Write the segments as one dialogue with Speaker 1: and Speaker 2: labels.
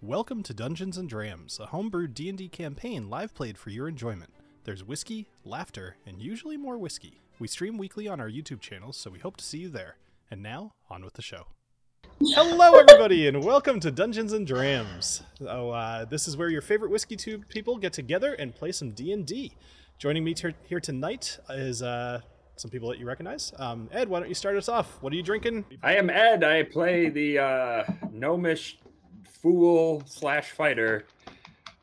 Speaker 1: Welcome to Dungeons and Drams, a homebrew D&D campaign live played for your enjoyment. There's whiskey, laughter, and usually more whiskey. We stream weekly on our YouTube channels, so we hope to see you there. And now, on with the show. Hello, everybody, and welcome to Dungeons and Drams. Oh, uh, this is where your favorite whiskey tube people get together and play some D and D. Joining me ter- here tonight is uh, some people that you recognize. Um, Ed, why don't you start us off? What are you drinking?
Speaker 2: I am Ed. I play the uh, gnomish fool slash fighter,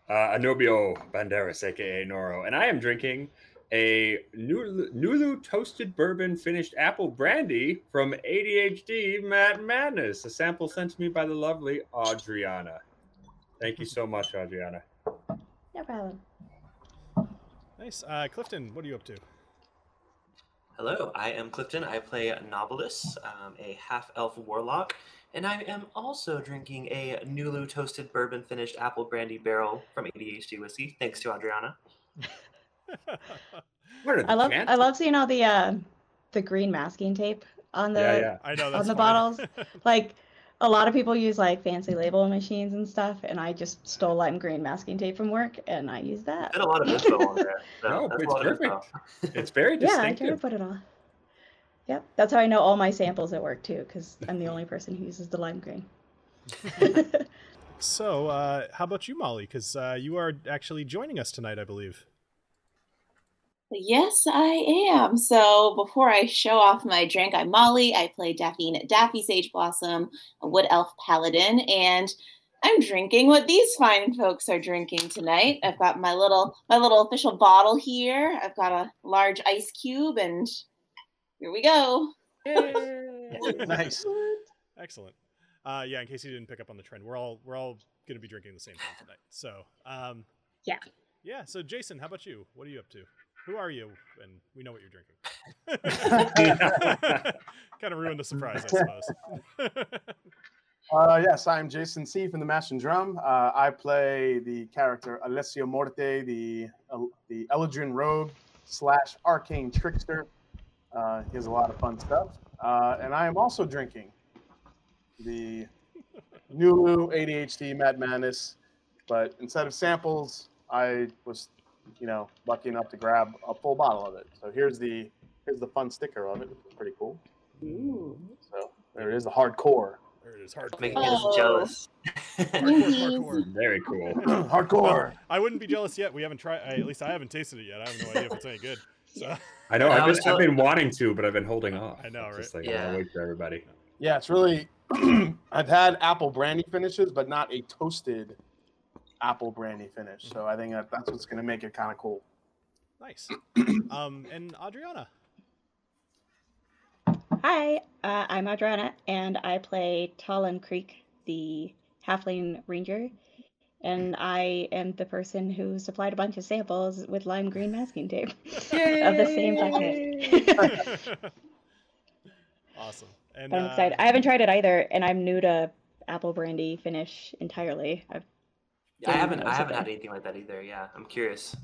Speaker 2: uh, Anobio Banderas, aka Noro, and I am drinking a Nulu, Nulu toasted bourbon finished apple brandy from ADHD Mad Madness, a sample sent to me by the lovely Adriana. Thank you so much, Adriana.
Speaker 3: No problem.
Speaker 1: Nice, uh, Clifton. What are you up to?
Speaker 4: Hello, I am Clifton. I play Nobilis, um, a half elf warlock, and I am also drinking a Nulu toasted bourbon finished apple brandy barrel from ADHD Whiskey, thanks to Adriana.
Speaker 2: What are the
Speaker 3: I love
Speaker 2: chances?
Speaker 3: I love seeing all the uh, the green masking tape on the
Speaker 2: yeah, yeah.
Speaker 1: I know
Speaker 3: the bottles. like a lot of people use like fancy label machines and stuff, and I just stole lime green masking tape from work and I use that.
Speaker 4: And a lot of info on there. So
Speaker 2: No,
Speaker 4: that's a
Speaker 2: it's
Speaker 4: lot of info.
Speaker 2: It's very
Speaker 3: Yeah, I try to
Speaker 2: distinctive.
Speaker 3: put it all. Yep, that's how I know all my samples at work too, because I'm the only person who uses the lime green.
Speaker 1: So, uh, how about you, Molly? Because uh, you are actually joining us tonight, I believe.
Speaker 5: Yes, I am. So before I show off my drink, I'm Molly. I play Daphne, Daffy Sage Blossom, a wood elf paladin, and I'm drinking what these fine folks are drinking tonight. I've got my little my little official bottle here. I've got a large ice cube, and here we go.
Speaker 1: nice, excellent. Uh, yeah, in case you didn't pick up on the trend, we're all we're all going to be drinking the same thing tonight. So, um,
Speaker 3: Yeah.
Speaker 1: yeah. So, Jason, how about you? What are you up to? Who are you? And we know what you're drinking. kind of ruined the surprise, I suppose.
Speaker 6: Uh, yes, I'm Jason C from the Mash and Drum. Uh, I play the character Alessio Morte, the the Eladrin Rogue slash Arcane Trickster. Uh, he has a lot of fun stuff, uh, and I am also drinking the Nulu ADHD Mad Madness, but instead of samples, I was, you know, lucky enough to grab a full bottle of it. So here's the here's the fun sticker of it, which is pretty cool. So there it is, the hardcore.
Speaker 1: there it is, hardcore.
Speaker 4: Making
Speaker 5: Oh.
Speaker 4: us jealous.
Speaker 1: Hardcore, hardcore.
Speaker 2: Very cool.
Speaker 6: hardcore.
Speaker 1: I wouldn't be jealous yet. We haven't tried. I, at least I haven't tasted it yet. I have no idea if it's any good. So,
Speaker 2: I know.
Speaker 4: And I
Speaker 2: I've
Speaker 4: was
Speaker 2: been,
Speaker 4: tell-
Speaker 2: I've been wanting to, but I've been holding off.
Speaker 1: I know,
Speaker 2: It's Just
Speaker 1: right?
Speaker 2: like, yeah.
Speaker 4: Yeah.
Speaker 2: Wait for everybody.
Speaker 6: Yeah, it's really. I've had apple brandy finishes, but not a toasted apple brandy finish. So I think that, that's what's going to make it kind of cool.
Speaker 1: nice. Um, and Adriana.
Speaker 3: Hi, uh, I'm Adrana, and I play Talon Creek, the halfling ranger, and I am the person who supplied a bunch of samples with lime green masking tape of the same packet.
Speaker 1: awesome. And
Speaker 3: but I'm
Speaker 1: uh,
Speaker 3: excited. I haven't tried it either, and I'm new to apple brandy finish entirely. I've,
Speaker 4: I haven't I
Speaker 3: Yeah.
Speaker 4: haven't had anything like that either, yeah. I'm curious.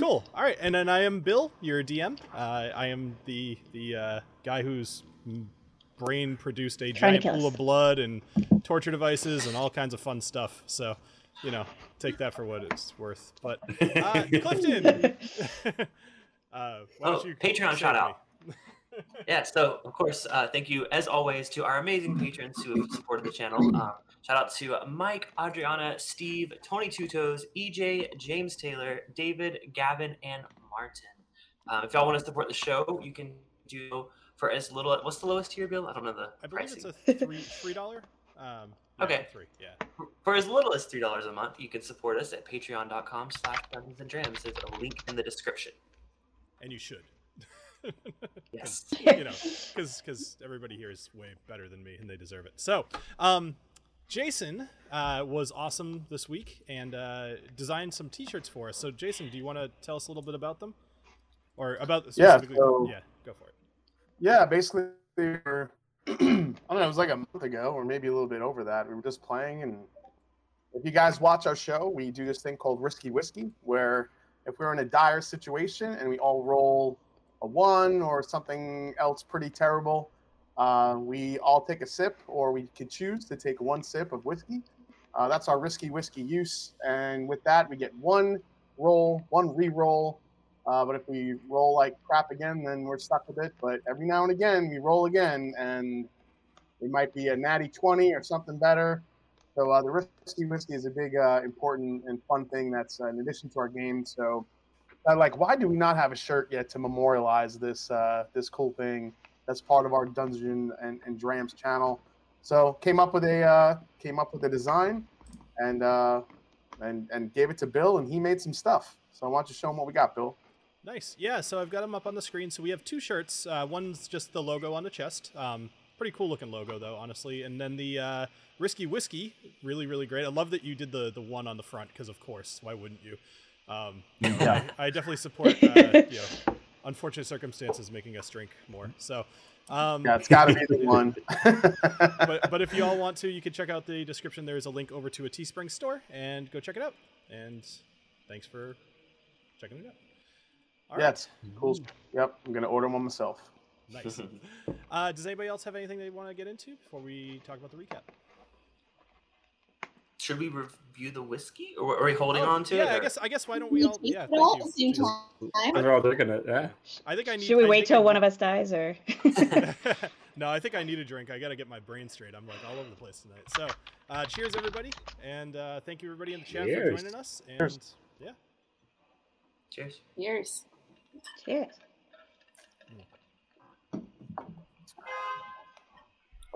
Speaker 1: cool. All right, and then I am Bill, your DM. Uh, I am the the uh, guy whose brain produced a
Speaker 3: Trying to
Speaker 1: giant
Speaker 3: kill
Speaker 1: pool
Speaker 3: us.
Speaker 1: of blood and torture devices and all kinds of fun stuff. So, you know, take that for what it's worth. But uh, Clifton, uh, why don't
Speaker 4: Oh,
Speaker 1: you
Speaker 4: Patreon
Speaker 1: shout
Speaker 4: shout-out.
Speaker 1: me?
Speaker 4: Yeah, so of course, uh, thank you as always to our amazing patrons who have supported the channel. Um, shout out to Mike, Adriana, Steve, Tony Two Toes, EJ, James Taylor, David, Gavin, and Martin. Um, if y'all want to support the show, you can do for as little. What's the lowest tier, Bill? I don't know the
Speaker 1: I believe
Speaker 4: pricing.
Speaker 1: it's a three three dollar. Um, yeah,
Speaker 4: Okay.
Speaker 1: three. Yeah.
Speaker 4: For as little as three dollars a month, you can support us at Patreon.com/slash Dungeons and Drams. There's a link in the description.
Speaker 1: and you should.
Speaker 4: Yes.
Speaker 1: you know, because everybody here is way better than me and they deserve it. So, um, Jason uh, was awesome this week and uh, designed some T-shirts for us. So, Jason, do you want to tell us a little bit about them, or about
Speaker 6: Yeah,
Speaker 1: specifically?
Speaker 6: so-
Speaker 1: yeah, go for it.
Speaker 6: Yeah, basically, we were, I don't know, it was like a month ago or maybe a little bit over that. We were just playing. And if you guys watch our show, we do this thing called Risky Whiskey, where if we're in a dire situation and we all roll a one or something else pretty terrible, uh, we all take a sip or we could choose to take one sip of whiskey Uh, that's our risky whiskey use. And with that, we get one roll, one re-roll. Uh, but if we roll like crap again, then we're stuck with it. But every now and again, we roll again, and it might be a natty 20 or something better. So uh, the risky whiskey is a big, uh, important, and fun thing that's uh, in addition to our game. So, uh, like, why do we not have a shirt yet to memorialize this uh, this cool thing that's part of our Dungeon and, and Drams channel? So came up with a uh, came up with a design, and uh, and and gave it to Bill, and he made some stuff. So why don't you show him what we got, Bill?
Speaker 1: Nice. Yeah, so I've got them up on the screen. So we have two shirts. Uh, one's just the logo on the chest. Um, pretty cool looking logo, though, honestly. And then the uh, Risky Whiskey, really, really great. I love that you did the, the one on the front, because of course, why wouldn't you? Um, you know,
Speaker 6: Yeah.
Speaker 1: I, I definitely support uh, you know, unfortunate circumstances making us drink more. So, um,
Speaker 6: Yeah, it's got to be the one.
Speaker 1: but, but if you all want to, you can check out the description. There is a link over to a Teespring store and go check it out. And thanks for checking it out. All
Speaker 6: yeah, it's cool. Yep, I'm gonna order one myself.
Speaker 1: Nice. uh, does anybody else have anything they want to get into before we talk about the recap?
Speaker 4: Should we review the whiskey, or are we holding
Speaker 1: Oh,
Speaker 4: on to
Speaker 1: yeah,
Speaker 4: it?
Speaker 1: I
Speaker 4: or-
Speaker 1: guess. I guess. Why don't
Speaker 5: Can
Speaker 1: we
Speaker 5: we
Speaker 1: all?
Speaker 5: taste
Speaker 1: Yeah.
Speaker 5: it
Speaker 1: Thank
Speaker 5: all at
Speaker 1: you.
Speaker 5: the same
Speaker 1: Jeez.
Speaker 5: time?
Speaker 2: They're all looking at that.
Speaker 1: I think I need.
Speaker 3: Should we
Speaker 1: I
Speaker 3: wait
Speaker 1: think I
Speaker 3: till one
Speaker 1: need-
Speaker 3: of us dies, or
Speaker 1: no, I think I need a drink. I got to get my brain straight. I'm like all over the place tonight. So, uh, cheers everybody, and uh, thank you everybody in the chat for
Speaker 2: Cheers.
Speaker 1: joining us. And
Speaker 6: Cheers.
Speaker 1: yeah,
Speaker 4: Cheers.
Speaker 5: Yours.
Speaker 3: cheers?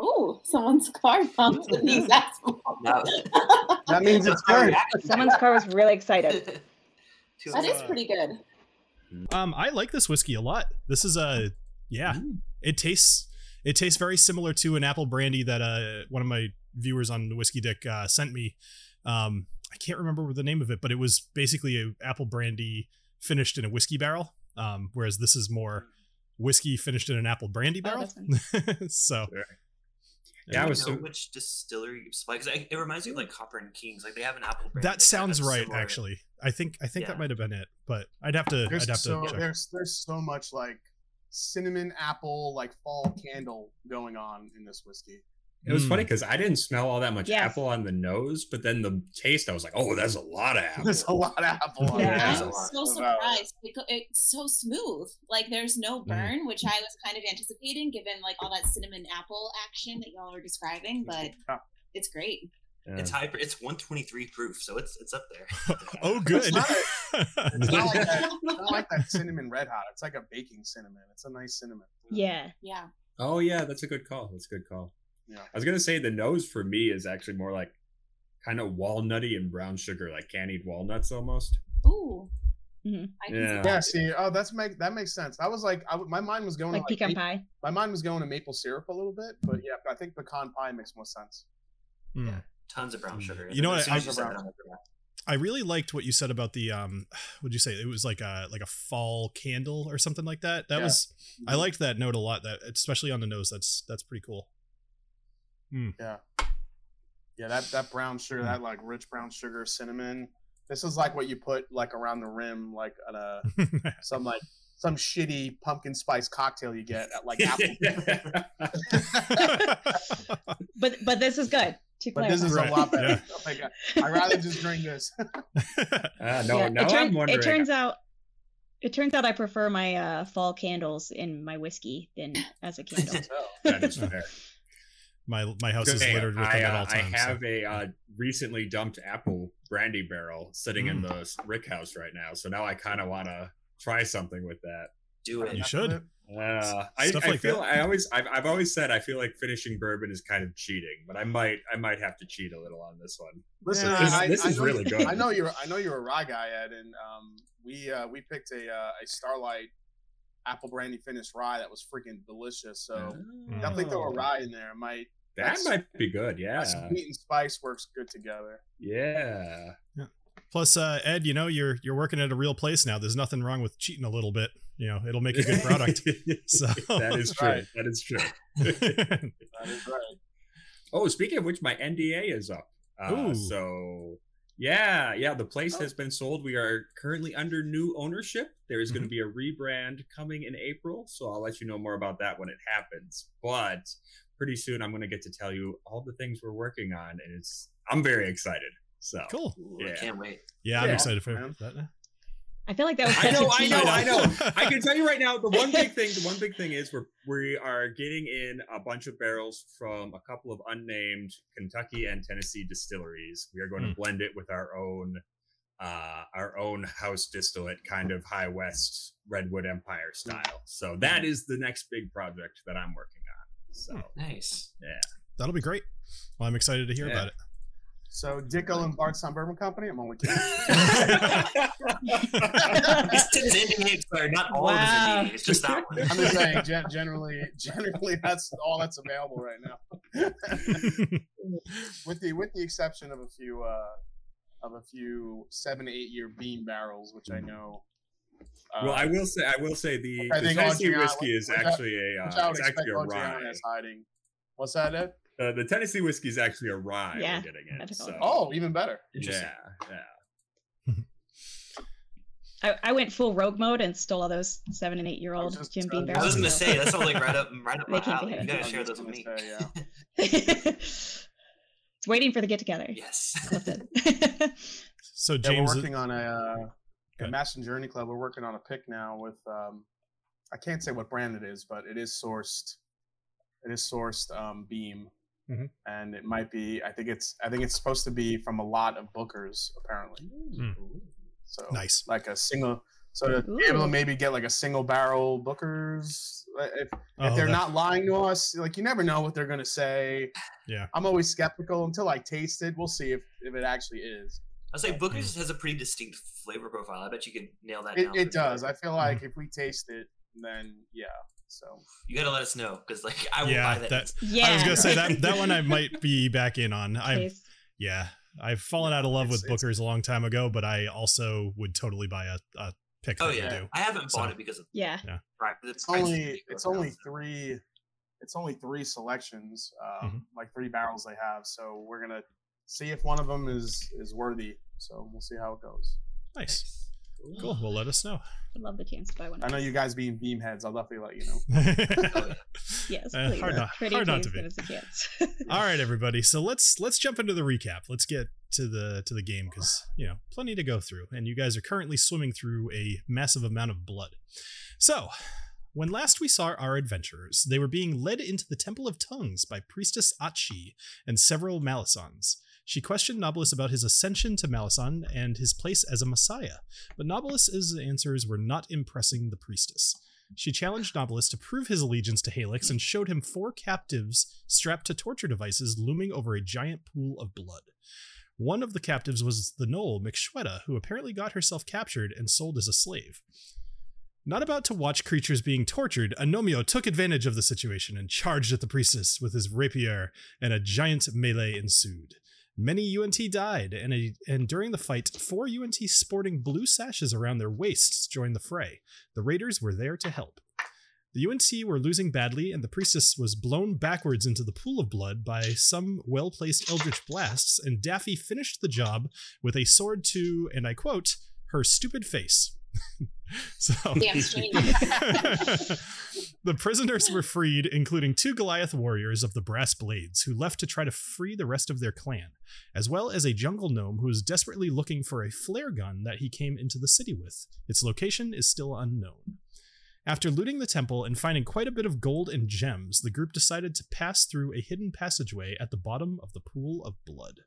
Speaker 5: Oh, someone's car bumped with these assholes.
Speaker 4: That
Speaker 6: That means it's
Speaker 4: our
Speaker 6: good.
Speaker 4: reaction.
Speaker 3: Someone's car was really excited.
Speaker 4: Two
Speaker 5: That is
Speaker 1: Uh,
Speaker 5: pretty good.
Speaker 1: Um, I like this whiskey a lot. This is a yeah. It tastes it tastes very similar to an apple brandy that uh one of my viewers on the whiskey dick uh, sent me. Um, I can't remember what the name of it, but it was basically a apple brandy finished in a whiskey barrel. Um, whereas this is more whiskey finished in an apple brandy
Speaker 3: Oh,
Speaker 1: barrel.
Speaker 3: that's nice.
Speaker 1: so
Speaker 4: Do
Speaker 2: Yeah, I
Speaker 4: you
Speaker 2: was
Speaker 4: know
Speaker 2: so-
Speaker 4: which distillery because it reminds me of like Copper and Kings. Like they have an apple. brand
Speaker 1: that
Speaker 4: that's kind of
Speaker 1: sounds right.
Speaker 4: similar.
Speaker 1: Actually, I think I think
Speaker 4: Yeah.
Speaker 1: that might have been it, but I'd have to I'd have
Speaker 6: There's so
Speaker 1: to check.
Speaker 6: there's there's so much like cinnamon apple like fall candle going on in this whiskey.
Speaker 2: It was
Speaker 1: Mm.
Speaker 2: funny because I didn't smell all that much
Speaker 3: Yes.
Speaker 2: apple on the nose, but then the taste, I was like, oh, there's a lot of apple.
Speaker 6: There's a lot of apple on
Speaker 3: Yeah.
Speaker 6: yeah.
Speaker 5: I'm
Speaker 2: That's a
Speaker 6: this.
Speaker 5: so
Speaker 6: Wow.
Speaker 5: surprised. It go- It's so smooth. Like there's no burn, which I was kind of anticipating, given like all that cinnamon apple action that y'all are describing. But
Speaker 6: Yeah.
Speaker 5: it's great.
Speaker 2: Yeah.
Speaker 4: It's high. It's 123 proof, so it's it's up there.
Speaker 1: Oh, good.
Speaker 6: not It's not like that, it's not like that cinnamon red hot. It's like a baking cinnamon. It's a nice cinnamon.
Speaker 3: Yeah.
Speaker 5: Yeah.
Speaker 2: Oh yeah, that's a good call. That's a good call.
Speaker 6: Yeah.
Speaker 2: I was gonna say the nose for me is actually more like kind of walnutty and brown sugar, like candied walnuts almost.
Speaker 5: Ooh.
Speaker 3: Mhm.
Speaker 5: I can see
Speaker 2: Yeah.
Speaker 5: that.
Speaker 6: Yeah. See. Oh, that's make that makes sense. I was like, I w my mind was going
Speaker 3: Like
Speaker 6: to, like,
Speaker 3: pecan
Speaker 6: ma-
Speaker 3: pie.
Speaker 6: My mind was going to maple syrup a little bit, but yeah, I think pecan pie makes more sense.
Speaker 1: Hmm.
Speaker 4: Tons of brown sugar.
Speaker 1: You know what,
Speaker 4: As soon as
Speaker 1: I-
Speaker 4: you said that, I'm like,
Speaker 1: I really liked what you said about the um would you say it was like a like a fall candle or something like that. That
Speaker 6: Yeah.
Speaker 1: was
Speaker 2: Mm-hmm.
Speaker 1: I liked that note a lot that especially on the nose that's that's pretty cool.
Speaker 6: Yeah, that that brown sugar, that like rich brown sugar, cinnamon. This is like what you put like around the rim, like on a some like some shitty pumpkin spice cocktail you get at like Apple.
Speaker 3: But but this is good. To
Speaker 6: But this is
Speaker 3: clarify.
Speaker 1: Right,
Speaker 6: a lot better. Oh my God. I'd rather just drink this.
Speaker 2: Ah, no,
Speaker 3: Yeah,
Speaker 2: now
Speaker 3: it, turn-
Speaker 2: I'm wondering.
Speaker 3: it turns out it turns out I prefer my uh, fall candles in my whiskey than as a candle.
Speaker 2: that is fair.
Speaker 1: my my house
Speaker 2: Good
Speaker 1: is
Speaker 2: thing
Speaker 1: littered with
Speaker 2: I,
Speaker 1: them at
Speaker 2: uh,
Speaker 1: all
Speaker 2: I
Speaker 1: times. so-
Speaker 2: have a uh, recently dumped apple brandy barrel sitting
Speaker 1: Mm.
Speaker 2: in the s- rick house right now, so now I kind of want to try something with that.
Speaker 4: Do it.
Speaker 1: you should.
Speaker 2: Uh, I,
Speaker 1: Stuff
Speaker 2: I
Speaker 1: like
Speaker 2: feel
Speaker 1: that.
Speaker 2: I always I've, I've always said I feel like finishing bourbon is kind of cheating, but I might I might have to cheat a little on this one.
Speaker 6: Listen,
Speaker 1: Yeah,
Speaker 2: this-
Speaker 6: I,
Speaker 2: this
Speaker 6: I
Speaker 2: is
Speaker 6: know-
Speaker 2: really good.
Speaker 6: I know you're I know you're a rye guy, Ed, and um, we uh, we picked a uh, a Starlight apple brandy finished rye that was freaking delicious. So definitely throw a rye in there. It might
Speaker 2: That
Speaker 6: That's-
Speaker 2: might be good. Mm. Yeah.
Speaker 6: sweet and spice works good together.
Speaker 2: Yeah.
Speaker 1: Plus uh Ed, you know, you're you're working at a real place now. There's nothing wrong with cheating a little bit. You know, it'll make a good product. So
Speaker 2: that is true.
Speaker 6: Right.
Speaker 2: That is true.
Speaker 6: That is right.
Speaker 2: Oh, speaking of which, my NDA is up. Uh,
Speaker 1: Ooh.
Speaker 2: so yeah, yeah, the place has been sold. We are currently under new ownership. There going to
Speaker 1: Mhm.
Speaker 2: be a rebrand coming in April, so I'll let you know more about that when it happens. But pretty soon I'm going to get to tell you all the things we're working on, and it's I'm very excited. So
Speaker 1: Cool.
Speaker 4: Ooh,
Speaker 2: Yeah.
Speaker 4: I can't wait.
Speaker 1: Yeah, I'm
Speaker 6: Yeah,
Speaker 1: excited for
Speaker 6: man.
Speaker 1: that.
Speaker 3: I feel like that was
Speaker 2: I know,
Speaker 3: such a
Speaker 2: I know,
Speaker 3: tease.
Speaker 2: I know. I can tell you right now, the one big thing, the one big thing is we're we are getting in a bunch of barrels from a couple of unnamed Kentucky and Tennessee distilleries. We are going
Speaker 1: Hmm.
Speaker 2: to blend it with our own uh our own house distillate kind of high west redwood empire style. So that is the next big project that I'm working on. So
Speaker 4: Nice.
Speaker 1: That'll be great. Well, I'm excited to hear
Speaker 2: Yeah.
Speaker 1: about it.
Speaker 6: So Dicko and Bart's on Bourbon Company. I'm only kidding. Hmm. Uh,
Speaker 4: It's his ending hate player, not all of his
Speaker 3: Wow.
Speaker 4: ending hate, It's just that one.
Speaker 6: I'm just saying, gen- generally, generally that's all that's available right now, with the with the exception of a few uh, of a few seven eight year bean barrels, which I know. Uh,
Speaker 2: Mm. well, I will say I will say the,
Speaker 6: I
Speaker 2: the
Speaker 6: think
Speaker 2: Tennessee
Speaker 6: Adriana-
Speaker 2: whiskey is
Speaker 6: which I-
Speaker 2: actually a
Speaker 6: which
Speaker 2: uh,
Speaker 6: I would
Speaker 2: it's actually a
Speaker 6: expect
Speaker 2: rye.
Speaker 6: Adriana is hiding. What's that? Ed?
Speaker 2: Uh, the Tennessee whiskey is actually a rye.
Speaker 3: Yeah,
Speaker 2: we're getting it.
Speaker 3: that's
Speaker 2: So.
Speaker 3: all.
Speaker 6: Oh, even better.
Speaker 2: yeah, yeah.
Speaker 3: I, I went full rogue mode and stole all those seven and eight year
Speaker 6: I was
Speaker 3: old
Speaker 6: just
Speaker 3: Jim
Speaker 6: telling
Speaker 3: Beam
Speaker 6: you.
Speaker 4: I was
Speaker 3: barrels.
Speaker 4: gonna say that sounds like right up right up
Speaker 3: They
Speaker 4: my
Speaker 3: can't be
Speaker 4: alley. You
Speaker 3: had.
Speaker 4: gotta
Speaker 6: I
Speaker 4: share
Speaker 6: was
Speaker 4: those with
Speaker 6: gonna
Speaker 4: me.
Speaker 6: say, yeah.
Speaker 3: it's waiting for the get together.
Speaker 4: Yes.
Speaker 3: Loved it.
Speaker 1: so
Speaker 6: Yeah,
Speaker 1: James,
Speaker 6: we're working on a, uh,
Speaker 1: ahead.
Speaker 6: a Mass and Journey Club. We're working on a pick now with um, I can't say what brand it is, but it is sourced. It is sourced um, Beam,
Speaker 1: Mhm.
Speaker 6: and it might be. I think it's. I think it's supposed to be from a lot of Booker's apparently. So
Speaker 1: Hmm. nice.
Speaker 6: like a single. So to be able
Speaker 3: Ooh.
Speaker 6: to maybe get like a single barrel Booker's. like, If, if
Speaker 1: Oh,
Speaker 6: they're
Speaker 1: that-
Speaker 6: not lying to us, like you never know what they're gonna say.
Speaker 1: Yeah.
Speaker 6: I'm always skeptical until I taste it. We'll see if, if it actually is.
Speaker 4: I was like Booker's has a pretty distinct flavor profile. I bet you could nail that
Speaker 6: It,
Speaker 4: down.
Speaker 6: it
Speaker 4: pretty
Speaker 6: does. I
Speaker 4: quick.
Speaker 1: Mm-hmm.
Speaker 6: feel like if we taste it, then yeah. So
Speaker 4: You gotta let us know because like I will
Speaker 1: yeah,
Speaker 4: buy that.
Speaker 1: that,
Speaker 3: yeah.
Speaker 1: I was gonna say that that one I might be back in on. I
Speaker 3: Taste.
Speaker 1: yeah, I've fallen out of love with
Speaker 6: It's- it's-
Speaker 1: Booker's a long time ago, but I also would totally buy a, a pick.
Speaker 4: oh
Speaker 1: that you
Speaker 4: yeah.
Speaker 1: do.
Speaker 4: I haven't
Speaker 1: So-
Speaker 4: bought it because of
Speaker 3: Yeah.
Speaker 4: pri- the
Speaker 6: it's
Speaker 4: price is
Speaker 6: only
Speaker 4: ridiculous
Speaker 6: it's only
Speaker 4: now.
Speaker 6: three it's only three selections,
Speaker 1: Mm-hmm.
Speaker 6: um, like three barrels they have. So we're gonna see if one of them is is worthy. So we'll see how it goes.
Speaker 1: nice, cool. Well, let us know.
Speaker 3: Would love the chance to buy one.
Speaker 6: I know you guys being beam heads. I'll definitely let you know.
Speaker 3: Yes,
Speaker 1: Uh,
Speaker 3: please.
Speaker 1: hard not,
Speaker 3: Pretty
Speaker 1: hard not to
Speaker 3: please,
Speaker 1: be.
Speaker 3: give us a chance.
Speaker 1: All right, everybody. So let's let's jump into the recap. Let's get to the to the game because you know plenty to go through, and you guys are currently swimming through a massive amount of blood. So, when last we saw our adventurers, they were being led into the Temple of Tongues by Priestess Achi and several Malisons. She questioned Nobilis about his ascension to Malison and his place as a messiah, but Nobilis's answers were not impressing the priestess. She challenged Nobilis to prove his allegiance to Halix and showed him four captives strapped to torture devices looming over a giant pool of blood. One of the captives was the Knoll, McShweta, who apparently got herself captured and sold as a slave. Not about to watch creatures being tortured, Anomio took advantage of the situation and charged at the priestess with his rapier, and a giant melee ensued. Many UNT died, and, a, and during the fight, four UNT sporting blue sashes around their waists joined the fray. The raiders were there to help. The UNT were losing badly, and the priestess was blown backwards into the pool of blood by some well placed eldritch blasts, and Daffy finished the job with a sword to, and I quote, her stupid face. so.
Speaker 5: Damn straight.
Speaker 1: the prisoners were freed, including two Goliath warriors of the Brass Blades, who left to try to free the rest of their clan, as well as a jungle gnome who is desperately looking for a flare gun that he came into the city with. Its location is still unknown. After looting the temple and finding quite a bit of gold and gems, the group decided to pass through a hidden passageway at the bottom of the pool of blood.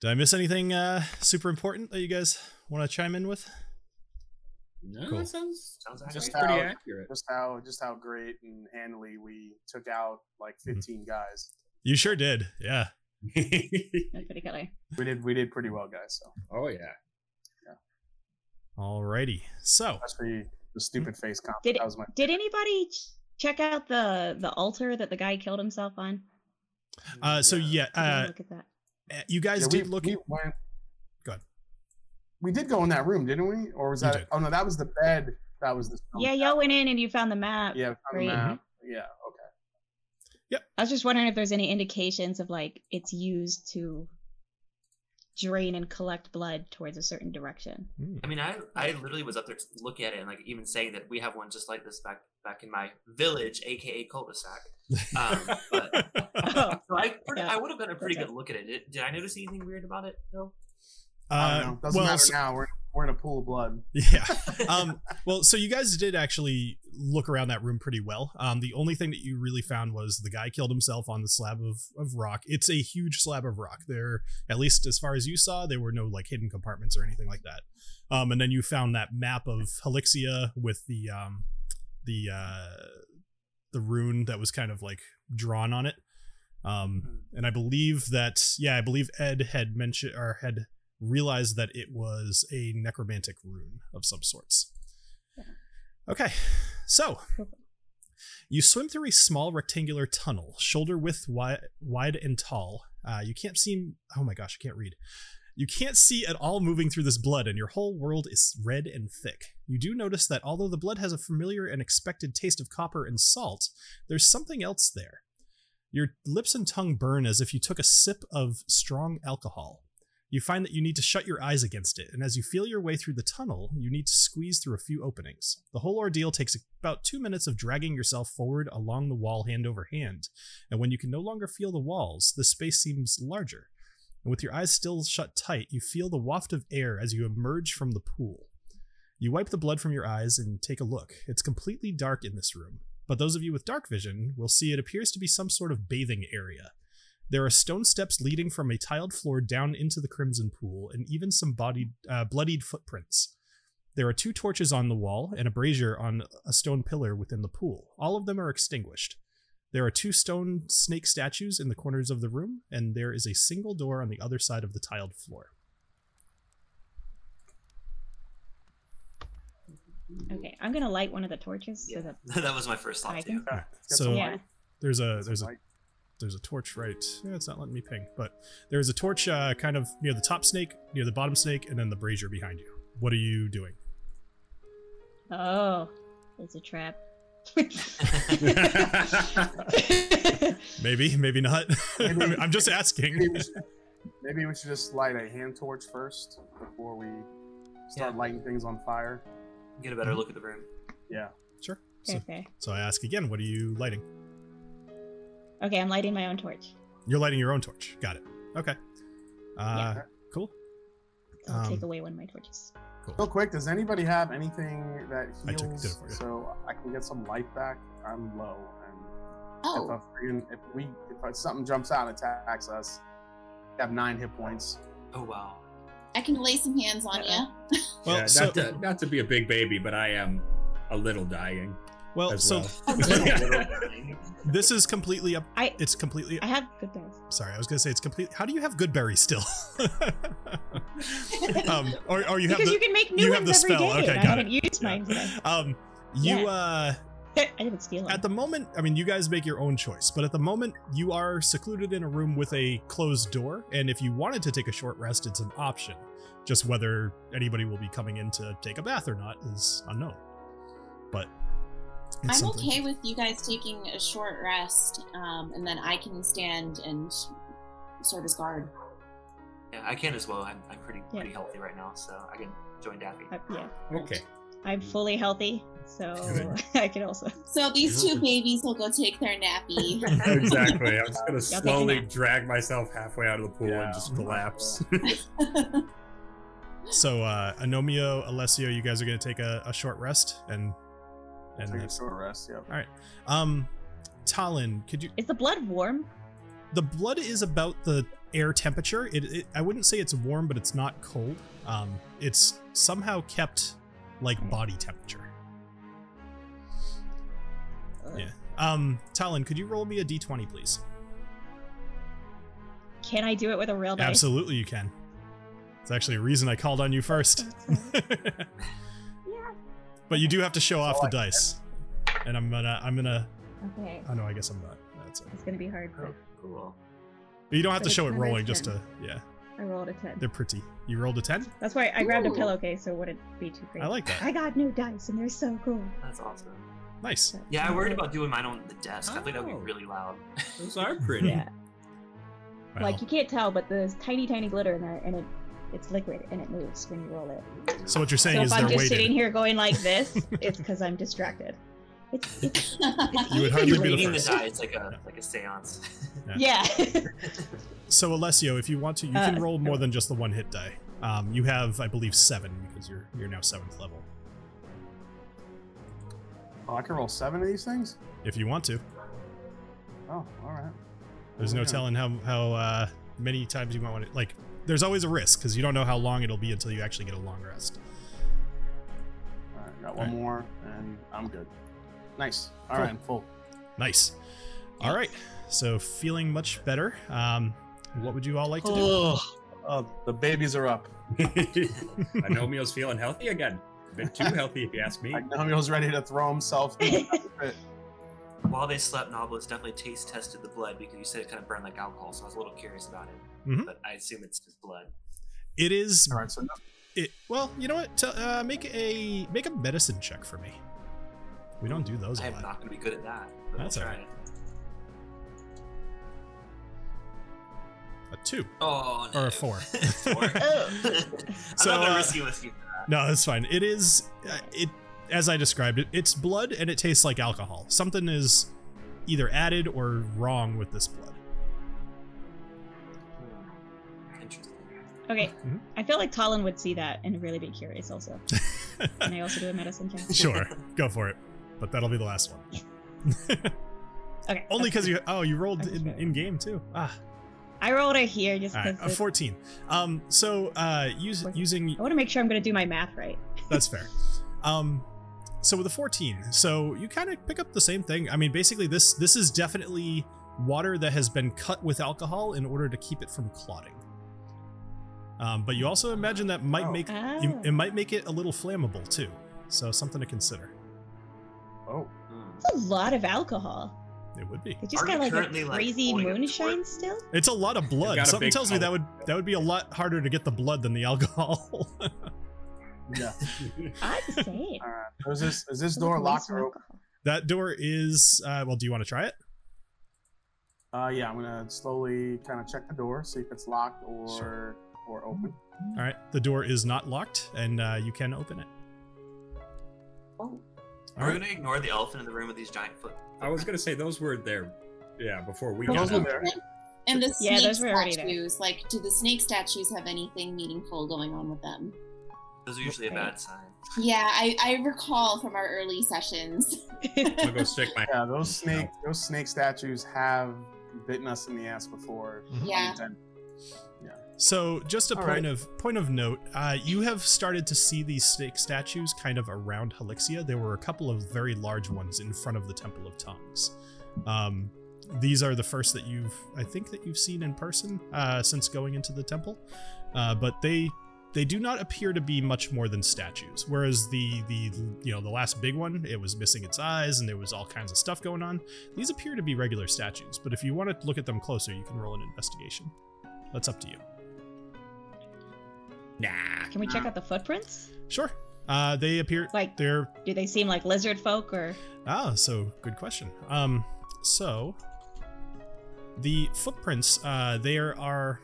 Speaker 1: Did I miss anything uh, super important that you guys want to chime in with?
Speaker 2: No,
Speaker 1: Cool.
Speaker 2: that sounds
Speaker 4: Sounds
Speaker 6: Just
Speaker 4: accurate.
Speaker 6: how-
Speaker 2: pretty accurate.
Speaker 6: Just how just how great and handily we took out like
Speaker 1: Mm-hmm.
Speaker 6: 15 guys.
Speaker 1: You sure did. Yeah.
Speaker 3: That's pretty killer.
Speaker 6: We did we did pretty well, guys. So
Speaker 2: oh yeah.
Speaker 1: Alrighty. So,
Speaker 6: especially
Speaker 1: Mm-hmm.
Speaker 6: the stupid face comment.
Speaker 3: Did it-
Speaker 6: that was my
Speaker 3: Did anybody ch- check out the the altar that the guy killed himself on?
Speaker 1: uh, so yeah,
Speaker 3: Did anyone
Speaker 1: uh,
Speaker 3: look at that.
Speaker 1: you guys
Speaker 6: Yeah,
Speaker 1: did look.
Speaker 6: we went-
Speaker 1: Go ahead.
Speaker 6: We did go in that room, didn't we? Or was
Speaker 1: You
Speaker 6: that?
Speaker 1: did.
Speaker 6: Oh no, that was the bed. That was the stone
Speaker 3: Yeah, y'all went in and you found the map.
Speaker 6: tablet. Oh, Yeah, on the
Speaker 3: Right.
Speaker 6: map. Yeah, okay.
Speaker 3: I was just wondering if there's any indications of like it's used to drain and collect blood towards a certain direction.
Speaker 1: Hmm.
Speaker 4: I mean, I I literally was up there looking at it and like even saying that we have one just like this back back in my village, aka cul-de-sac. Um, but,
Speaker 7: Oh,
Speaker 4: so I, pretty-
Speaker 7: Yeah.
Speaker 4: I would have gotten a pretty
Speaker 7: That's
Speaker 4: good look at it. Did, did I notice anything weird about it? No.
Speaker 6: I don't
Speaker 1: Uh,
Speaker 6: know. Doesn't
Speaker 1: well,
Speaker 6: matter
Speaker 1: so-
Speaker 6: now. We're, we're in a pool of blood.
Speaker 1: yeah. Um, well, so you guys did actually look around that room pretty well. Um, the only thing that you really found was the guy killed himself on the slab of, of rock. It's a huge slab of rock. There, at least as far as you saw, there were no like hidden compartments or anything like that. Um, and then you found that map of Helixia with the um, the uh, the rune that was kind of like drawn on it. Um, and I believe that yeah, I believe Ed had mentioned or had realized that it was a necromantic rune of some sorts. Okay, so you swim through a small rectangular tunnel, shoulder width wide, wide and tall. Uh, you can't see. Oh my gosh, I can't read. You can't see at all moving through this blood, and your whole world is red and thick. You do notice that although the blood has a familiar and expected taste of copper and salt, there's something else there. Your lips and tongue burn as if you took a sip of strong alcohol. You find that you need to shut your eyes against it, and as you feel your way through the tunnel, you need to squeeze through a few openings. The whole ordeal takes about two minutes of dragging yourself forward along the wall hand over hand, and when you can no longer feel the walls, the space seems larger. And with your eyes still shut tight, you feel the waft of air as you emerge from the pool. You wipe the blood from your eyes and take a look. It's completely dark in this room, but those of you with dark vision will see it appears to be some sort of bathing area. There are stone steps leading from a tiled floor down into the crimson pool, and even some bodied, uh, bloodied footprints. There are two torches on the wall and a brazier on a stone pillar within the pool. All of them are extinguished. There are two stone snake statues in the corners of the room, and there is a single door on the other side of the tiled floor.
Speaker 7: okay, I'm gonna light one of the torches
Speaker 4: Yeah,
Speaker 7: so that
Speaker 4: that was my first
Speaker 7: I
Speaker 4: thought
Speaker 7: can-
Speaker 4: too.
Speaker 6: Get
Speaker 1: So-
Speaker 6: some
Speaker 7: yeah.
Speaker 6: light.
Speaker 1: There's a there's a
Speaker 6: Some light.
Speaker 1: there's a torch right. Yeah, it's not letting me ping, but there is a torch uh, kind of near the top snake, near the bottom snake, and then the brazier behind you. What are you doing?
Speaker 7: Oh, it's a trap.
Speaker 1: Maybe, maybe not.
Speaker 6: Maybe-
Speaker 1: I'm just asking.
Speaker 6: Maybe we, should, maybe we should just light a hand torch first before we start
Speaker 4: Yeah.
Speaker 6: lighting things on fire.
Speaker 4: Get a better look at the room.
Speaker 6: Yeah.
Speaker 1: Sure. So,
Speaker 7: okay.
Speaker 1: so I ask again, what are you lighting?
Speaker 7: okay, I'm lighting my own torch.
Speaker 1: You're lighting your own torch. Got it. Okay. Uh,
Speaker 6: Yeah.
Speaker 1: Cool.
Speaker 7: I'll take
Speaker 1: Um,
Speaker 7: away one of my torches.
Speaker 6: Real quick, does anybody have anything that
Speaker 1: I took- did it
Speaker 6: heals
Speaker 1: for you.
Speaker 6: so I can get some life back? I'm low, and if,
Speaker 5: Oh,
Speaker 6: a freaking, if we if something jumps out and attacks us, I have nine hit points.
Speaker 4: Oh wow.
Speaker 5: I can lay some hands on you.
Speaker 1: Well,
Speaker 2: yeah,
Speaker 1: so,
Speaker 2: not, to, not to be a big baby, but I am a little dying
Speaker 1: well,
Speaker 2: as
Speaker 1: so
Speaker 2: well.
Speaker 1: this is completely up.
Speaker 7: I
Speaker 1: It's completely.
Speaker 7: I have good berries.
Speaker 1: sorry, I was gonna say it's complete. How do you have Goodberry still? um, or, or you have
Speaker 7: because
Speaker 1: the
Speaker 7: you can make new
Speaker 1: you have
Speaker 7: ones
Speaker 1: the
Speaker 7: every
Speaker 1: spell.
Speaker 7: day,
Speaker 1: Okay,
Speaker 7: and I
Speaker 1: got it.
Speaker 7: haven't used mine today.
Speaker 1: um, you
Speaker 7: Yeah.
Speaker 1: uh.
Speaker 7: I didn't steal them.
Speaker 1: At the moment, I mean, you guys make your own choice, but at the moment, you are secluded in a room with a closed door, and if you wanted to take a short rest, it's an option. Just whether anybody will be coming in to take a bath or not is unknown. But it's
Speaker 5: I'm
Speaker 1: something-
Speaker 5: okay with you guys taking a short rest, um, and then I can stand and serve as guard.
Speaker 4: Yeah, I can as well. I'm, I'm pretty
Speaker 7: Yeah.
Speaker 4: pretty healthy right now, so I can join Daffy.
Speaker 7: Uh, yeah,
Speaker 2: okay.
Speaker 7: I'm fully healthy, so I can also.
Speaker 5: So these two babies will go take their nappy.
Speaker 2: exactly. I'm just gonna
Speaker 7: take a
Speaker 2: slowly
Speaker 7: nap.
Speaker 2: drag myself halfway out of the pool
Speaker 6: Yeah.
Speaker 2: and just collapse.
Speaker 1: So, uh, Anomio, Alessio, you guys are going to take a, a short rest, and and
Speaker 6: Take a
Speaker 1: that's-
Speaker 6: short rest. Yep.
Speaker 1: um, Talon, could you
Speaker 7: Is the blood warm?
Speaker 1: the blood is about the air temperature. It, it I wouldn't say it's warm, but it's not cold. Um, it's somehow kept like body temperature.
Speaker 7: Ugh.
Speaker 1: Yeah. Um, Talon, could you roll me a d20, please?
Speaker 7: Can I do it with a real dice?
Speaker 1: Absolutely, you can. It's actually a reason I called on you first.
Speaker 7: Yeah.
Speaker 1: but you do have to show off the
Speaker 6: like
Speaker 1: dice. And I'm gonna, I'm gonna.
Speaker 7: Okay.
Speaker 1: Oh no, I guess I'm not. That's it.
Speaker 7: It's gonna be hard, but
Speaker 4: Oh, Cool.
Speaker 1: But you don't have
Speaker 7: But
Speaker 1: to
Speaker 7: it's
Speaker 1: show it
Speaker 7: number
Speaker 1: rolling, just
Speaker 7: 10.
Speaker 1: to. Yeah,
Speaker 7: I rolled a ten.
Speaker 1: Oh. they're pretty. You rolled a ten.
Speaker 7: That's why I grabbed
Speaker 5: Ooh.
Speaker 7: a pillowcase, so it wouldn't be too crazy.
Speaker 1: I like that.
Speaker 7: I got new dice, and they're so cool.
Speaker 4: That's awesome.
Speaker 1: Nice.
Speaker 7: So-
Speaker 4: Yeah, I worried about doing mine on the desk. I think that would be
Speaker 2: Oh.
Speaker 4: really loud.
Speaker 2: Those are pretty.
Speaker 7: Yeah,
Speaker 1: Wow.
Speaker 7: like you can't tell, but there's tiny, tiny glitter in there, and it it's liquid and it moves when you roll it.
Speaker 1: so what you're saying
Speaker 7: so
Speaker 1: is
Speaker 7: if I'm
Speaker 1: they're
Speaker 7: just
Speaker 1: weighted.
Speaker 7: sitting here going like this, it's because I'm distracted. It's, it's
Speaker 1: You would
Speaker 4: You're
Speaker 1: hardly be the
Speaker 4: reading the
Speaker 1: first.
Speaker 4: die. It's like a like a séance.
Speaker 7: yeah.
Speaker 1: So Alessio, if you want to, you
Speaker 7: Uh,
Speaker 1: can roll more than just the one hit die. Um, you have, I believe, seven because you're you're now seventh level.
Speaker 6: Oh, I can roll seven of these things.
Speaker 1: If you want to,
Speaker 6: Oh, all right.
Speaker 1: there's no
Speaker 6: Yeah.
Speaker 1: telling how how uh, many times you might want to. Like, there's always a risk because you don't know how long it'll be until you actually get a long rest.
Speaker 6: All right, got one
Speaker 1: All right.
Speaker 6: more, and I'm good. Nice. All
Speaker 1: Cool.
Speaker 6: right, I'm full.
Speaker 1: Nice. All right. So feeling much better. Um, what would you all like to do?
Speaker 6: Oh, the babies are up.
Speaker 2: Anomio's feeling healthy again. A bit too healthy, if you ask me.
Speaker 6: Agnomio's ready to throw himself. in the pit.
Speaker 4: While they slept, Noblis definitely taste tested the blood because you said it kind of burned like alcohol, so I was a little curious about it.
Speaker 1: Mhm.
Speaker 4: But I assume it's just blood.
Speaker 1: It is.
Speaker 6: All right, so no-
Speaker 1: It. Well, you know what? Tell- uh, make a make a medicine check for me. We don't do those a
Speaker 4: I am
Speaker 1: lot.
Speaker 4: not going to be good at that. But
Speaker 1: That's
Speaker 4: That's all
Speaker 1: all
Speaker 4: right.
Speaker 1: A two.
Speaker 4: Oh, no.
Speaker 1: Or a four.
Speaker 4: four.
Speaker 7: Oh.
Speaker 4: I'm
Speaker 1: So,
Speaker 4: not
Speaker 1: uh,
Speaker 4: going to risk you with you.
Speaker 1: No, that's fine. It is uh, it as I described it. It's blood and it tastes like alcohol. Something is either added or wrong with this blood.
Speaker 4: Interesting.
Speaker 7: Okay.
Speaker 1: Mhm.
Speaker 7: I feel like Talon would see that and really be curious also. Can I also do a medicine check?
Speaker 1: sure, go for it. But that'll be the last one.
Speaker 7: Okay.
Speaker 1: Only
Speaker 7: okay.
Speaker 1: because you oh you rolled
Speaker 7: That's
Speaker 1: in,
Speaker 7: fair.
Speaker 1: in game too. Ah,
Speaker 7: I rolled it here just
Speaker 1: all right,
Speaker 7: because
Speaker 1: a fourteen. Um, so uh, use,
Speaker 7: Fourteen.
Speaker 1: using
Speaker 7: I want to make sure I'm going to do my math right.
Speaker 1: That's fair. Um, so with a 14, so you kind of pick up the same thing. I mean, basically, this this is definitely water that has been cut with alcohol in order to keep it from clotting. Um, but you also imagine that might
Speaker 6: Oh.
Speaker 1: make
Speaker 7: Ah.
Speaker 1: you- it might make it a little flammable too. So something to consider.
Speaker 6: oh,
Speaker 4: Hmm.
Speaker 7: That's a lot of alcohol.
Speaker 1: It would be.
Speaker 7: They just
Speaker 4: Are
Speaker 7: got
Speaker 4: we
Speaker 7: like
Speaker 4: currently,
Speaker 7: a
Speaker 4: like,
Speaker 7: crazy
Speaker 4: holding a
Speaker 7: moonshine
Speaker 4: torch?
Speaker 7: still.
Speaker 1: It's a lot of
Speaker 2: got
Speaker 1: blood.
Speaker 2: a
Speaker 1: Something
Speaker 2: big
Speaker 1: tells me that
Speaker 2: column.
Speaker 1: would that would be a lot harder to get the blood than the alcohol.
Speaker 6: yeah.
Speaker 7: I'd say.
Speaker 6: All right. So is this is this door locked or open?
Speaker 1: that door is uh, well. Do you want to try it?
Speaker 6: Uh, yeah, I'm gonna slowly kind of check the door, see if it's locked or
Speaker 1: Sure.
Speaker 6: or open.
Speaker 1: All right. The door is not locked, and uh, you can open it.
Speaker 5: Oh,
Speaker 1: All
Speaker 4: Are we
Speaker 1: right.
Speaker 4: going to ignore the elephant in the room with these giant foot?
Speaker 2: I was gonna say those were there, yeah, before we
Speaker 6: Those
Speaker 2: got
Speaker 6: were
Speaker 2: out.
Speaker 6: there.
Speaker 5: and the
Speaker 7: Yeah,
Speaker 5: snake
Speaker 7: those were already there.
Speaker 5: statues. Like, do the snake statues have anything meaningful going on with them?
Speaker 4: Those are usually a
Speaker 7: Okay.
Speaker 4: bad sign.
Speaker 5: Yeah, I, I recall from our early sessions.
Speaker 2: I'm gonna go stick my.
Speaker 6: Yeah, those snake those snake statues have bitten us in the ass before.
Speaker 5: Yeah.
Speaker 1: So, just a
Speaker 6: All
Speaker 1: point
Speaker 6: right.
Speaker 1: of point of note, uh, you have started to see these snake statues kind of around Helixia. There were a couple of very large ones in front of the Temple of Tongues. Um, these are the first that you've, I think, that you've seen in person uh, since going into the temple. Uh, but they they do not appear to be much more than statues. Whereas the the you know the last big one, it was missing its eyes and there was all kinds of stuff going on. These appear to be regular statues. But if you want to look at them closer, you can roll an investigation. That's up to you.
Speaker 2: Nah.
Speaker 7: Can we check out the footprints?
Speaker 1: Sure. Uh, they appear
Speaker 7: Like-
Speaker 1: they're
Speaker 7: Do they seem like lizard folk or?
Speaker 1: ah. So good question. Um, so the footprints. Uh, there are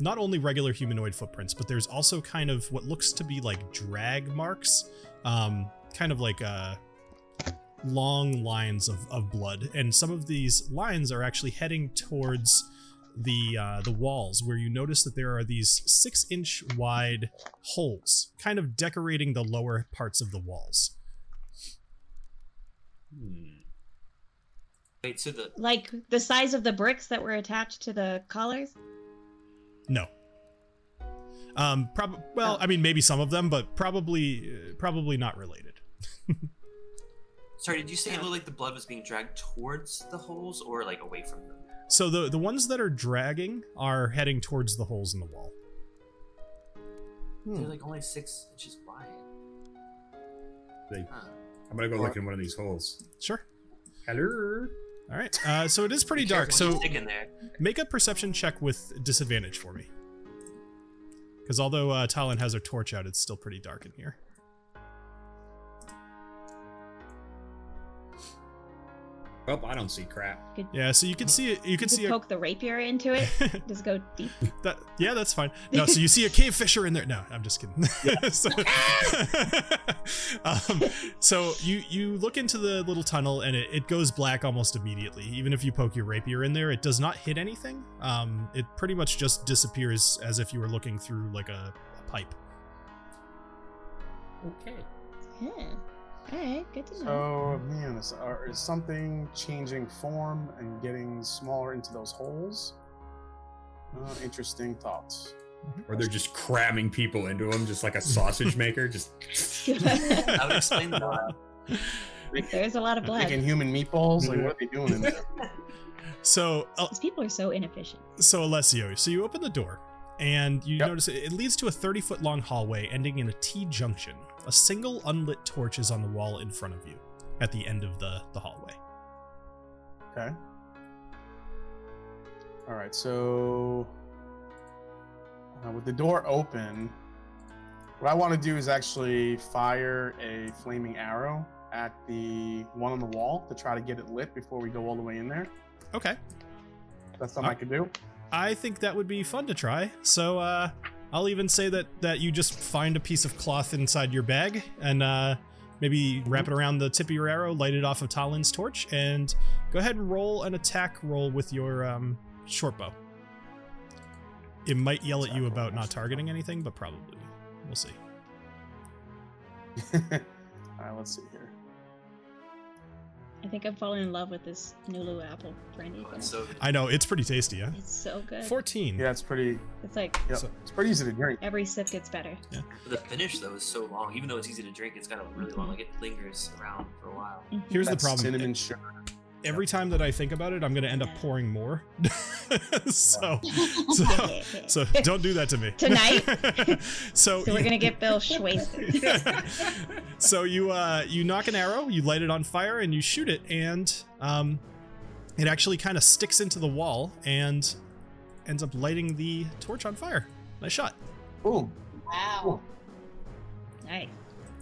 Speaker 1: not only regular humanoid footprints, but there's also kind of what looks to be like drag marks. Um, kind of like uh, long lines of, of blood, and some of these lines are actually heading towards the uh, the walls, where you notice that there are these six inch wide holes, kind of decorating the lower parts of the walls.
Speaker 2: Hmm.
Speaker 4: Wait, so the
Speaker 7: Like the size of the bricks that were attached to the collars?
Speaker 1: No. Um, prob- well, I mean, maybe some of them, but probably, uh, probably not related.
Speaker 4: sorry, did you say it looked like the blood was being dragged towards the holes or like away from them?
Speaker 1: So the the ones that are dragging are heading towards the holes in the wall.
Speaker 6: Hmm.
Speaker 4: They're like only six inches wide.
Speaker 2: They-
Speaker 4: Huh.
Speaker 2: I'm gonna go look in one of these holes.
Speaker 1: Sure.
Speaker 2: Hello.
Speaker 1: All right. Uh, so it is pretty
Speaker 4: Be
Speaker 1: dark.
Speaker 4: careful what
Speaker 1: So
Speaker 4: you dig in there.
Speaker 1: make a perception check with disadvantage for me. Because although uh, Talon has her torch out, it's still pretty dark in here.
Speaker 2: Oh, I don't see crap.
Speaker 1: Yeah, so you can see it. You can
Speaker 7: Just
Speaker 1: see a
Speaker 7: poke the rapier into it. Just go deep.
Speaker 1: that, yeah, that's fine. No, so you see a cave fisher in there. No, I'm just kidding. so, um, so you you look into the little tunnel and it, it goes black almost immediately. Even if you poke your rapier in there, it does not hit anything. Um, it pretty much just disappears as if you were looking through like a, a pipe.
Speaker 2: Okay.
Speaker 7: Yeah. All right. Good to know.
Speaker 6: So, man, is, are, is something changing form and getting smaller into those holes? Uh, interesting thoughts.
Speaker 2: Or they're just cramming people into them, just like a sausage maker. Just
Speaker 4: I would explain that.
Speaker 7: There's a lot of blood.
Speaker 6: Making human meatballs? Like, what are they doing in there?
Speaker 1: So uh,
Speaker 7: These people are so inefficient.
Speaker 1: So, Alessio, so you open the door and you
Speaker 6: Yep.
Speaker 1: notice it, it leads to a 30 foot long hallway ending in a T junction. A single unlit torch is on the wall in front of you at the end of the, the hallway.
Speaker 6: Okay. All right. So, uh, with the door open, what I want to do is actually fire a flaming arrow at the one on the wall to try to get it lit before we go all the way in there.
Speaker 1: Okay.
Speaker 6: That's something I
Speaker 1: Alright.
Speaker 6: could do.
Speaker 1: I think that would be fun to try. So, uh, I'll even say that, that you just find a piece of cloth inside your bag and uh, maybe wrap it around the tip of your arrow, light it off of Talin's torch, and go ahead and roll an attack roll with your um, short bow. It might yell at you about not targeting anything, but probably. We'll see.
Speaker 6: all right. Let's see here.
Speaker 7: I think I'm falling in love with this Nulu apple brandy.
Speaker 4: Oh,
Speaker 7: thing.
Speaker 4: it's so good.
Speaker 1: I know, it's pretty tasty, yeah?
Speaker 7: It's so good.
Speaker 1: 14.
Speaker 6: Yeah, it's pretty.
Speaker 7: It's like
Speaker 6: Yep.
Speaker 1: So-
Speaker 6: it's pretty easy to drink.
Speaker 7: every sip gets better.
Speaker 4: The finish though is so long. Even though it's easy to drink, it's kind of really long. Like it lingers around for a while.
Speaker 7: Mhm.
Speaker 1: Here's
Speaker 6: That's
Speaker 1: the problem.
Speaker 6: Cinnamon sugar.
Speaker 1: Every time that I think about it, I'm going to end up
Speaker 7: Yeah.
Speaker 1: pouring more. so, so, so don't do that to me.
Speaker 7: Tonight?
Speaker 1: so,
Speaker 7: Mm-hmm. So we're
Speaker 1: you-
Speaker 7: gonna get Bill wasted.
Speaker 1: so you uh, you knock an arrow, you light it on fire, and you shoot it, and um, it actually kind of sticks into the wall and ends up lighting the torch on fire. Nice shot.
Speaker 6: Boom.
Speaker 5: Wow.
Speaker 7: Nice.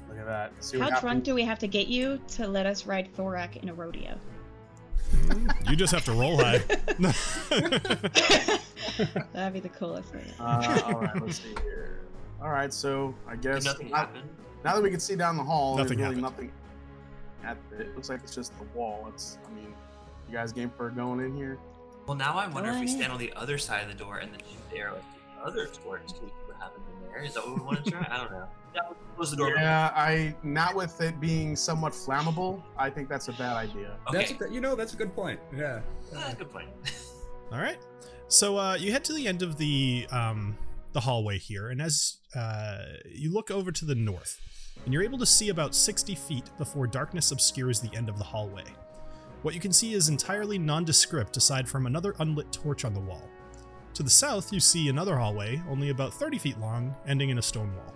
Speaker 6: Look at that. See
Speaker 7: How
Speaker 6: what
Speaker 7: drunk
Speaker 6: happens.
Speaker 7: do we have to get you to let us ride Thorak in a rodeo?
Speaker 1: You just have to roll high.
Speaker 7: That'd be the coolest thing.
Speaker 6: Uh, all right. Let's see here. All right. So I
Speaker 4: Did
Speaker 6: guess
Speaker 4: nothing
Speaker 6: I-
Speaker 4: happen.
Speaker 6: Now that we can see down the hall,
Speaker 1: Nothing
Speaker 6: there's really
Speaker 1: happened.
Speaker 6: nothing at it. It looks like it's just the wall. It's, I mean, you guys game for going in here?
Speaker 4: Well, now I wonder if we
Speaker 7: Alright.
Speaker 4: stand on the other side of the door and then shoot the arrow at the other torch to see what happens in there. Is that what we want to try? I don't know. That would close the door.
Speaker 6: Yeah, I not with it being somewhat flammable. I think that's a bad idea.
Speaker 4: Okay.
Speaker 2: that's a, good- you know that's a good point. Yeah.
Speaker 4: Ah, good plan.
Speaker 1: All right. So uh, you head to the end of the um, the hallway here, and as uh, you look over to the north, and you're able to see about 60 feet before darkness obscures the end of the hallway. What you can see is entirely nondescript, aside from another unlit torch on the wall. To the south, you see another hallway, only about 30 feet long, ending in a stone wall.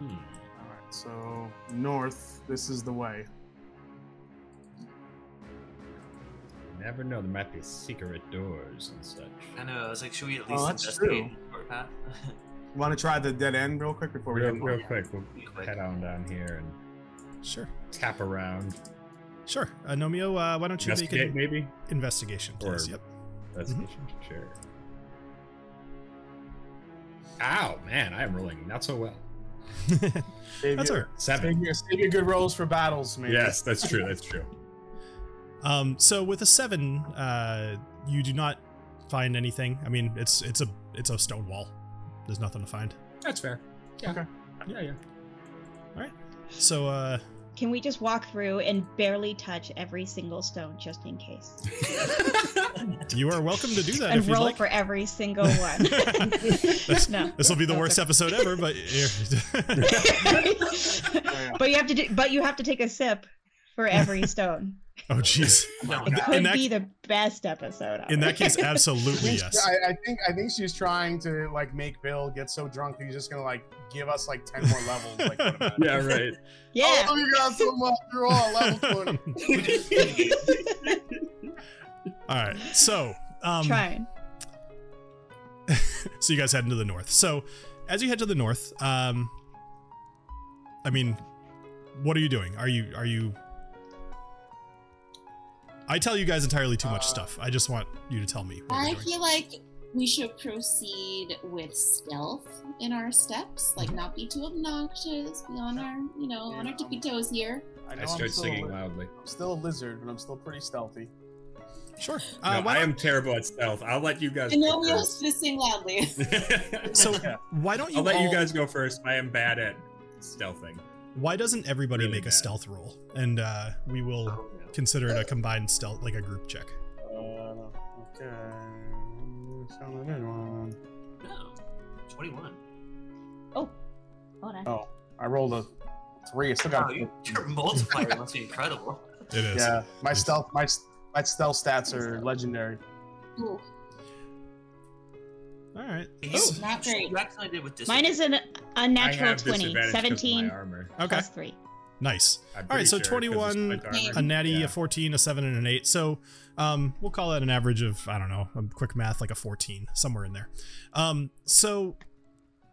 Speaker 2: Hmm.
Speaker 6: All right, so north. This is the way.
Speaker 2: Never know. There might be secret doors and such.
Speaker 4: I know. I was like, should we at
Speaker 6: Oh,
Speaker 4: least
Speaker 6: that's
Speaker 4: investigate
Speaker 6: true.
Speaker 4: the short path?
Speaker 6: You want to try the dead end real quick before we
Speaker 2: Real,
Speaker 6: end?
Speaker 2: real quick, we'll
Speaker 4: Real quick.
Speaker 2: head on down here and
Speaker 1: Sure.
Speaker 2: tap around.
Speaker 1: Sure. Uh, Nomio, uh, why don't you make
Speaker 2: Investigate,
Speaker 1: an
Speaker 2: maybe.
Speaker 1: investigation, please?
Speaker 2: Or-
Speaker 1: Yep.
Speaker 2: That's
Speaker 1: Mm-hmm.
Speaker 2: sure. Ow, man, I am rolling not so well.
Speaker 6: Save
Speaker 1: That's all
Speaker 6: your,
Speaker 1: right.
Speaker 2: Seven.
Speaker 6: save your, save your good rolls for battles, man.
Speaker 2: Yes, that's true. That's true.
Speaker 1: Um, so with a seven, uh, you do not find anything. I mean, it's it's a it's a stone wall. There's nothing to find.
Speaker 2: That's fair. Yeah.
Speaker 6: Okay.
Speaker 2: Yeah, yeah.
Speaker 1: So uh,
Speaker 7: Can we just walk through and barely touch every single stone just in case?
Speaker 1: you are welcome to do that
Speaker 7: and
Speaker 1: if you
Speaker 7: roll
Speaker 1: like.
Speaker 7: for every single one.
Speaker 1: That's-
Speaker 7: no.
Speaker 1: this will be the
Speaker 7: No,
Speaker 1: worst
Speaker 7: sorry.
Speaker 1: episode ever, but you're-
Speaker 6: Yeah.
Speaker 7: but you have to do, but you have to take a sip for every stone.
Speaker 1: oh jeez.
Speaker 4: No,
Speaker 7: It
Speaker 4: no.
Speaker 7: could
Speaker 1: that-
Speaker 7: be the best episode.
Speaker 1: In that case,
Speaker 7: ever.
Speaker 6: I think
Speaker 1: absolutely
Speaker 6: she-
Speaker 1: yes.
Speaker 6: I, I think I think she's trying to like make Bill get so drunk that he's just gonna like give us like ten more levels. Like, what about it?
Speaker 2: Yeah, right.
Speaker 7: yeah.
Speaker 6: Oh, you got so much. You're all at level twenty.
Speaker 1: All right. So um,
Speaker 7: Trying.
Speaker 1: so you guys head into the north. So as you head to the north, um, I mean, what are you doing? Are you are you I tell you guys entirely too much
Speaker 6: Uh,
Speaker 1: stuff. I just want you to tell me. What
Speaker 5: I
Speaker 1: we're doing.
Speaker 5: feel like we should proceed with stealth in our steps, like not be too obnoxious, be on our, you know, on our tippy toes here.
Speaker 6: I, know
Speaker 2: I
Speaker 6: I'm
Speaker 2: start
Speaker 6: still a
Speaker 2: singing
Speaker 6: li-
Speaker 2: loudly.
Speaker 6: I'm still a lizard, but I'm still pretty stealthy.
Speaker 1: Sure. Uh,
Speaker 2: no,
Speaker 1: why
Speaker 2: I
Speaker 1: don't-
Speaker 2: am terrible at stealth. I'll let you guys.
Speaker 5: And
Speaker 2: Go
Speaker 5: nobody else
Speaker 2: first.
Speaker 5: to sing loudly.
Speaker 1: so
Speaker 6: Yeah.
Speaker 1: why don't you?
Speaker 2: I'll let you
Speaker 1: all-
Speaker 2: guys go first. I am bad at stealthing.
Speaker 1: Why doesn't everybody
Speaker 2: Really
Speaker 1: make a
Speaker 2: bad.
Speaker 1: stealth roll, and uh, we will
Speaker 4: Oh, no.
Speaker 1: consider it a combined stealth, like a group check.
Speaker 6: Uh, okay. Found another one.
Speaker 4: No. 21.
Speaker 7: Oh, hold on.
Speaker 6: Oh, I rolled a three. I still
Speaker 4: Wow,
Speaker 6: got.
Speaker 4: you, your multiplier must be incredible.
Speaker 1: It is.
Speaker 6: Yeah, my
Speaker 1: Nice.
Speaker 6: stealth, my s- my stealth stats are legendary.
Speaker 5: Ooh,
Speaker 1: All right.
Speaker 4: You,
Speaker 1: So-
Speaker 5: not great.
Speaker 4: you actually did with this.
Speaker 7: Oh, Mine is an
Speaker 2: I
Speaker 7: unnatural
Speaker 2: have disadvantage
Speaker 7: 20.
Speaker 2: 'cause of my
Speaker 7: 17
Speaker 2: armor.
Speaker 1: Oh, okay.
Speaker 7: plus 3.
Speaker 1: Nice.
Speaker 2: I'm
Speaker 1: All right,
Speaker 2: pretty
Speaker 1: so
Speaker 2: sure, 'cause it's
Speaker 1: 21,
Speaker 2: spiked armor.
Speaker 1: a natty,
Speaker 2: Yeah.
Speaker 1: a 14, a 7, and an 8. So um, we'll call that an average of, I don't know, um, quick math, like a 14, somewhere in there. Um, so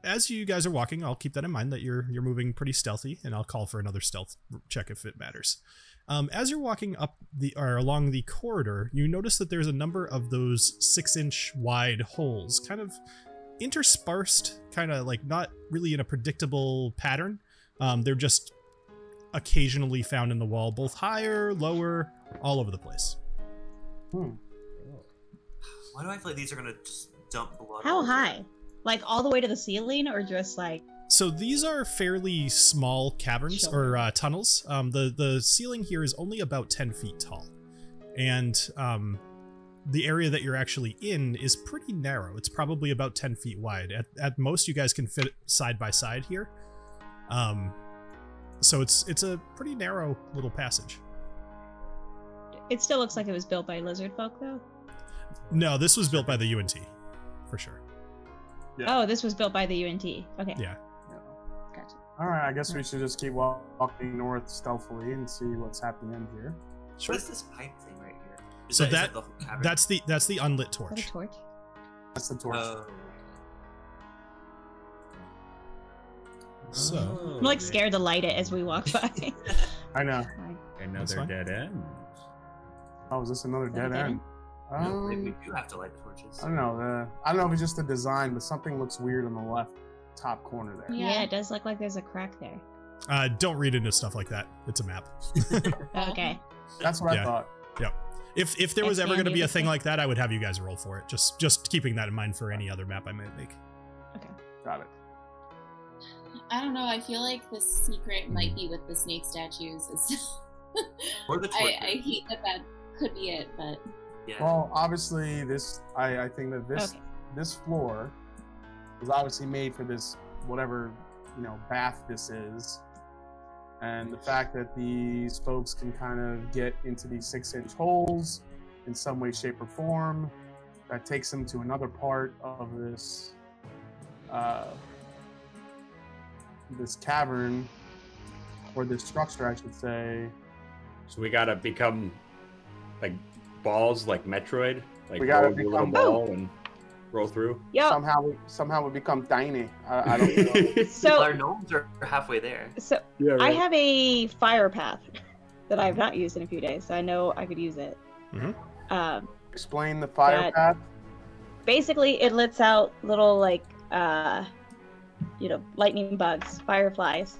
Speaker 1: as you guys are walking, I'll keep that in mind that you're you're moving pretty stealthy, and I'll call for another stealth check if it matters. Um, as you're walking up the or along the corridor, you notice that there's a number of those six inch wide holes, kind of interspersed, kind of like not really in a predictable pattern. Um, they're just occasionally found in the wall, both higher, lower, all over the place.
Speaker 4: Why do I feel like these are going to just dump blood? all
Speaker 7: How
Speaker 4: over?
Speaker 7: high? Like all the way to the ceiling or just like.
Speaker 1: So these are fairly small caverns
Speaker 7: Sure.
Speaker 1: or uh, tunnels. Um, the the ceiling here is only about ten feet tall, and um, the area that you're actually in is pretty narrow. It's probably about ten feet wide. At at most, you guys can fit side by side here. Um, so it's it's a pretty narrow little passage.
Speaker 7: It still looks like it was built by lizard folk though.
Speaker 1: No, this was built by the UNT, for sure.
Speaker 6: Yeah.
Speaker 7: Oh, this was built by the UNT. Okay.
Speaker 1: Yeah.
Speaker 7: Gotcha.
Speaker 6: All right, I guess we should just keep wa- walking north stealthily and see what's happening here.
Speaker 1: Sure.
Speaker 4: What is this pipe thing right here? Is
Speaker 1: So
Speaker 4: is
Speaker 1: that-
Speaker 4: the whole cavern?
Speaker 1: That's the that's the unlit
Speaker 7: Is that
Speaker 1: torch.
Speaker 7: a torch?
Speaker 6: That's the torch.
Speaker 4: Oh.
Speaker 1: So-
Speaker 2: Oh,
Speaker 7: I'm like
Speaker 2: yeah.
Speaker 7: scared to light it as we walk by.
Speaker 6: I know.
Speaker 1: That's
Speaker 2: Another
Speaker 1: fine.
Speaker 2: dead end.
Speaker 6: Oh, is this another dead
Speaker 7: Another
Speaker 6: end?
Speaker 4: No, maybe
Speaker 6: Um,
Speaker 4: we do have to light the torches.
Speaker 6: I don't know. The, I don't know if it's just the design, but something looks weird on the left top corner there.
Speaker 5: Yeah.
Speaker 7: yeah. it does look like there's a crack there.
Speaker 1: Uh, don't read into stuff like that. It's a map.
Speaker 7: okay.
Speaker 6: That's what
Speaker 1: Yeah.
Speaker 6: I thought.
Speaker 1: If if there was ever going to be a
Speaker 7: Expanded.
Speaker 1: thing like that, I would have you guys roll for it. Just just keeping that in mind for any other map I might make.
Speaker 6: Got it.
Speaker 5: I don't know. I feel like the secret might be with the snake statues. It's-
Speaker 4: Or the
Speaker 5: I,
Speaker 4: torches.
Speaker 5: I hate that that could be it, but
Speaker 4: yeah.
Speaker 6: Well, obviously, this I, I think that this
Speaker 7: Okay.
Speaker 6: this floor is obviously made for this whatever you know bath this is, and the fact that these folks can kind of get into these six inch holes in some way, shape, or form, that takes them to another part of this uh, this cavern or this structure, I should say.
Speaker 8: So we gotta become like balls, like Metroid. Like
Speaker 6: We gotta
Speaker 8: roll your little
Speaker 6: become-
Speaker 7: Oh.
Speaker 8: ball and roll through.
Speaker 7: Yo.
Speaker 6: Somehow, we, somehow we become tiny. I, I don't know.
Speaker 4: Our
Speaker 7: So
Speaker 4: gnomes are halfway there.
Speaker 7: so
Speaker 8: yeah,
Speaker 7: I have a fire path that I've not used in a few days, so I know I could use it.
Speaker 1: Mhm.
Speaker 7: Um,
Speaker 6: Explain the fire
Speaker 7: That-
Speaker 6: path.
Speaker 7: basically, it lets out little like uh, you know lightning bugs, fireflies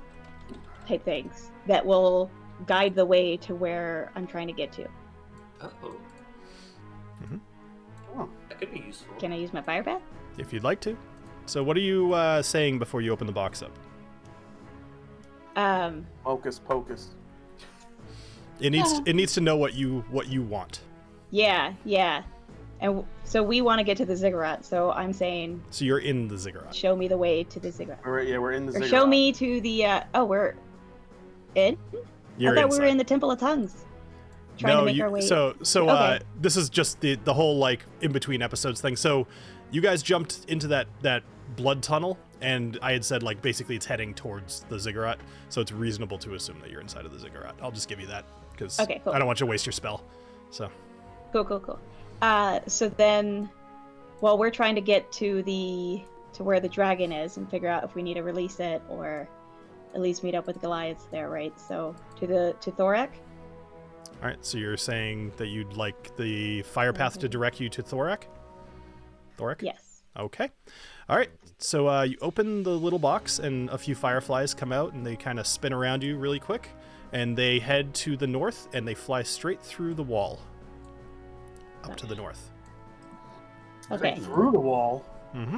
Speaker 7: type things that will guide the way to where I'm trying to get to.
Speaker 4: Oh.
Speaker 9: Mhm.
Speaker 6: Oh.
Speaker 4: That could be useful.
Speaker 7: Can I use my fire path?
Speaker 9: if you'd like to. So, what are you uh, saying before you open the box up?
Speaker 7: Um,
Speaker 6: Hocus pocus.
Speaker 9: It needs
Speaker 7: Uh-huh.
Speaker 5: Yeah.
Speaker 9: it needs to know what you what you want.
Speaker 7: yeah, yeah. And w- so we want to get to the ziggurat. So I'm saying,
Speaker 9: So you're in the ziggurat.
Speaker 7: show me the way to the ziggurat,
Speaker 6: All right, yeah, we're in the
Speaker 7: or
Speaker 6: ziggurat.
Speaker 7: show me to the. Uh, oh, we're in.
Speaker 9: You're
Speaker 7: I thought we
Speaker 9: inside.
Speaker 7: were in the Temple of Tongues, trying
Speaker 9: no,
Speaker 7: to make
Speaker 9: you,
Speaker 7: our way.
Speaker 9: so so uh,
Speaker 7: Okay.
Speaker 9: this is just the the whole like in between episodes thing. So you guys jumped into that that blood tunnel, and I had said like basically it's heading towards the ziggurat, so it's reasonable to assume that you're inside of the ziggurat. I'll just give you that because
Speaker 7: Okay, cool.
Speaker 9: I don't want you to waste your spell. So
Speaker 7: Cool, cool, cool. Uh, so then, while we're trying to get to the to where the dragon is and figure out if we need to release it or at least meet up with Goliath there, right? So to the to Thorak.
Speaker 1: All right, so you're saying that you'd like the fire path
Speaker 7: Mm-hmm.
Speaker 1: to direct you to Thorak? Thorak?
Speaker 7: Yes.
Speaker 1: Okay. All right. So uh, you open the little box, and a few fireflies come out, and they kind of spin around you really quick, and they head to the north, and they fly straight through the wall, up to the north.
Speaker 7: Okay.
Speaker 6: Through the wall.
Speaker 1: Mm-hmm.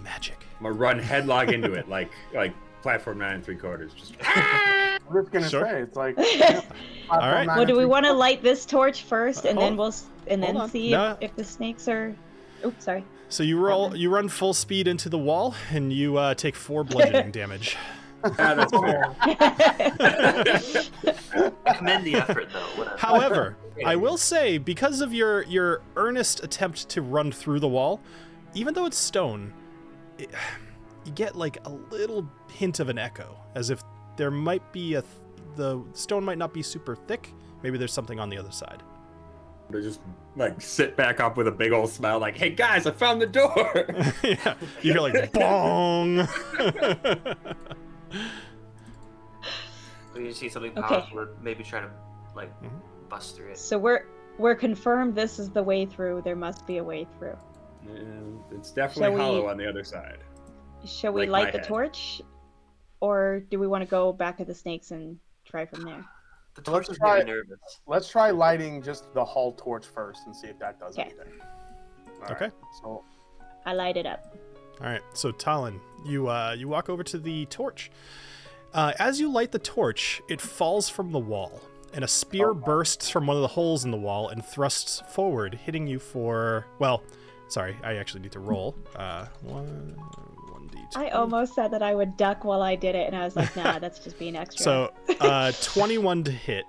Speaker 1: Magic.
Speaker 2: I'm gonna run headlong into it, like like platform nine and three quarters. Just
Speaker 6: I'm just gonna
Speaker 1: Sure.
Speaker 6: say it's like.
Speaker 1: right.
Speaker 7: well, do we want to light this torch first, and
Speaker 1: Hold-
Speaker 7: then we'll s- and
Speaker 1: hold
Speaker 7: then
Speaker 1: on.
Speaker 7: see
Speaker 1: No.
Speaker 7: if, if the snakes are? Oops, sorry.
Speaker 1: So you roll, you run full speed into the wall, and you uh, take four bludgeoning damage.
Speaker 2: ah, that's fair.
Speaker 4: I commend the effort, though. Whatever.
Speaker 1: However, I will say because of your your earnest attempt to run through the wall, even though it's stone, it, you get like a little hint of an echo, as if there might be a th- the stone might not be super thick. Maybe there's something on the other side.
Speaker 2: To just like sit back up with a big old smile, like, "Hey guys, I found the door."
Speaker 1: yeah, you hear like bong.
Speaker 4: We just see something
Speaker 7: Okay.
Speaker 4: powerful. and Maybe try to like
Speaker 1: Mhm.
Speaker 4: bust through it.
Speaker 7: So we're we're confirmed this is the way through. There must be a way through.
Speaker 2: And it's definitely
Speaker 7: Shall we-
Speaker 2: hollow on the other side.
Speaker 7: Shall we
Speaker 2: Like my
Speaker 7: light the
Speaker 2: head.
Speaker 7: torch, or do we want to go back to the snakes and try from there?
Speaker 4: The
Speaker 6: Well, let's
Speaker 4: torch is
Speaker 6: try
Speaker 4: maybe
Speaker 6: it.
Speaker 4: nervous.
Speaker 6: Let's try lighting just the hall torch first and see if that does
Speaker 7: Okay.
Speaker 6: anything. All right,
Speaker 1: Okay.
Speaker 6: So
Speaker 7: I light it up.
Speaker 1: All right, so Talon, you uh, you walk over to the torch. Uh, as you light the torch, it falls from the wall, and a spear
Speaker 6: Oh.
Speaker 1: bursts from one of the holes in the wall and thrusts forward, hitting you for well. Sorry, I actually need to roll. Uh, one, one d two.
Speaker 7: I almost said that I would duck while I did it, and I was like, "Nah, that's just being extra."
Speaker 1: So, uh, twenty-one to hit.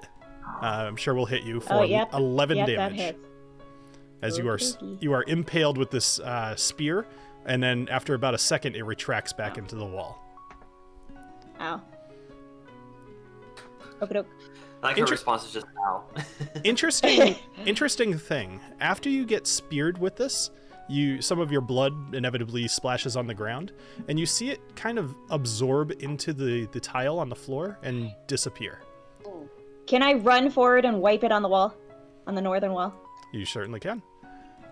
Speaker 1: Uh, I'm sure will hit you for
Speaker 7: Oh, yep.
Speaker 1: eleven
Speaker 7: yep, that
Speaker 1: damage.
Speaker 7: hits.
Speaker 1: as you are s-
Speaker 7: Okey-dokey.
Speaker 1: you are impaled with this uh, spear, and then after about a second, it retracts back into the wall.
Speaker 7: Ow. Okay, doke.
Speaker 4: I Like her
Speaker 1: Inter-
Speaker 4: response is just ow.
Speaker 1: Interesting, interesting thing. After you get speared with this, you some of your blood inevitably splashes on the ground, and you see it kind of absorb into the the tile on the floor and disappear.
Speaker 7: Can I run forward and wipe it on the wall, on the northern wall?
Speaker 1: You certainly can.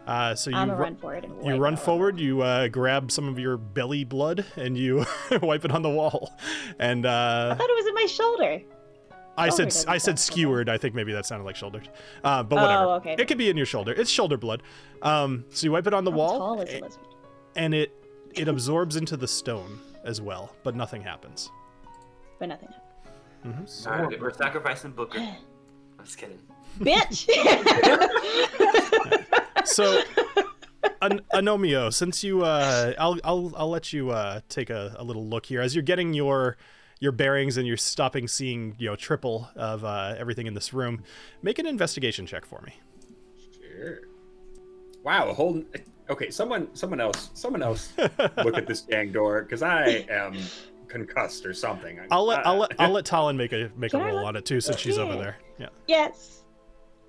Speaker 1: Uh, so you
Speaker 7: I'm gonna
Speaker 1: ru-
Speaker 7: run forward and
Speaker 1: you run
Speaker 7: wipe it on the
Speaker 1: forward, you uh, grab some of your belly blood, and you wipe it on the wall. And
Speaker 7: wall.
Speaker 1: uh,
Speaker 7: I thought it was in my shoulder.
Speaker 1: I
Speaker 7: Shoulder
Speaker 1: said
Speaker 7: doesn't
Speaker 1: I said
Speaker 7: count.
Speaker 1: skewered. I think maybe that sounded like shouldered, uh, but whatever.
Speaker 7: Oh, okay.
Speaker 1: It could be in your shoulder. It's shoulder blood. Um, so you wipe it on the
Speaker 7: How
Speaker 1: wall,
Speaker 7: tall is
Speaker 1: a-
Speaker 7: a lizard?
Speaker 1: and it it absorbs into the stone as well, but nothing happens.
Speaker 7: But nothing.
Speaker 4: All right, we're sacrificing Booker. I'm just kidding.
Speaker 7: Bitch.
Speaker 1: So, An- Anomio, since you, uh, I'll I'll I'll let you uh, take a, a little look here as you're getting your your bearings and you're stopping seeing you know triple of uh, everything in this room. Make an investigation check for me.
Speaker 2: Sure. Wow, a whole okay, someone someone else someone else look at this dang door, because I am concussed or something.
Speaker 1: I'll let I'll
Speaker 2: Uh,
Speaker 1: let, I'll let Talon make a make a
Speaker 7: Can I
Speaker 1: roll
Speaker 7: look?
Speaker 1: on it too since she's over
Speaker 7: Yeah.
Speaker 1: there. Yeah.
Speaker 7: yes.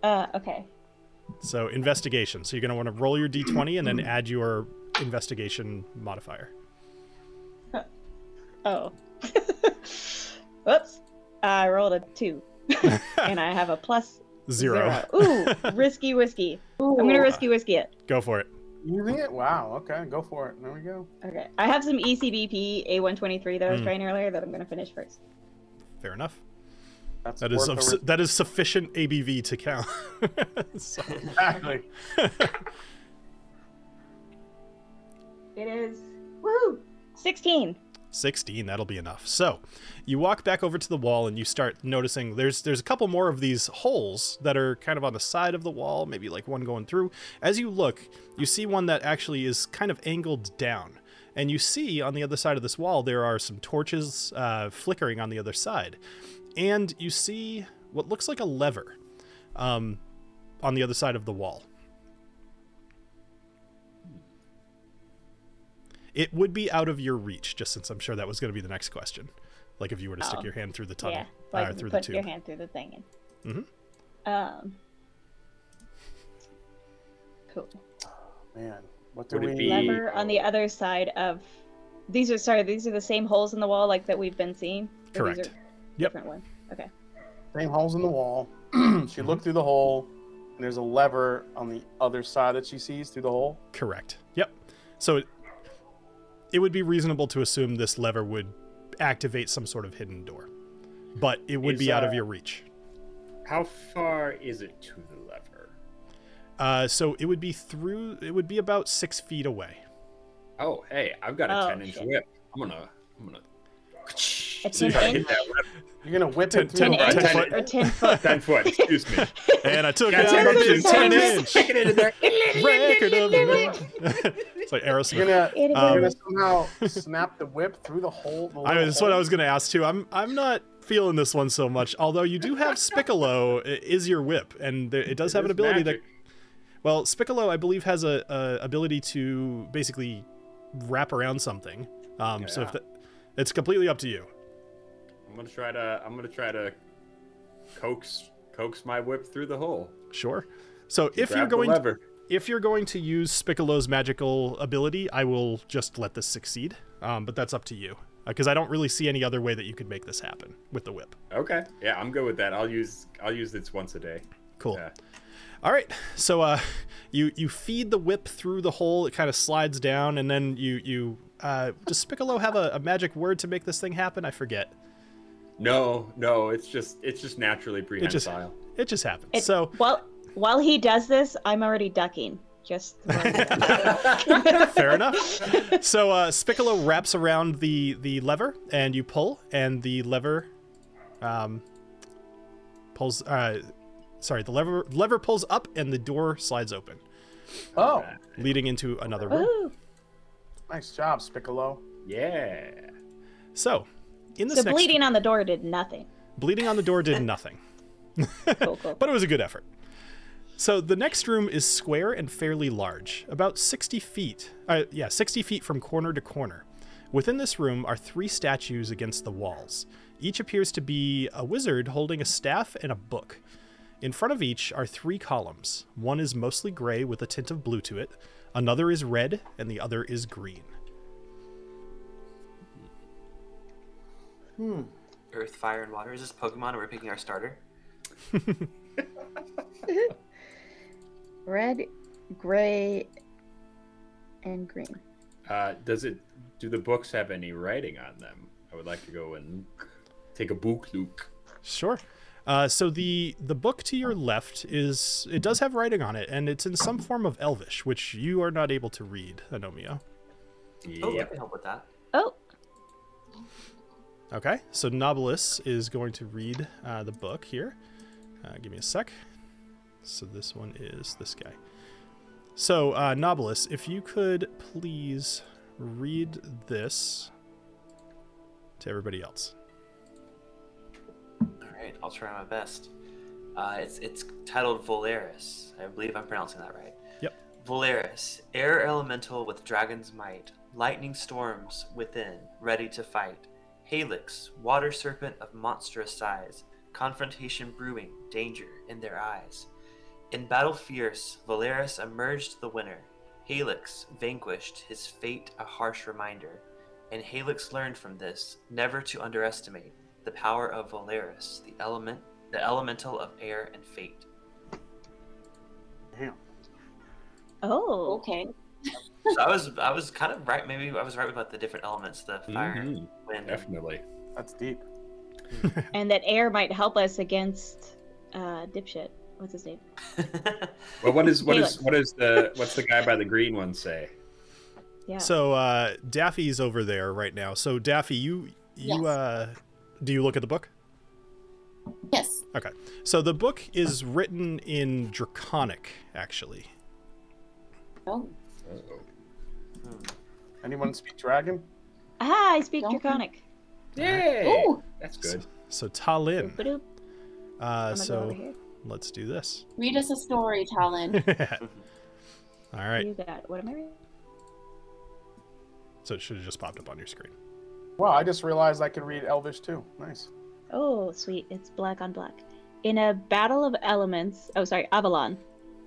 Speaker 7: Uh, okay.
Speaker 1: So investigation. So you're gonna want to roll your d20 and then add your investigation modifier.
Speaker 7: Oh. Whoops. I rolled a two, and I have a plus
Speaker 1: Zero.
Speaker 7: zero. Ooh, risky whiskey. I'm gonna risky whiskey it.
Speaker 1: Go for it.
Speaker 6: using it. Wow. Okay. Go for it. There we go.
Speaker 7: Okay. I have some E ECBP A123 that I was
Speaker 1: Mm.
Speaker 7: trying earlier that I'm gonna finish first.
Speaker 1: Fair enough.
Speaker 6: That's
Speaker 1: That is
Speaker 6: worth
Speaker 1: of,
Speaker 6: the
Speaker 1: su- that is sufficient ABV to count. So-
Speaker 6: risk. exactly.
Speaker 7: It is woohoo. Sixteen.
Speaker 1: 16 that'll be enough so you walk back over to the wall and you start noticing there's there's a couple more of these holes that are kind of on the side of the wall maybe like one going through as you look you see one that actually is kind of angled down and you see on the other side of this wall there are some torches uh, flickering on the other side and you see what looks like a lever um, on the other side of the wall It would be out of your reach, just since I'm sure that was going to be the next question. Like if you were to stick
Speaker 7: Oh.
Speaker 1: your hand through the tunnel
Speaker 7: Yeah.
Speaker 1: or
Speaker 7: Like
Speaker 1: through the
Speaker 7: put
Speaker 1: tube.
Speaker 7: your hand through the thing.
Speaker 1: Mhm.
Speaker 7: Um. Cool.
Speaker 6: Man, what do
Speaker 2: Would it
Speaker 6: we?
Speaker 2: be-
Speaker 6: Lever.
Speaker 7: Lever on the other side of. These are sorry. These are the same holes in the wall like that we've been seeing. Or these
Speaker 1: Correct.
Speaker 7: are
Speaker 1: Yep.
Speaker 7: Different one. Okay.
Speaker 6: Same holes in the wall.
Speaker 1: Mm-hmm.
Speaker 6: she looked through the hole, and there's a lever on the other side that she sees through the hole.
Speaker 1: Correct. Yep. So it, it would be reasonable to assume this lever would activate some sort of hidden door, but it would
Speaker 2: Is,
Speaker 1: be out
Speaker 2: uh,
Speaker 1: of your reach.
Speaker 2: How far is it to the lever?
Speaker 1: Uh, so it would be through. It would be about six feet away.
Speaker 2: Oh, hey, I've got a
Speaker 3: Oh,
Speaker 2: 10 inch
Speaker 3: shit.
Speaker 2: whip. I'm gonna, I'm gonna.
Speaker 3: It's
Speaker 1: So you
Speaker 3: an
Speaker 2: Gotta hit
Speaker 3: inch,
Speaker 2: that whip.
Speaker 6: You're gonna whip
Speaker 1: Ten-
Speaker 6: it through.
Speaker 3: an
Speaker 6: the
Speaker 2: ten-
Speaker 3: inch
Speaker 6: hole.
Speaker 2: ten-
Speaker 3: or ten foot.
Speaker 2: 10 foot, excuse me.
Speaker 1: And I took
Speaker 2: Yeah,
Speaker 1: out
Speaker 2: ten
Speaker 1: an
Speaker 2: inches,
Speaker 1: ten
Speaker 2: ten
Speaker 1: inch
Speaker 2: Sticking it in there.
Speaker 1: record of the It's like
Speaker 6: You're
Speaker 1: Aerosmith.
Speaker 6: gonna,
Speaker 3: It is
Speaker 1: Um,
Speaker 6: you're gonna somehow snap the whip through the hole. the
Speaker 1: I,
Speaker 6: little
Speaker 1: that's what I
Speaker 6: hole.
Speaker 1: was going to ask too. I'm I'm not feeling this one so much. Although you do have Spicolo i- is your whip, and there, it does have an
Speaker 2: It's
Speaker 1: ability
Speaker 2: magic.
Speaker 1: that well, Spicolo I believe has a, a ability to basically wrap around something. Um, So if
Speaker 2: Yeah.
Speaker 1: that, it's completely up to you.
Speaker 2: I'm gonna try to, I'm gonna try to coax, coax my whip through the hole.
Speaker 1: Sure. So if
Speaker 2: Grab
Speaker 1: you're
Speaker 2: the
Speaker 1: going
Speaker 2: lever.
Speaker 1: if you're going to use Spicolo's magical ability, I will just let this succeed. Um, but that's up to you because I don't really see any other way that you could make this happen with the whip.
Speaker 2: Okay, yeah, I'm good with that. I'll use, I'll use this once a day.
Speaker 1: Cool.
Speaker 2: Yeah.
Speaker 1: All right. So uh, you you feed the whip through the hole. It kind of slides down, and then you you uh, does Spicolo have a, a magic word to make this thing happen? I forget.
Speaker 2: No, no, it's just, it's just naturally
Speaker 1: It just
Speaker 2: prehensile.
Speaker 1: it just happens.
Speaker 3: It-
Speaker 1: so
Speaker 3: while while he does this, I'm already ducking. Just throwing it out there.
Speaker 1: fair enough. So uh, Spicolo wraps around the the lever, and you pull, and the lever um, pulls. Uh, sorry, the lever lever pulls up, and the door slides open,
Speaker 6: Oh,
Speaker 1: leading into another room.
Speaker 3: Woohoo.
Speaker 6: nice job, Spicolo.
Speaker 2: Yeah.
Speaker 1: So in this
Speaker 3: So
Speaker 1: next
Speaker 3: bleeding on the door did nothing.
Speaker 1: bleeding on the door did nothing.
Speaker 3: Cool, cool.
Speaker 1: but it was a good effort. So the next room is square and fairly large, about 60 feet. Uh, yeah, 60 feet from corner to corner. Within this room are three statues against the walls. Each appears to be a wizard holding a staff and a book. In front of each are three columns. One is mostly gray with a tint of blue to it, another is red, and the other is green.
Speaker 4: Earth, fire, and water. Is this Pokemon? and We're picking our starter.
Speaker 7: Red, gray, and green.
Speaker 2: Uh, does it? Do the books have any writing on them? I would like to go and take a book look.
Speaker 1: Sure. Uh, so the the book to your left is it does have writing on it, and it's in some form of Elvish, which you are not able to read, Anomio.
Speaker 4: Oh, I
Speaker 2: Yep.
Speaker 4: can help with that.
Speaker 3: Oh,
Speaker 1: Okay. So Nobilis is going to read uh, the book here. Uh, give me a sec. So this one is this guy. So uh, Nobilis, if you could please read this to everybody else.
Speaker 4: All right, I'll try my best. Uh, it's it's titled Volaris. I believe I'm pronouncing that right.
Speaker 1: Yep.
Speaker 4: Volaris, air elemental with dragon's might, lightning storms within, ready to fight. Halix, water serpent of monstrous size, confrontation brewing, danger in their eyes. In battle fierce, Volaris emerged the winner. Halix vanquished, his fate a harsh reminder. And Halix learned from this never to underestimate the power of Volaris, the element, the elemental of air and fate.
Speaker 6: Damn.
Speaker 3: oh,
Speaker 5: Okay.
Speaker 4: So I was, I was kind of right. Maybe I was right about the different elements: the
Speaker 1: Mm-hmm.
Speaker 4: fire,
Speaker 2: Mhm,
Speaker 4: wind.
Speaker 2: Definitely.
Speaker 6: That's deep.
Speaker 3: and that air might help us against uh, dipshit. What's his name?
Speaker 2: Well, what is what is
Speaker 3: Felix.
Speaker 2: what is the what's the guy by the green one say?
Speaker 3: Yeah.
Speaker 1: So uh, Daffy's over there right now. So Daffy, you you
Speaker 5: Yes.
Speaker 1: uh, do you look at the book?
Speaker 5: Yes.
Speaker 1: So the book is written in Draconic, actually.
Speaker 5: Oh.
Speaker 2: Uh-oh.
Speaker 4: Hmm.
Speaker 6: Anyone speak dragon?
Speaker 3: ah, I speak
Speaker 5: Don't-
Speaker 3: draconic.
Speaker 2: Yay!
Speaker 5: Ooh.
Speaker 2: That's good.
Speaker 1: So
Speaker 3: Boop,
Speaker 1: Talin.
Speaker 3: boop.
Speaker 1: Uh,
Speaker 3: I'm gonna go over
Speaker 1: so
Speaker 3: here.
Speaker 1: let's do this.
Speaker 5: Read us a story, Talon.
Speaker 1: All right.
Speaker 3: You got what am I reading?
Speaker 1: So it should have just popped up on your screen.
Speaker 6: Wow, I just realized I could read Elvish too. Nice.
Speaker 3: Oh, sweet. It's black on black. In a battle of elements, oh, sorry, Avalon.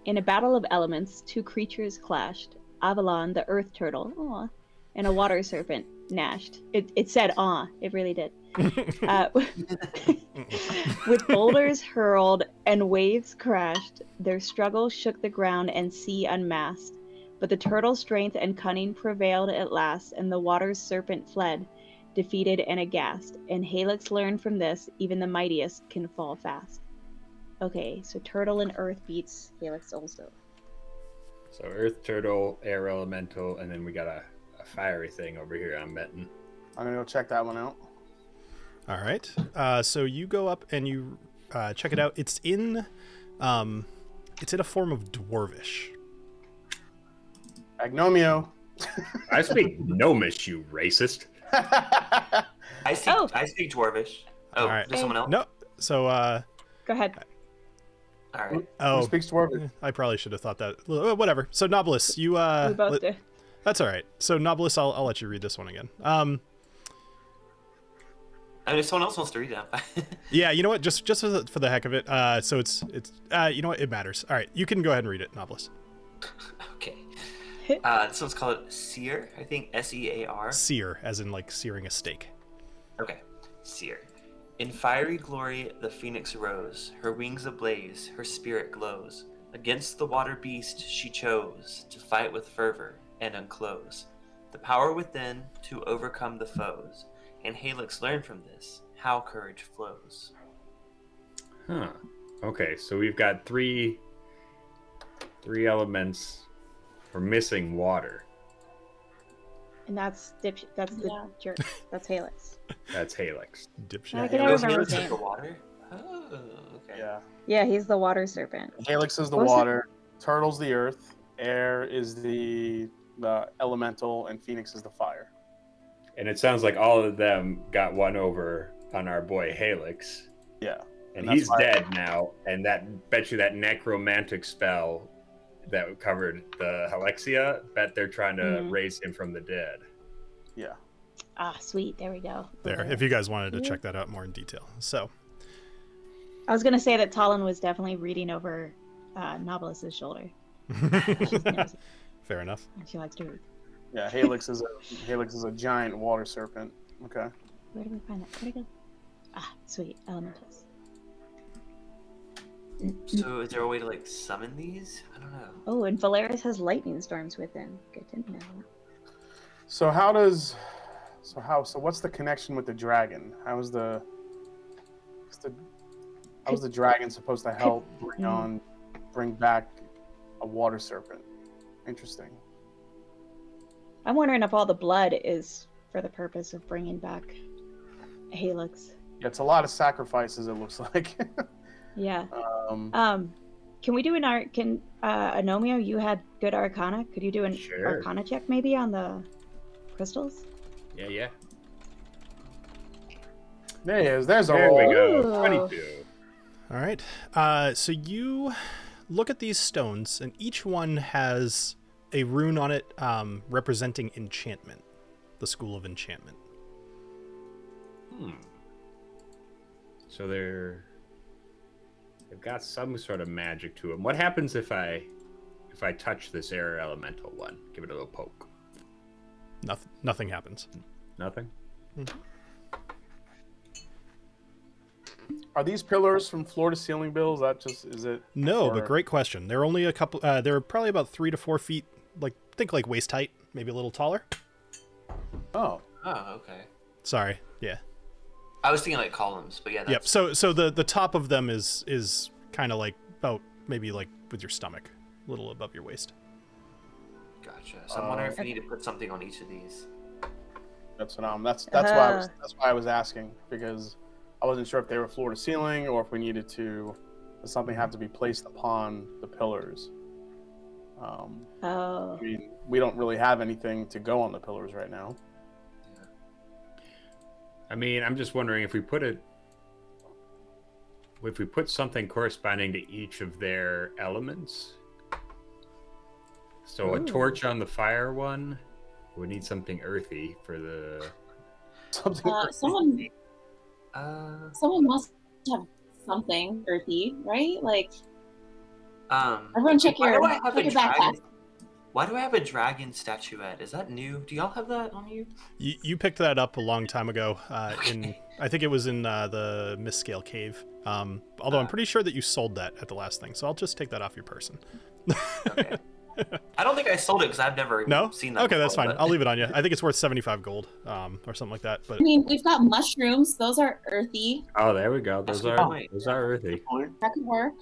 Speaker 3: In a battle of elements, two creatures clashed Avalon, the earth turtle, aw, and a water serpent,
Speaker 7: gnashed. It, it said ah. It really did. Uh, with boulders hurled and waves crashed, their struggle shook the ground and sea unmasked. But the turtle's strength and cunning prevailed at last, and the water's serpent fled, defeated and aghast. And Halix learned from this even the mightiest can fall fast. Okay, so Turtle and Earth beats Halix also.
Speaker 2: So Earth Turtle, Air Elemental, and then we got a, a fiery thing over here I'm betting.
Speaker 6: I'm gonna go check that one out.
Speaker 1: All right. Uh, so you go up and you uh, check it out. It's in, um, it's in a form of dwarvish.
Speaker 6: Agnomio.
Speaker 2: I speak gnomish, you racist.
Speaker 4: I speak,
Speaker 7: Oh.
Speaker 4: I speak Dwarvish. Oh,
Speaker 1: All right.
Speaker 4: there's someone else?
Speaker 1: No. So, uh,
Speaker 7: Go ahead.
Speaker 4: All right.
Speaker 6: Who
Speaker 1: oh,
Speaker 6: speaks Dwarven?
Speaker 1: I probably should have thought that. Well, Whatever. So Nobilis, you uh,
Speaker 7: we both
Speaker 1: let-
Speaker 7: do.
Speaker 1: that's all right. So Nobilis, I'll, I'll let you read this one again. Um,
Speaker 4: I mean, if someone else wants to read it, I'm fine.
Speaker 1: yeah, you know what? Just just for the, for the heck of it, uh, so it's it's uh, you know what? It matters. All right, you can go ahead and read it, Nobilis.
Speaker 4: okay. Uh, this one's called Seer, I think S E A R.
Speaker 1: Sear, as in like searing a steak.
Speaker 4: Okay. Seer. In fiery glory, the phoenix rose, her wings ablaze, her spirit glows. Against the water beast she chose to fight with fervor and unclose the power within to overcome the foes. And Halix learned from this how courage flows.
Speaker 2: Huh. Okay, so we've got three three elements. We're missing water.
Speaker 7: And that's dip, that's the
Speaker 5: Yeah.
Speaker 7: jerk. That's Halix.
Speaker 2: That's Halix.
Speaker 7: I
Speaker 1: Dipshit.
Speaker 7: can
Speaker 6: Yeah,
Speaker 7: never
Speaker 6: those
Speaker 7: remember
Speaker 4: Halix
Speaker 7: his
Speaker 4: took the
Speaker 7: name.
Speaker 4: water. Oh, okay.
Speaker 6: Yeah.
Speaker 7: Yeah, he's the water serpent.
Speaker 6: Halix is the
Speaker 7: What was it?
Speaker 6: water. Turtle's the earth. Air is the the elemental, and Phoenix is the fire.
Speaker 2: And it sounds like all of them got one over on our boy Halix.
Speaker 6: Yeah.
Speaker 2: And,
Speaker 6: And
Speaker 2: he's
Speaker 6: that's why-
Speaker 2: dead now, and that bet you that necromantic spell that covered the Helixia, bet they're trying to
Speaker 7: Mhm.
Speaker 2: raise him from the dead.
Speaker 6: Yeah.
Speaker 7: Ah, sweet. There we go.
Speaker 1: There, if you guys wanted to check that out more in detail. So,
Speaker 7: I was gonna say that Talon was definitely reading over uh, Nobilis's shoulder. She's never seen-
Speaker 1: fair enough.
Speaker 7: she likes to read.
Speaker 6: Yeah. Halix is a Halix is a giant water serpent. Okay.
Speaker 7: Where did we find that? Where did it go? Ah, sweet. Elementals.
Speaker 4: So, is there a way to like summon these? I don't know.
Speaker 7: Oh, and Valeris has lightning storms with him. Good to know.
Speaker 6: So how does so how so what's the connection with the dragon? How's the what's the how's the dragon supposed to help bring
Speaker 1: Mm.
Speaker 6: on bring back a water serpent? Interesting.
Speaker 7: I'm wondering if all the blood is for the purpose of bringing back Halix.
Speaker 6: Yeah, it's a lot of sacrifices. It looks like.
Speaker 7: Yeah.
Speaker 6: um,
Speaker 7: Um, can we do an art? Can uh, Anomio? You had good Arcana. Could you do an
Speaker 2: Sure.
Speaker 7: Arcana check maybe on the crystals?
Speaker 2: Yeah, yeah.
Speaker 6: there he is. There's a
Speaker 2: There
Speaker 6: roll.
Speaker 2: we go.
Speaker 7: Ooh.
Speaker 2: 22.
Speaker 1: All right. Uh, so you look at these stones, and each one has a rune on it um, representing enchantment, the school of enchantment.
Speaker 2: Hmm. So they're they've got some sort of magic to them. What happens if I if I touch this air elemental one? Give it a little poke.
Speaker 1: Nothing, nothing happens.
Speaker 2: Nothing.
Speaker 6: Are these pillars from floor to ceiling, Bill? Is that just is it?
Speaker 1: No,
Speaker 6: Or-
Speaker 1: but great question. They're only a couple. Uh, they're probably about three to four feet, like think like waist height, maybe a little taller.
Speaker 6: Oh,
Speaker 4: Oh, okay.
Speaker 1: Sorry. Yeah.
Speaker 4: I was thinking like columns, but yeah. That's,
Speaker 1: Yep. So so the the top of them is is kind of like about maybe like with your stomach, a little above your waist.
Speaker 4: Gotcha. So I'm wondering
Speaker 6: Uh,
Speaker 4: if we need to put something on each of these.
Speaker 6: that's what I'm. That's that's why I was.
Speaker 5: Uh-huh.
Speaker 7: Uh.
Speaker 6: That's why I was asking because I wasn't sure if they were floor to ceiling or if we needed to. Does something have to be placed upon the pillars? Um,
Speaker 7: Oh,
Speaker 6: I mean, we don't really have anything to go on the pillars right now.
Speaker 2: I mean, I'm just wondering if we put it if we put something corresponding to each of their elements. So a
Speaker 7: Ooh.
Speaker 2: torch on the fire one. We need something earthy for the
Speaker 6: Something.
Speaker 5: Uh, someone,
Speaker 4: Uh,
Speaker 5: someone must have something earthy, right? Like
Speaker 4: um.
Speaker 5: everyone, check
Speaker 4: Why
Speaker 5: your
Speaker 4: do I have
Speaker 5: check
Speaker 4: a
Speaker 5: your backpack.
Speaker 4: dragon? Why do I have a dragon statuette? Is that new? Do y'all have that on you?
Speaker 1: You, you picked that up a long time ago. Uh, in I think it was in uh, the Miscale Cave. Um, although I'm
Speaker 4: Uh.
Speaker 1: pretty sure that you sold that at the last thing, so I'll just take that off your person.
Speaker 4: Okay. I don't think I sold it because I've never
Speaker 1: No.
Speaker 4: seen that.
Speaker 1: Okay, that's
Speaker 4: before,
Speaker 1: fine.
Speaker 4: but-
Speaker 1: I'll leave it on you. I think it's worth 75 gold, um, or something like that. But
Speaker 5: I mean, we've got mushrooms. Those are earthy.
Speaker 2: Oh, there we go.
Speaker 4: That's
Speaker 2: Those
Speaker 4: a good
Speaker 2: are
Speaker 4: point.
Speaker 2: those are earthy.
Speaker 5: That could work.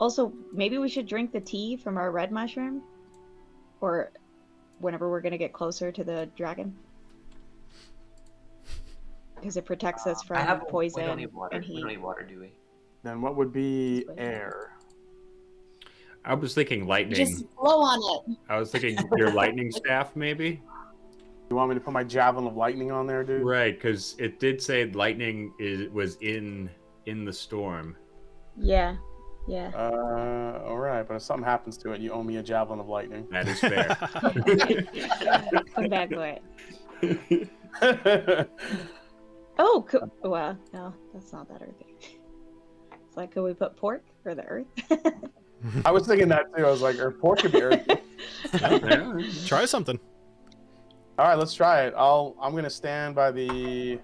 Speaker 3: Also, maybe we should drink the tea from our red mushroom, or whenever we're gonna get closer to the dragon, because it protects us
Speaker 4: Uh, I have
Speaker 3: from
Speaker 4: We don't
Speaker 3: poison
Speaker 4: need water.
Speaker 3: and
Speaker 4: We
Speaker 3: heat.
Speaker 4: don't need water, do we?
Speaker 6: Then what would be
Speaker 3: That's what I think.
Speaker 6: air?
Speaker 2: I was thinking lightning.
Speaker 5: Just blow on it.
Speaker 2: I was thinking your lightning staff, maybe.
Speaker 6: You want me to put my javelin of lightning on there, dude?
Speaker 2: Right, because it did say lightning is was in in the storm.
Speaker 3: Yeah, yeah.
Speaker 6: Uh, all right, but if something happens to it, you owe me a javelin of lightning.
Speaker 2: That is fair.
Speaker 3: Come back for it.
Speaker 6: That's
Speaker 3: Oh, could, well, no, that's not that earthy. It's like, could we put pork for the earth?
Speaker 6: I was thinking that too. I was like, or pork could be earthy.
Speaker 1: try something.
Speaker 6: All right, let's try it. I'll I'm gonna stand by the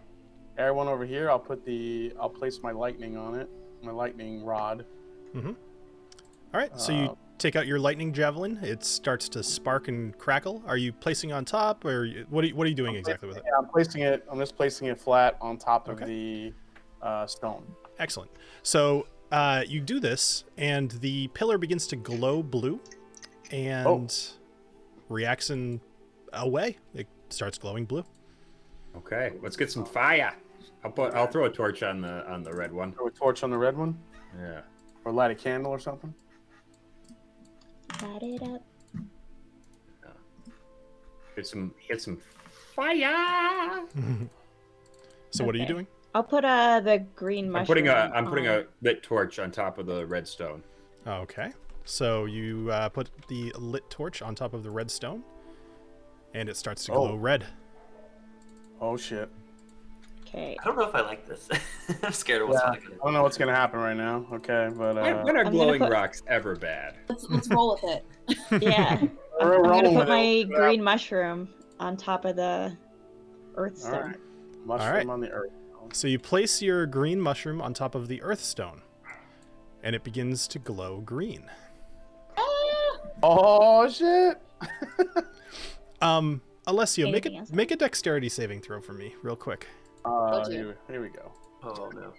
Speaker 6: air one over here. I'll put the I'll place my lightning on it, my lightning rod.
Speaker 1: All right, so you
Speaker 6: Uh,
Speaker 1: take out your lightning javelin. It starts to spark and crackle. Are you placing on top, or you- what are you, what are you doing
Speaker 6: I'm
Speaker 1: exactly with it?
Speaker 6: Yeah, I'm placing it. I'm just placing it flat on top of
Speaker 1: Okay.
Speaker 6: the uh, stone.
Speaker 1: Excellent. So uh, you do this, and the pillar begins to glow blue, and reacts in a way. It starts glowing blue.
Speaker 2: okay, let's get some fire. I'll put I'll throw a torch on the on the red one.
Speaker 6: Throw a torch on the red one,
Speaker 2: Yeah.
Speaker 6: or light a candle or something.
Speaker 3: Light it up.
Speaker 2: Get some get some fire.
Speaker 1: so what are you
Speaker 3: Okay.
Speaker 1: doing?
Speaker 3: I'll put uh the green mushroom.
Speaker 2: I'm putting a I'm putting
Speaker 3: on.
Speaker 2: a lit torch on top of the redstone.
Speaker 1: Okay. So you uh, put the lit torch on top of the red stone, and it starts to glow
Speaker 6: Oh.
Speaker 1: red.
Speaker 6: Oh shit!
Speaker 3: Okay.
Speaker 4: I don't know if I like this. I'm scared of what's
Speaker 6: Yeah.
Speaker 4: yeah.
Speaker 6: I don't know what's gonna happen right now. Okay, but
Speaker 2: When,
Speaker 6: uh,
Speaker 2: when are
Speaker 3: I'm gonna
Speaker 2: glowing
Speaker 3: put-
Speaker 2: rocks ever bad?
Speaker 5: Let's, let's roll with it.
Speaker 3: Yeah.
Speaker 6: we're
Speaker 3: I'm
Speaker 6: rolling
Speaker 3: gonna
Speaker 6: with it. We'll
Speaker 3: put my
Speaker 6: see what
Speaker 3: green mushroom on top of the earth
Speaker 6: All right.
Speaker 3: stone.
Speaker 6: happens. Mushroom
Speaker 1: All right.
Speaker 6: on the earth.
Speaker 1: So you place your green mushroom on top of the earth stone, and it begins to glow green.
Speaker 5: Ah,
Speaker 6: Oh shit!
Speaker 1: Um, Alessio, make
Speaker 3: Anything
Speaker 1: a
Speaker 3: else?
Speaker 1: make a dexterity saving throw for me, real quick.
Speaker 6: Uh,
Speaker 5: dear.
Speaker 6: here, here we go.
Speaker 4: Oh no.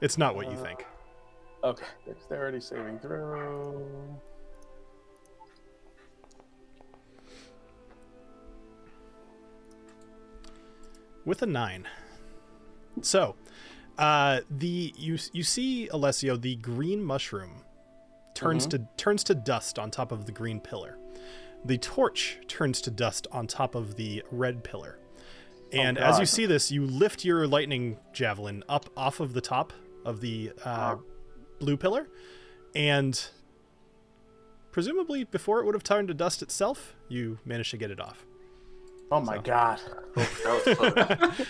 Speaker 1: It's not what you
Speaker 6: Uh,
Speaker 1: think.
Speaker 6: Okay, dexterity saving throw.
Speaker 1: With a nine. So, uh, the you you see Alessio, the green mushroom turns to turns to dust on top of the green pillar. The torch turns to dust on top of the red pillar. And as you
Speaker 6: God.
Speaker 1: see this, you lift your lightning javelin up off of the top of the uh, blue pillar, and presumably before it would have turned to dust itself, you managed to get it off.
Speaker 6: Oh my god.
Speaker 4: That was close.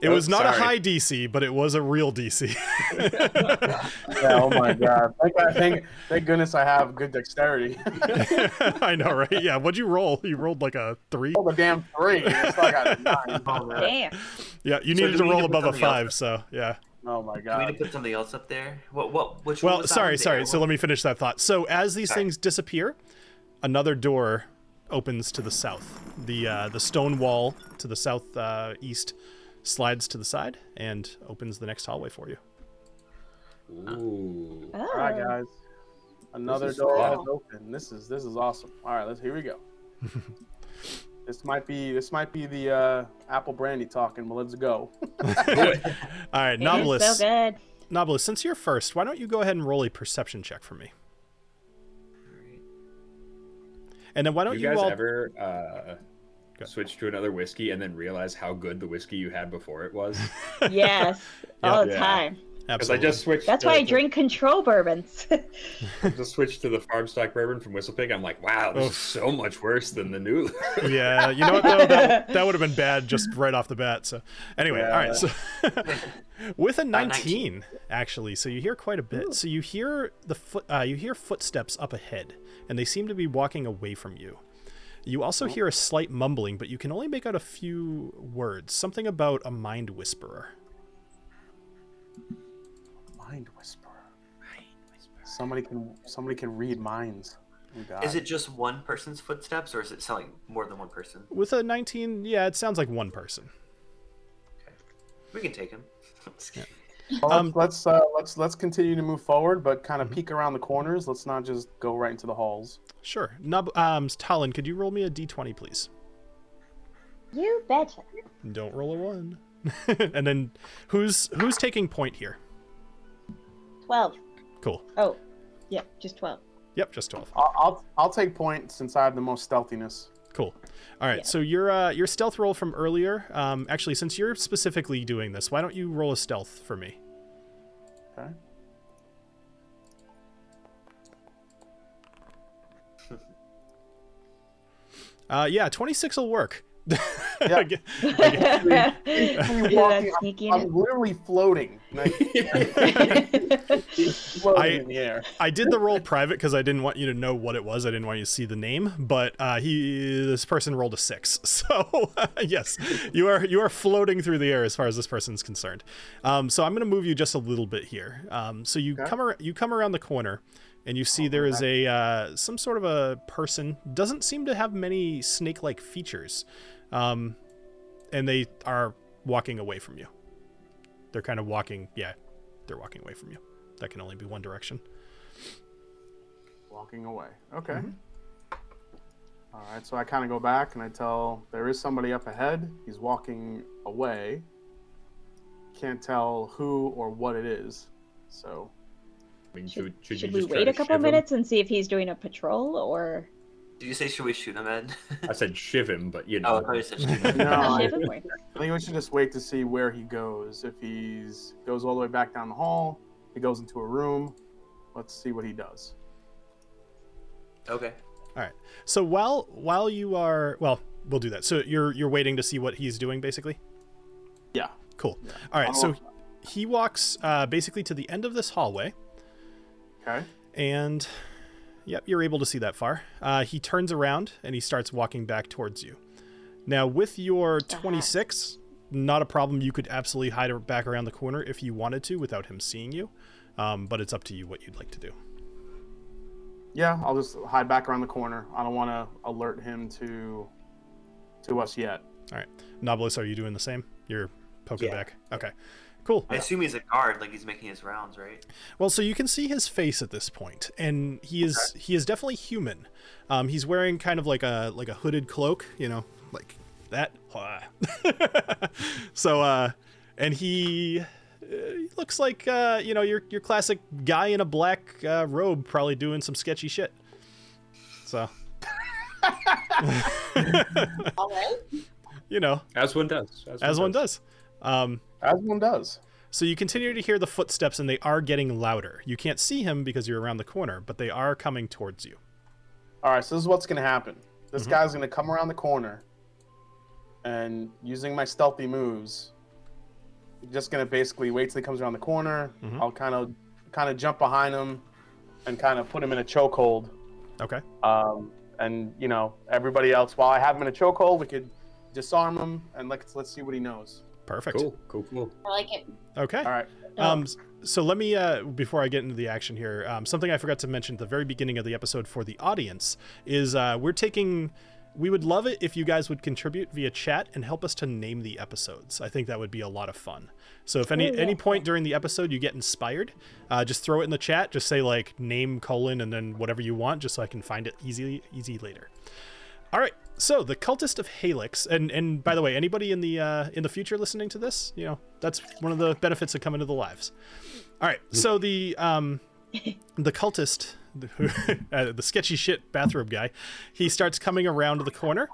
Speaker 1: It
Speaker 2: Oh,
Speaker 1: was not
Speaker 2: sorry.
Speaker 1: a high DC, but it was a real DC.
Speaker 6: Yeah, oh my god. Thank, God- thank, thank goodness I have good dexterity.
Speaker 1: I know, right? Yeah. What'd you roll? You rolled like a three.
Speaker 4: Oh,
Speaker 6: Roll the damn three. It's like I got a nine.
Speaker 3: Damn.
Speaker 1: Yeah, you
Speaker 4: So
Speaker 1: needed
Speaker 4: do
Speaker 1: to
Speaker 4: we need
Speaker 1: roll
Speaker 4: to put
Speaker 1: above a
Speaker 4: something else?
Speaker 1: five. So yeah.
Speaker 6: Oh my
Speaker 4: Do we need
Speaker 6: god.
Speaker 4: to put something else up there? What? What? Which one?
Speaker 1: Well,
Speaker 4: was that
Speaker 1: sorry,
Speaker 4: one? The
Speaker 1: sorry.
Speaker 4: other
Speaker 1: So
Speaker 4: one?
Speaker 1: let me finish that thought. So as these things disappear, another door opens to the south. The uh, the stone wall to the south uh, east slides to the side and opens the next hallway for you.
Speaker 3: Uh,
Speaker 2: Ooh.
Speaker 3: Oh.
Speaker 6: All right, guys. Another
Speaker 2: is
Speaker 6: door
Speaker 2: fun.
Speaker 6: has opened. This is this is awesome. All right, let's here we go. this might be this might be the uh, apple brandy talking, but let's go.
Speaker 1: All right,
Speaker 3: It is
Speaker 1: Novelist.
Speaker 3: so good.
Speaker 1: Novelist, since you're first, why don't you go ahead and roll a perception check for me? And then why
Speaker 2: Do
Speaker 1: don't
Speaker 2: you
Speaker 1: you,
Speaker 2: guys
Speaker 1: all
Speaker 2: ever uh,
Speaker 1: Go.
Speaker 2: switch to another whiskey and then realize how good the whiskey you had before it was?
Speaker 3: Yes. all the
Speaker 2: Yeah.
Speaker 3: time.
Speaker 2: Because I just switched.
Speaker 3: That's
Speaker 2: to-
Speaker 3: why I drink control bourbons.
Speaker 2: I just switched to the farm stock bourbon from Whistle Pig. I'm like, wow, this
Speaker 1: Oof.
Speaker 2: is so much worse than the new.
Speaker 1: yeah, you know what though? That, that would have been bad just right off the bat. So anyway, all right. So with a 19, actually, so you hear quite a bit. So you hear the foot, uh, you hear footsteps up ahead, and they seem to be walking away from you. You also hear a slight mumbling, but you can only make out a few words. Something about a mind whisperer.
Speaker 6: Mind whisperer. Somebody can somebody can read minds. Oh, God.
Speaker 4: Is it just one person's footsteps, or is it selling more than one person?
Speaker 1: With a 19, yeah, it sounds like one person.
Speaker 4: We can take him.
Speaker 6: Well, let's-
Speaker 1: Um,
Speaker 6: let's uh, let's let's continue to move forward, but kind of
Speaker 4: Mm-hmm.
Speaker 1: Mhm.
Speaker 6: peek around the corners. Let's not just go right into the halls.
Speaker 1: Sure. Nub, um, Talon, could you roll me a d20, please?
Speaker 7: You betcha.
Speaker 1: Don't roll a one. and then, who's who's taking point here?
Speaker 7: 12.
Speaker 1: Cool.
Speaker 7: Oh, yep, just 12.
Speaker 1: Yep, just twelve.
Speaker 6: I'll I'll, I'll take point since I have the most stealthiness.
Speaker 1: Cool. All right.
Speaker 7: Yeah.
Speaker 1: So your uh, your stealth roll from earlier. Um, actually, since you're specifically doing this, why don't you roll a stealth for me?
Speaker 6: Okay.
Speaker 1: Uh, yeah, twenty six will work.
Speaker 6: Yeah.
Speaker 7: Yeah,
Speaker 3: that's sneaky. in
Speaker 6: I'm literally floating. Like,
Speaker 7: it.
Speaker 6: floating
Speaker 1: I-
Speaker 6: in the air.
Speaker 1: I did the roll private because I didn't want you to know what it was. I didn't want you to see the name, but uh, he this person rolled a six. So yes, you are you are floating through the air as far as this person's concerned. Um, so I'm going to move you just a little bit here. Um, so you
Speaker 6: Okay.
Speaker 1: come ar- you come around the corner, and you see there is a uh, some sort of a person doesn't seem to have many snake like features, um, and they are walking away from you. They're kind of walking, yeah, they're walking away from you. That can only be one direction.
Speaker 6: Walking away. Okay. All right. So I kind of go back and I tell there is somebody up ahead. He's walking away. Can't tell who or what it is. So
Speaker 10: I mean,
Speaker 7: Should-
Speaker 10: should, should,
Speaker 7: Should
Speaker 10: you
Speaker 7: we
Speaker 10: just try
Speaker 7: wait
Speaker 10: to
Speaker 7: a couple
Speaker 10: shiv him?
Speaker 7: minutes and see if he's doing a patrol or
Speaker 4: Did you say should we shoot him, Ed?
Speaker 10: I said shiv him, but you
Speaker 4: oh, I
Speaker 10: know.
Speaker 4: thought you said shoot him.
Speaker 6: No,
Speaker 1: Uh,
Speaker 6: I-
Speaker 7: Shiv him or-
Speaker 6: I think we should just wait to see where he goes. If he's goes all the way back down the hall, he goes into a room. Let's see what he does.
Speaker 4: Okay.
Speaker 1: So while while you are well, we'll do that. So you're you're waiting to see what he's doing, basically.
Speaker 6: Yeah.
Speaker 1: Cool.
Speaker 6: Yeah.
Speaker 1: All right. So
Speaker 4: Uh-huh.
Speaker 6: I'll-
Speaker 1: he walks uh, basically to the end of this hallway,
Speaker 6: okay.
Speaker 1: and yep, you're able to see that far. Uh, he turns around and he starts walking back towards you. Now with your 26, not a problem. You could absolutely hide her back around the corner if you wanted to without him seeing you. Um, but it's up to you what you'd like to do.
Speaker 6: Yeah, I'll just hide back around the corner. I don't want to alert him to to us yet.
Speaker 1: Nobilis, are you doing the same? You're poking
Speaker 4: Yeah.
Speaker 1: back. Okay. Cool.
Speaker 4: I assume he's a guard, like he's making his rounds, right?
Speaker 1: Well, so you can see his face at this point, and he is he is definitely human. Um, he's wearing kind of like a like a hooded cloak, you know, like that. so, uh, and he uh, he looks like uh, you know your your classic guy in a black uh, robe, probably doing some sketchy shit. So,
Speaker 5: All right.
Speaker 1: you know,
Speaker 10: As one does.
Speaker 1: as one does. Um,
Speaker 6: As one does.
Speaker 1: So you continue to hear the footsteps, and they are getting louder. You can't see him because you're around the corner, but they are coming towards you.
Speaker 6: All right, so this is what's going to happen. This
Speaker 1: Mhm.
Speaker 6: guy's going to come around the corner and using my stealthy moves, just going to basically wait till he comes around the corner.
Speaker 1: Mhm.
Speaker 6: I'll kind of kind of jump behind him and kind of put him in a chokehold.
Speaker 1: Okay.
Speaker 6: Um, and you know, everybody else while I have him in a chokehold, we could disarm him and let's let's see what he knows.
Speaker 1: Perfect.
Speaker 10: Cool, cool, cool.
Speaker 5: I like it.
Speaker 1: Okay.
Speaker 6: All right.
Speaker 1: Um, s- so let me, uh, before I get into the action here, um, something I forgot to mention at the very beginning of the episode for the audience is uh, we're taking. We would love it if you guys would contribute via chat and help us to name the episodes. I think that would be a lot of fun. So if any
Speaker 7: Oh, yeah.
Speaker 1: any point during the episode you get inspired, uh, just throw it in the chat. Just say like name colon and then whatever you want, just so I can find it easy easy later. All right. So the cultist of Halix, and and by the way, anybody in the uh, in the future listening to this, you know, that's one of the benefits of coming to the lives. All right. So the um, the cultist, the, uh, the sketchy shit bathrobe guy, he starts coming around the corner,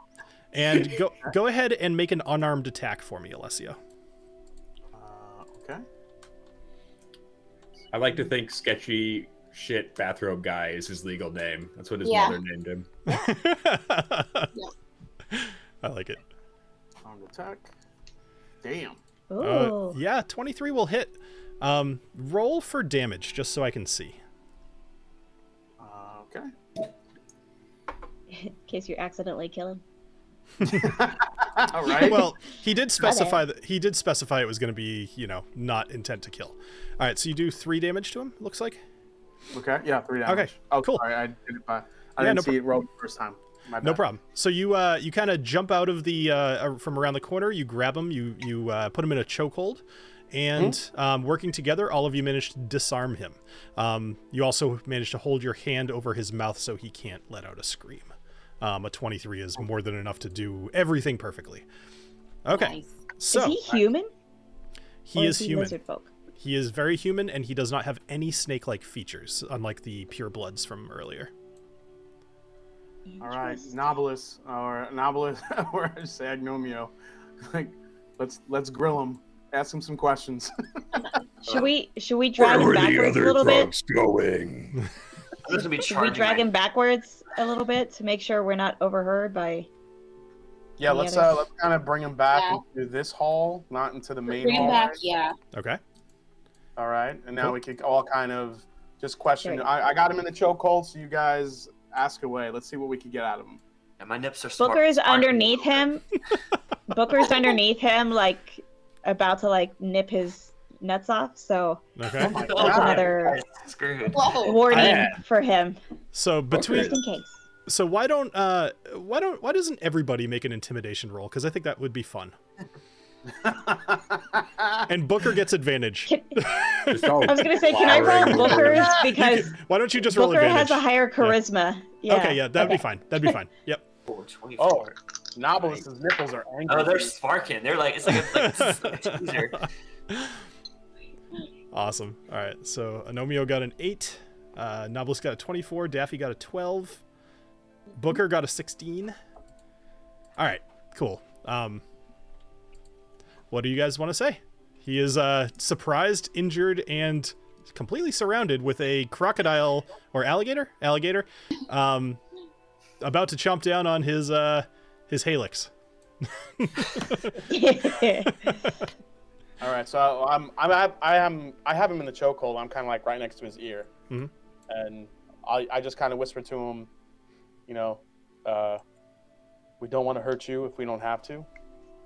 Speaker 1: and go go ahead and make an unarmed attack for me, Alessio.
Speaker 6: Uh, okay.
Speaker 10: I like to think sketchy shit bathrobe guy is his legal name. That's what his
Speaker 5: Yeah.
Speaker 10: mother named him.
Speaker 1: I like it.
Speaker 6: Armed attack. Damn.
Speaker 7: Ooh.
Speaker 1: Uh, yeah, twenty three will hit. Um, roll for damage, just so I can see.
Speaker 6: Uh, okay.
Speaker 7: in case you accidentally kill him.
Speaker 6: Ah, All right.
Speaker 1: Well, he did specify that he did specify it was going to be, you know, not intent to kill. All right, so you do three damage to him. Looks like.
Speaker 6: okay. Yeah. Three down.
Speaker 1: Okay,
Speaker 6: Oh,
Speaker 1: cool.
Speaker 6: Sorry, I didn't, uh, I
Speaker 1: Yeah,
Speaker 6: didn't
Speaker 1: no
Speaker 6: see it roll the first time. My
Speaker 1: No
Speaker 6: bad.
Speaker 1: problem. So you uh, you kind of jump out of the uh, uh, from around the corner. You grab him. You you uh, put him in a chokehold, and um, working together, all of you managed to disarm him. Um, you also managed to hold your hand over his mouth so he can't let out a scream. Um, a twenty-three is more than enough to do everything perfectly. Okay,
Speaker 5: Nice.
Speaker 1: so
Speaker 7: is he human?
Speaker 1: he
Speaker 7: or
Speaker 1: is human.
Speaker 7: Lizard folk.
Speaker 1: He is very human, and he does not have any snake-like features, unlike the pure bloods from earlier.
Speaker 6: All right, Nobilis or Nobilis or Sagnomio. Like, let's let's grill him. Ask him some questions.
Speaker 7: Should we should we drag him backwards a little bit?
Speaker 2: going?
Speaker 4: I'm just gonna be
Speaker 7: Should we
Speaker 4: charging.
Speaker 7: drag
Speaker 4: my-
Speaker 7: him backwards a little bit to make sure we're not overheard by?
Speaker 6: Yeah,
Speaker 7: Any
Speaker 6: let's
Speaker 7: others?
Speaker 6: uh, let's kind of bring him back
Speaker 5: Yeah.
Speaker 6: into this hall, not into the main
Speaker 5: Bring him
Speaker 6: hall.
Speaker 5: back, yeah.
Speaker 1: Okay.
Speaker 6: All right, and now
Speaker 1: Cool.
Speaker 6: we can all kind of just question.
Speaker 7: Great.
Speaker 6: I, I got him in the chokehold, so you guys ask away. Let's see what we can get out of him.
Speaker 4: Yeah, my nips are smart.
Speaker 7: Booker is
Speaker 4: smart.
Speaker 7: underneath him. Booker's underneath him, like about to like nip his nuts off. So
Speaker 1: Okay.
Speaker 6: my
Speaker 4: Oh,
Speaker 7: there's
Speaker 6: God.
Speaker 7: another
Speaker 4: Screwed.
Speaker 5: Whoa.
Speaker 7: warning
Speaker 2: Yeah.
Speaker 7: for him,
Speaker 1: So between
Speaker 7: just in case.
Speaker 1: So why don't uh why don't why doesn't everybody make an intimidation roll? Because I think that would be fun. And Booker gets advantage.
Speaker 7: Can- I was gonna say, can I roll Booker's because
Speaker 1: Why don't you just roll
Speaker 7: Booker
Speaker 1: advantage?
Speaker 7: has a higher charisma. Yeah.
Speaker 1: Okay, yeah, that'd be fine. That'd be fine. Yep.
Speaker 4: Oh, 24.
Speaker 6: oh, Nobilis's nipples are angry.
Speaker 4: Oh, they're sparking. They're like it's like a, like a teaser.
Speaker 1: Awesome. All right. So Anomio got an eight. Uh, Novelist got a twenty-four. Daffy got a twelve. Booker got a sixteen. All right. Cool. Um, what do you guys want to say? He is uh, surprised, injured, and completely surrounded with a crocodile or alligator, alligator, um, about to chomp down on his uh, his halix.
Speaker 6: All right, so I'm, I'm, I, I am, I have him in the chokehold. I'm kind of like right next to his ear,
Speaker 1: Mhm.
Speaker 6: and I, I just kind of whisper to him, you know, uh, we don't want to hurt you if we don't have to,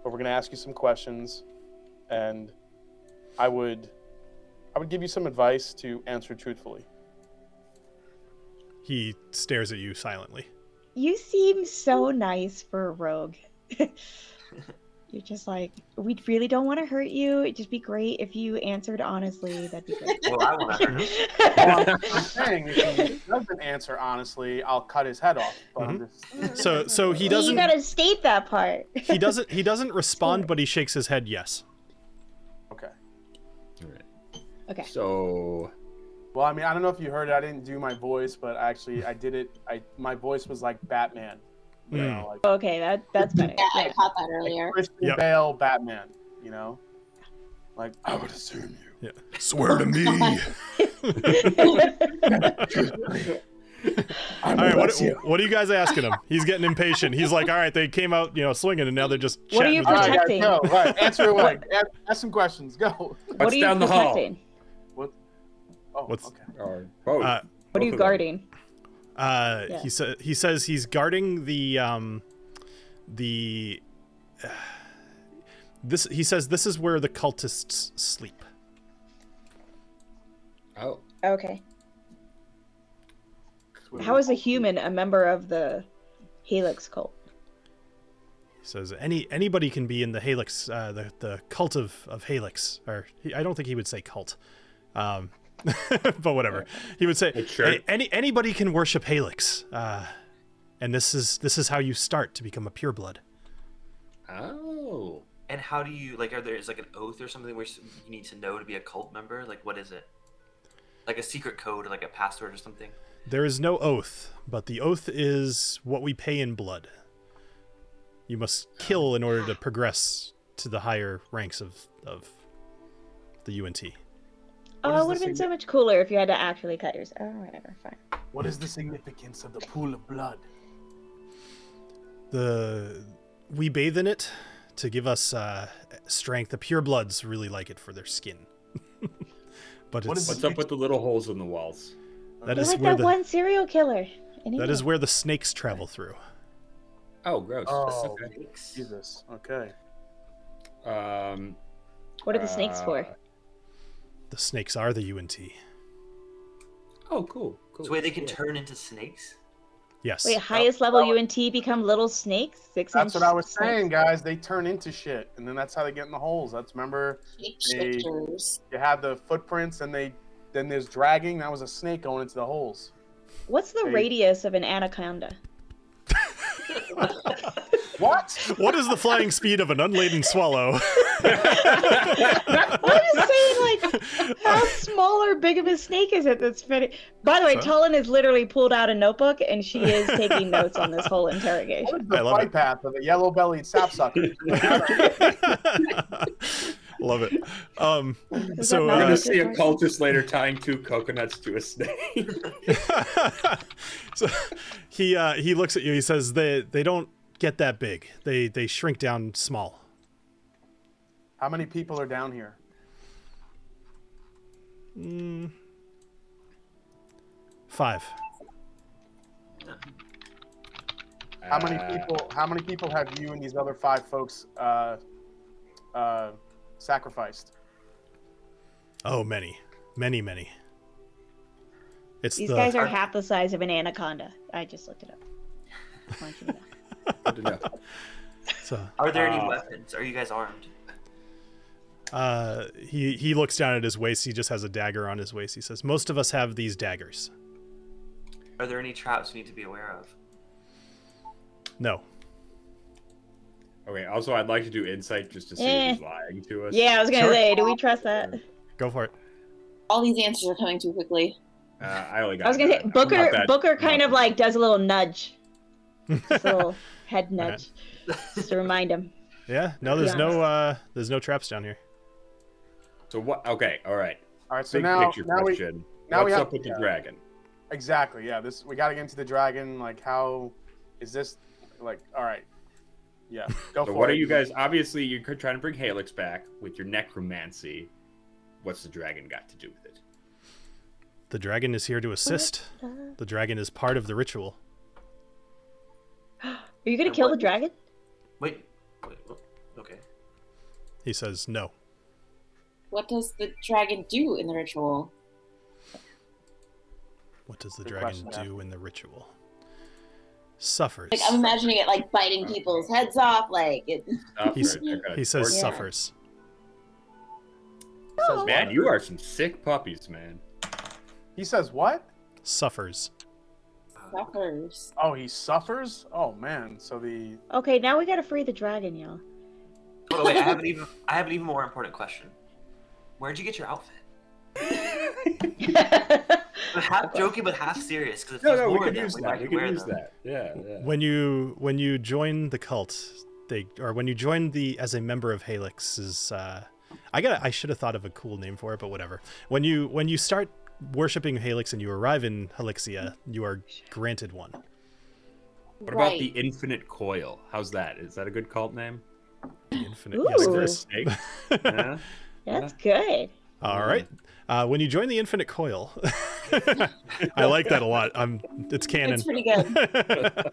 Speaker 6: but we're gonna ask you some questions, and I would, I would give you some advice to answer truthfully.
Speaker 1: He stares at you silently.
Speaker 7: you seem so nice for a rogue. You're just like, we really don't want to hurt you. It'd just be great if you answered honestly. That'd be great.
Speaker 4: Well, I want to hurt him.
Speaker 6: Well, I'm saying if he doesn't answer honestly, I'll cut his head off. But I'm just,
Speaker 1: So so he
Speaker 7: you
Speaker 1: doesn't
Speaker 7: gotta state that part.
Speaker 1: he doesn't he doesn't respond, but he shakes his head yes.
Speaker 6: okay.
Speaker 7: Okay.
Speaker 2: So
Speaker 6: Well, I mean, I don't know if you heard it. I didn't do my voice, but actually, I did it. I my voice was like Batman. You
Speaker 1: Hmm.
Speaker 6: know, like
Speaker 7: Okay, that that's better.
Speaker 5: Yeah, I
Speaker 7: Yeah.
Speaker 5: caught that earlier.
Speaker 6: Christian
Speaker 1: Yep.
Speaker 6: Bale Batman. You know, like I would assume you.
Speaker 1: Swear to me. all right, what, what are you guys asking him? He's getting impatient. He's like, all right, they came out, you know, swinging, and now they're just
Speaker 7: What are
Speaker 1: chatting
Speaker 7: you
Speaker 1: with
Speaker 6: All
Speaker 1: each
Speaker 6: right,
Speaker 1: other.
Speaker 6: guys,
Speaker 7: Protecting.
Speaker 6: go. Right, answer away. ask, ask some questions. Go.
Speaker 7: what are you
Speaker 2: down the hall?
Speaker 7: protecting?
Speaker 6: Oh,
Speaker 1: What's-
Speaker 6: okay.
Speaker 2: or both.
Speaker 1: Uh,
Speaker 7: What are you guarding?
Speaker 1: Uh,
Speaker 7: Yeah.
Speaker 1: He sa- he says he's guarding the um, the this. He says this is where the cultists sleep.
Speaker 2: oh,
Speaker 7: Okay. How is a human a member of the Helix cult?
Speaker 1: He says any anybody can be in the Halix, uh, the the cult of of Halix, or he, I don't think he would say cult, um, but whatever he would say.
Speaker 2: Hey, sure.
Speaker 1: "A- any anybody can worship Halix, uh, and this is this is how you start to become a pureblood.
Speaker 2: oh.
Speaker 4: And how do you like? Are there is like an oath or something where you need to know to be a cult member? Like what is it? Like a secret code, or like a password or something.
Speaker 1: There is no oath, but the oath is what we pay in blood. You must kill in order to progress to the higher ranks of of the UNT.
Speaker 7: Oh,
Speaker 2: is
Speaker 7: it would have
Speaker 2: the
Speaker 7: been so much cooler if you had to actually cut yours. Oh, whatever, fine.
Speaker 6: What is the significance of the pool of blood?
Speaker 1: The we bathe in it to give us uh, strength. The purebloods really like it for their skin. but
Speaker 6: What
Speaker 1: it's,
Speaker 6: is
Speaker 2: What's up with the little holes in the walls?
Speaker 1: that
Speaker 7: You're
Speaker 1: is
Speaker 7: like
Speaker 1: where
Speaker 7: that
Speaker 1: the
Speaker 7: one serial killer.
Speaker 1: That is where the snakes travel through.
Speaker 2: Oh, gross.
Speaker 6: Oh.
Speaker 2: That's
Speaker 6: Jesus. Okay.
Speaker 2: okay. Um,
Speaker 7: What are the snakes for?
Speaker 2: uh,
Speaker 1: The snakes are the UNT.
Speaker 2: Oh, cool. Cool.
Speaker 4: It's a way they can
Speaker 2: Yeah.
Speaker 4: turn into snakes.
Speaker 1: Yes.
Speaker 7: Wait, highest level UNT become little snakes? Six
Speaker 6: That's
Speaker 7: inch
Speaker 6: what I was
Speaker 7: snakes?
Speaker 6: saying, guys. They turn into shit, and then that's how they get in the holes. That's remember
Speaker 5: Shapeshifters.
Speaker 6: you have the footprints, and they then there's dragging. That was a snake going into the holes.
Speaker 7: What's the
Speaker 6: Hey.
Speaker 7: radius of an anaconda?
Speaker 6: What?
Speaker 1: What is the flying speed of an unladen swallow?
Speaker 7: I'm just saying, like, how small or big of a snake is it that's fitting? By the way,
Speaker 1: Huh?
Speaker 7: Tullen has literally pulled out a notebook and she is taking notes on this whole interrogation.
Speaker 6: What is the
Speaker 1: I love
Speaker 6: flight
Speaker 1: it.
Speaker 6: path of a yellow-bellied sapsucker?
Speaker 1: Love it. Um,
Speaker 7: Does
Speaker 1: so
Speaker 7: that
Speaker 2: We're
Speaker 1: uh,
Speaker 2: gonna
Speaker 7: matter?
Speaker 2: see a cultist later tying two coconuts to a snake.
Speaker 1: so he uh, he looks at you. He says they they don't get that big. They they shrink down small.
Speaker 6: How many people are down here?
Speaker 1: Mm. Five.
Speaker 6: How many
Speaker 2: Uh,
Speaker 6: people? How many people have you and these other five folks uh, uh, sacrificed?
Speaker 1: Oh, many, many, many. It's
Speaker 7: These
Speaker 1: the
Speaker 7: guys are half the size of an anaconda. I just looked it up. I want you to know.
Speaker 2: Uh, Good to know.
Speaker 1: it's, uh,
Speaker 4: Are there any
Speaker 2: Uh,
Speaker 4: weapons? Are you guys armed?
Speaker 1: uh, he he looks down at his waist. He just has a dagger on his waist. He says, "Most of us have these daggers."
Speaker 4: Are there any traps we need to be aware of?
Speaker 1: No.
Speaker 2: Okay. Also, I'd like to do insight just to see
Speaker 7: Eh.
Speaker 2: if he's lying to us.
Speaker 7: Yeah, I was gonna
Speaker 1: Sure.
Speaker 7: say, do we trust that?
Speaker 1: Go for it.
Speaker 5: All these answers are coming too quickly.
Speaker 2: Uh, I only got.
Speaker 7: I was gonna say
Speaker 2: nine. I'm
Speaker 7: Booker.
Speaker 2: not that-
Speaker 7: Booker
Speaker 2: I'm
Speaker 7: kind
Speaker 2: not
Speaker 7: of
Speaker 2: that-
Speaker 7: like does a little nudge, just a little head nudge, just to remind him.
Speaker 1: Yeah. No, there's no uh, there's no traps down here.
Speaker 2: So what? Okay. All right.
Speaker 6: All right. So
Speaker 2: Big
Speaker 6: now,
Speaker 2: picture
Speaker 6: now we,
Speaker 2: question.
Speaker 6: now
Speaker 2: What's
Speaker 6: we have
Speaker 2: up with
Speaker 6: yeah.
Speaker 2: the dragon?
Speaker 6: exactly. Yeah. This we got to get into the dragon. Like, how is this? Like, all right. Yeah. Go
Speaker 2: So
Speaker 6: for
Speaker 2: what
Speaker 6: it.
Speaker 2: are you guys? Obviously, you're trying to bring Halix back with your necromancy. What's the dragon got to do with it?
Speaker 1: The dragon is here to assist. The dragon is part of the ritual.
Speaker 7: Are you gonna
Speaker 4: And
Speaker 7: kill
Speaker 4: what-
Speaker 7: the dragon?
Speaker 4: Wait. wait what? okay.
Speaker 1: He says, "No."
Speaker 5: What does the dragon do in the ritual?
Speaker 1: What does the
Speaker 6: Good
Speaker 1: dragon
Speaker 6: question,
Speaker 1: do in the ritual? Suffers.
Speaker 5: Like I'm imagining it like biting people's heads off, like it.
Speaker 2: Stop
Speaker 1: He's-
Speaker 2: her, they're gonna
Speaker 1: He says,
Speaker 2: torture-
Speaker 5: Yeah.
Speaker 1: "Suffers."
Speaker 6: He says
Speaker 2: "Man,
Speaker 6: what?
Speaker 2: you are some sick puppies, man."
Speaker 6: He says what?
Speaker 1: Suffers.
Speaker 5: suffers.
Speaker 6: Oh, he suffers. Oh man. So the
Speaker 7: Okay, now we gotta free the dragon, y'all.
Speaker 4: Oh, wait, I have an even I have an even more important question. Where'd you get your outfit? I'm half joking but half serious because if
Speaker 2: No,
Speaker 4: there's
Speaker 2: no,
Speaker 4: more
Speaker 2: we
Speaker 4: of
Speaker 2: could
Speaker 4: them,
Speaker 2: use
Speaker 4: we
Speaker 2: that.
Speaker 4: might
Speaker 2: We
Speaker 4: wear
Speaker 2: could use
Speaker 4: them.
Speaker 2: that. Yeah, yeah.
Speaker 1: When you when you join the cult, they or when you join the as a member of Halix's, uh, I got I should have thought of a cool name for it, but whatever. When you when you start worshiping Halix and you arrive in Halixia, you are granted one.
Speaker 2: What
Speaker 5: right.
Speaker 2: about the infinite coil? How's that? Is that a good cult name?
Speaker 1: The infinite. Yes,
Speaker 7: Ooh.
Speaker 1: it
Speaker 2: For a
Speaker 1: is.
Speaker 2: snake? Yeah.
Speaker 7: That's good.
Speaker 1: All right. Uh, when you join the infinite coil, I like that a lot. I'm. It's canon.
Speaker 5: That's pretty good.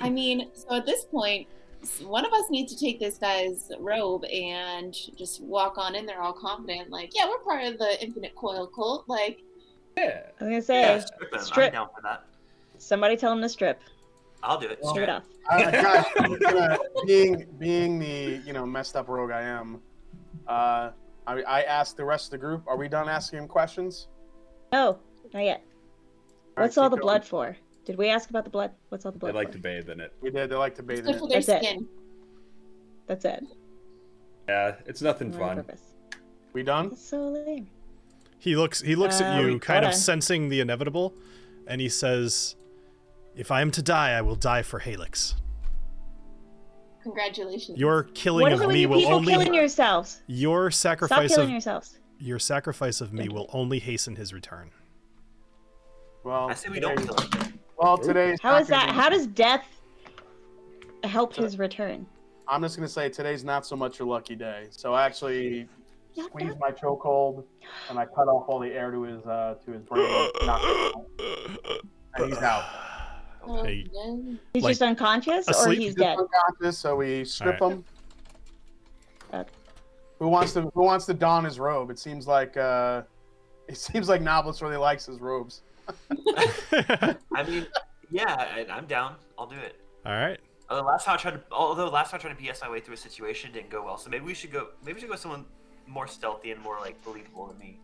Speaker 5: I mean, so at this point, s- one of us needs to take this guy's robe and just walk on in there all confident, like, yeah, we're part of the Infinite Coil cult. Like,
Speaker 2: yeah.
Speaker 7: I was gonna say,
Speaker 4: Yeah, strip them. I'm
Speaker 7: Strip.
Speaker 4: down for that.
Speaker 7: somebody tell him to strip.
Speaker 4: I'll do it.
Speaker 7: Strip
Speaker 4: Strip.
Speaker 7: it off.
Speaker 6: uh, guys, I'm gonna- being being the you know messed up rogue I am, uh, I, I asked the rest of the group. Are we done asking him questions?
Speaker 7: No, not yet.
Speaker 6: right,
Speaker 7: What's all
Speaker 6: keep
Speaker 7: the
Speaker 6: going.
Speaker 7: blood for? Did we ask about the blood? What's all the
Speaker 2: They
Speaker 7: blood?
Speaker 2: like
Speaker 7: for?
Speaker 2: to bathe in it.
Speaker 6: We did. They like to bathe in
Speaker 5: just
Speaker 6: it.
Speaker 5: for their
Speaker 7: That's it.
Speaker 5: skin.
Speaker 7: That's it.
Speaker 2: Yeah, it's nothing
Speaker 7: No other
Speaker 2: fun.
Speaker 7: purpose.
Speaker 6: We done?
Speaker 7: That's so lame.
Speaker 1: He looks he looks at
Speaker 7: Um,
Speaker 1: you, kind of
Speaker 7: hold on.
Speaker 1: sensing the inevitable, and he says, "If I am to die, I will die for Halix.
Speaker 5: Congratulations.
Speaker 1: Your killing
Speaker 7: what is
Speaker 1: of
Speaker 7: it when
Speaker 1: me
Speaker 7: you
Speaker 1: will
Speaker 7: people
Speaker 1: only
Speaker 7: killing yourselves?
Speaker 1: your
Speaker 7: Stop
Speaker 1: sacrifice
Speaker 7: killing
Speaker 1: of
Speaker 7: yourselves.
Speaker 1: your sacrifice of me will only hasten his return.
Speaker 6: Well,
Speaker 4: I say we don't
Speaker 6: today-
Speaker 4: kill it.
Speaker 6: Well, today's
Speaker 7: How
Speaker 6: not
Speaker 7: is
Speaker 6: gonna
Speaker 7: that?
Speaker 6: be-
Speaker 7: How does death help his return?
Speaker 6: I'm just gonna say today's not so much your lucky day. So I actually squeezed my chokehold and I cut off all the air to his uh, to his brain. Knocked him out. and he's out.
Speaker 5: Oh,
Speaker 1: Hey.
Speaker 5: no.
Speaker 7: He's
Speaker 1: Like,
Speaker 7: just unconscious or
Speaker 1: asleep?
Speaker 7: he's
Speaker 6: He's
Speaker 7: dead?
Speaker 6: unconscious, so we strip
Speaker 1: All right.
Speaker 6: him.
Speaker 7: Okay.
Speaker 6: Who wants to Who wants to don his robe? It seems like uh, it seems like Noblis really likes his robes.
Speaker 4: I mean, yeah, I, I'm down. I'll do it.
Speaker 1: All right.
Speaker 4: Although last time I tried to, although last time I tried to PS my way through a situation it didn't go well, so maybe we should go. Maybe we should go with someone more stealthy and more like believable than me.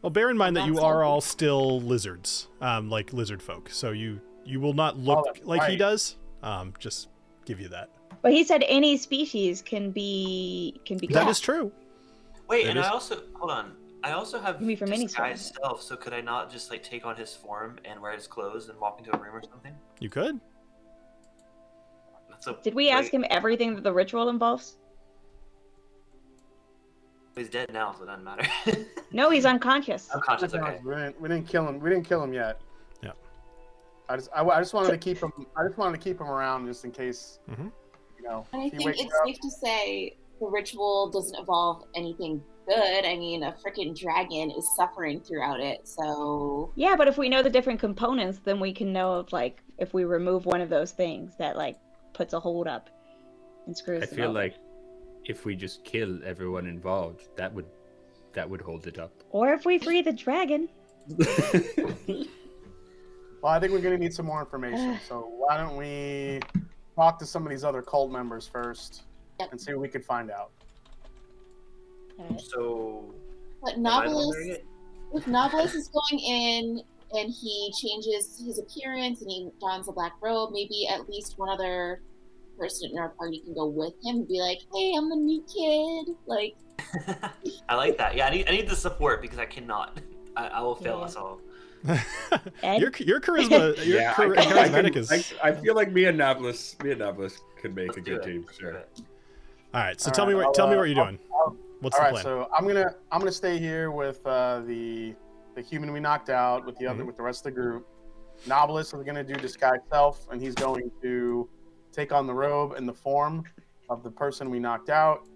Speaker 1: Well, bear in mind that you
Speaker 5: That's
Speaker 1: are
Speaker 5: helpful.
Speaker 1: all still lizards, um, like lizard folk. So you you will not look
Speaker 6: Oh, that's
Speaker 1: like he
Speaker 6: right.
Speaker 1: does. Um, just give you that.
Speaker 7: But he said any species can be can be
Speaker 1: That
Speaker 7: caught.
Speaker 1: is true.
Speaker 4: Wait,
Speaker 1: That
Speaker 4: and
Speaker 1: is-
Speaker 4: I also hold on. I also have
Speaker 7: You mean from any
Speaker 4: disguised
Speaker 7: spell.
Speaker 4: stealth, so could I not just like take on his form and wear his clothes and walk into a room or something?
Speaker 1: You could.
Speaker 4: That's a,
Speaker 7: Did we ask him everything that the ritual involves?
Speaker 4: He's dead now, so it doesn't matter.
Speaker 7: No, he's unconscious.
Speaker 4: Unconscious. Okay.
Speaker 6: We didn't, we didn't kill him. We didn't kill him yet.
Speaker 1: Yeah.
Speaker 6: I just I, I just wanted to keep him. I just wanted to keep him around just in case.
Speaker 1: Mhm.
Speaker 6: You know.
Speaker 5: And I
Speaker 6: he
Speaker 5: think
Speaker 6: wakes
Speaker 5: it's
Speaker 6: up-
Speaker 5: safe to say the ritual doesn't involve anything good. I mean, a freaking dragon is suffering throughout it, so
Speaker 7: Yeah, but if we know the different components, then we can know if like if we remove one of those things that like puts a hold up and screws.
Speaker 10: I
Speaker 7: them
Speaker 10: feel
Speaker 7: over.
Speaker 10: like if we just kill everyone involved, that would that would hold it up.
Speaker 7: Or if we free the dragon.
Speaker 6: Well, I think we're gonna need some more information. So why don't we talk to some of these other cult members first
Speaker 5: Yep.
Speaker 6: and see what we could find out.
Speaker 7: Alright.
Speaker 4: So.
Speaker 5: But
Speaker 4: am I the one
Speaker 5: Novelist
Speaker 4: doing it?
Speaker 5: if Novelist is going in and he changes his appearance and he dons a black robe, maybe at least one other person in our party can go with him and be like, hey, I'm the new kid. Like,
Speaker 4: I like that. Yeah, I need, I need the support because I cannot. I, I will fail
Speaker 7: Yeah.
Speaker 4: us all.
Speaker 7: Ed?
Speaker 1: your your charisma, your
Speaker 2: yeah,
Speaker 1: char-
Speaker 2: I, I, I,
Speaker 1: charismatic
Speaker 2: can-
Speaker 1: is.
Speaker 2: I, I feel like me and Novelist, me and Novelist could make
Speaker 4: Let's
Speaker 2: a
Speaker 4: do
Speaker 2: good
Speaker 4: it.
Speaker 2: team.
Speaker 4: Let's do
Speaker 2: Sure.
Speaker 4: it.
Speaker 1: All right. So
Speaker 6: All
Speaker 1: tell me
Speaker 6: right,
Speaker 1: what tell me
Speaker 6: I'll,
Speaker 1: what you're
Speaker 6: uh,
Speaker 1: doing. What's
Speaker 6: All
Speaker 1: the
Speaker 6: right,
Speaker 1: plan?
Speaker 6: so I'm gonna I'm gonna stay here with uh, the the human we knocked out with the other with the rest of the group. Novelist is gonna do disguise self, and he's going to take on the robe and the form of the person we knocked out.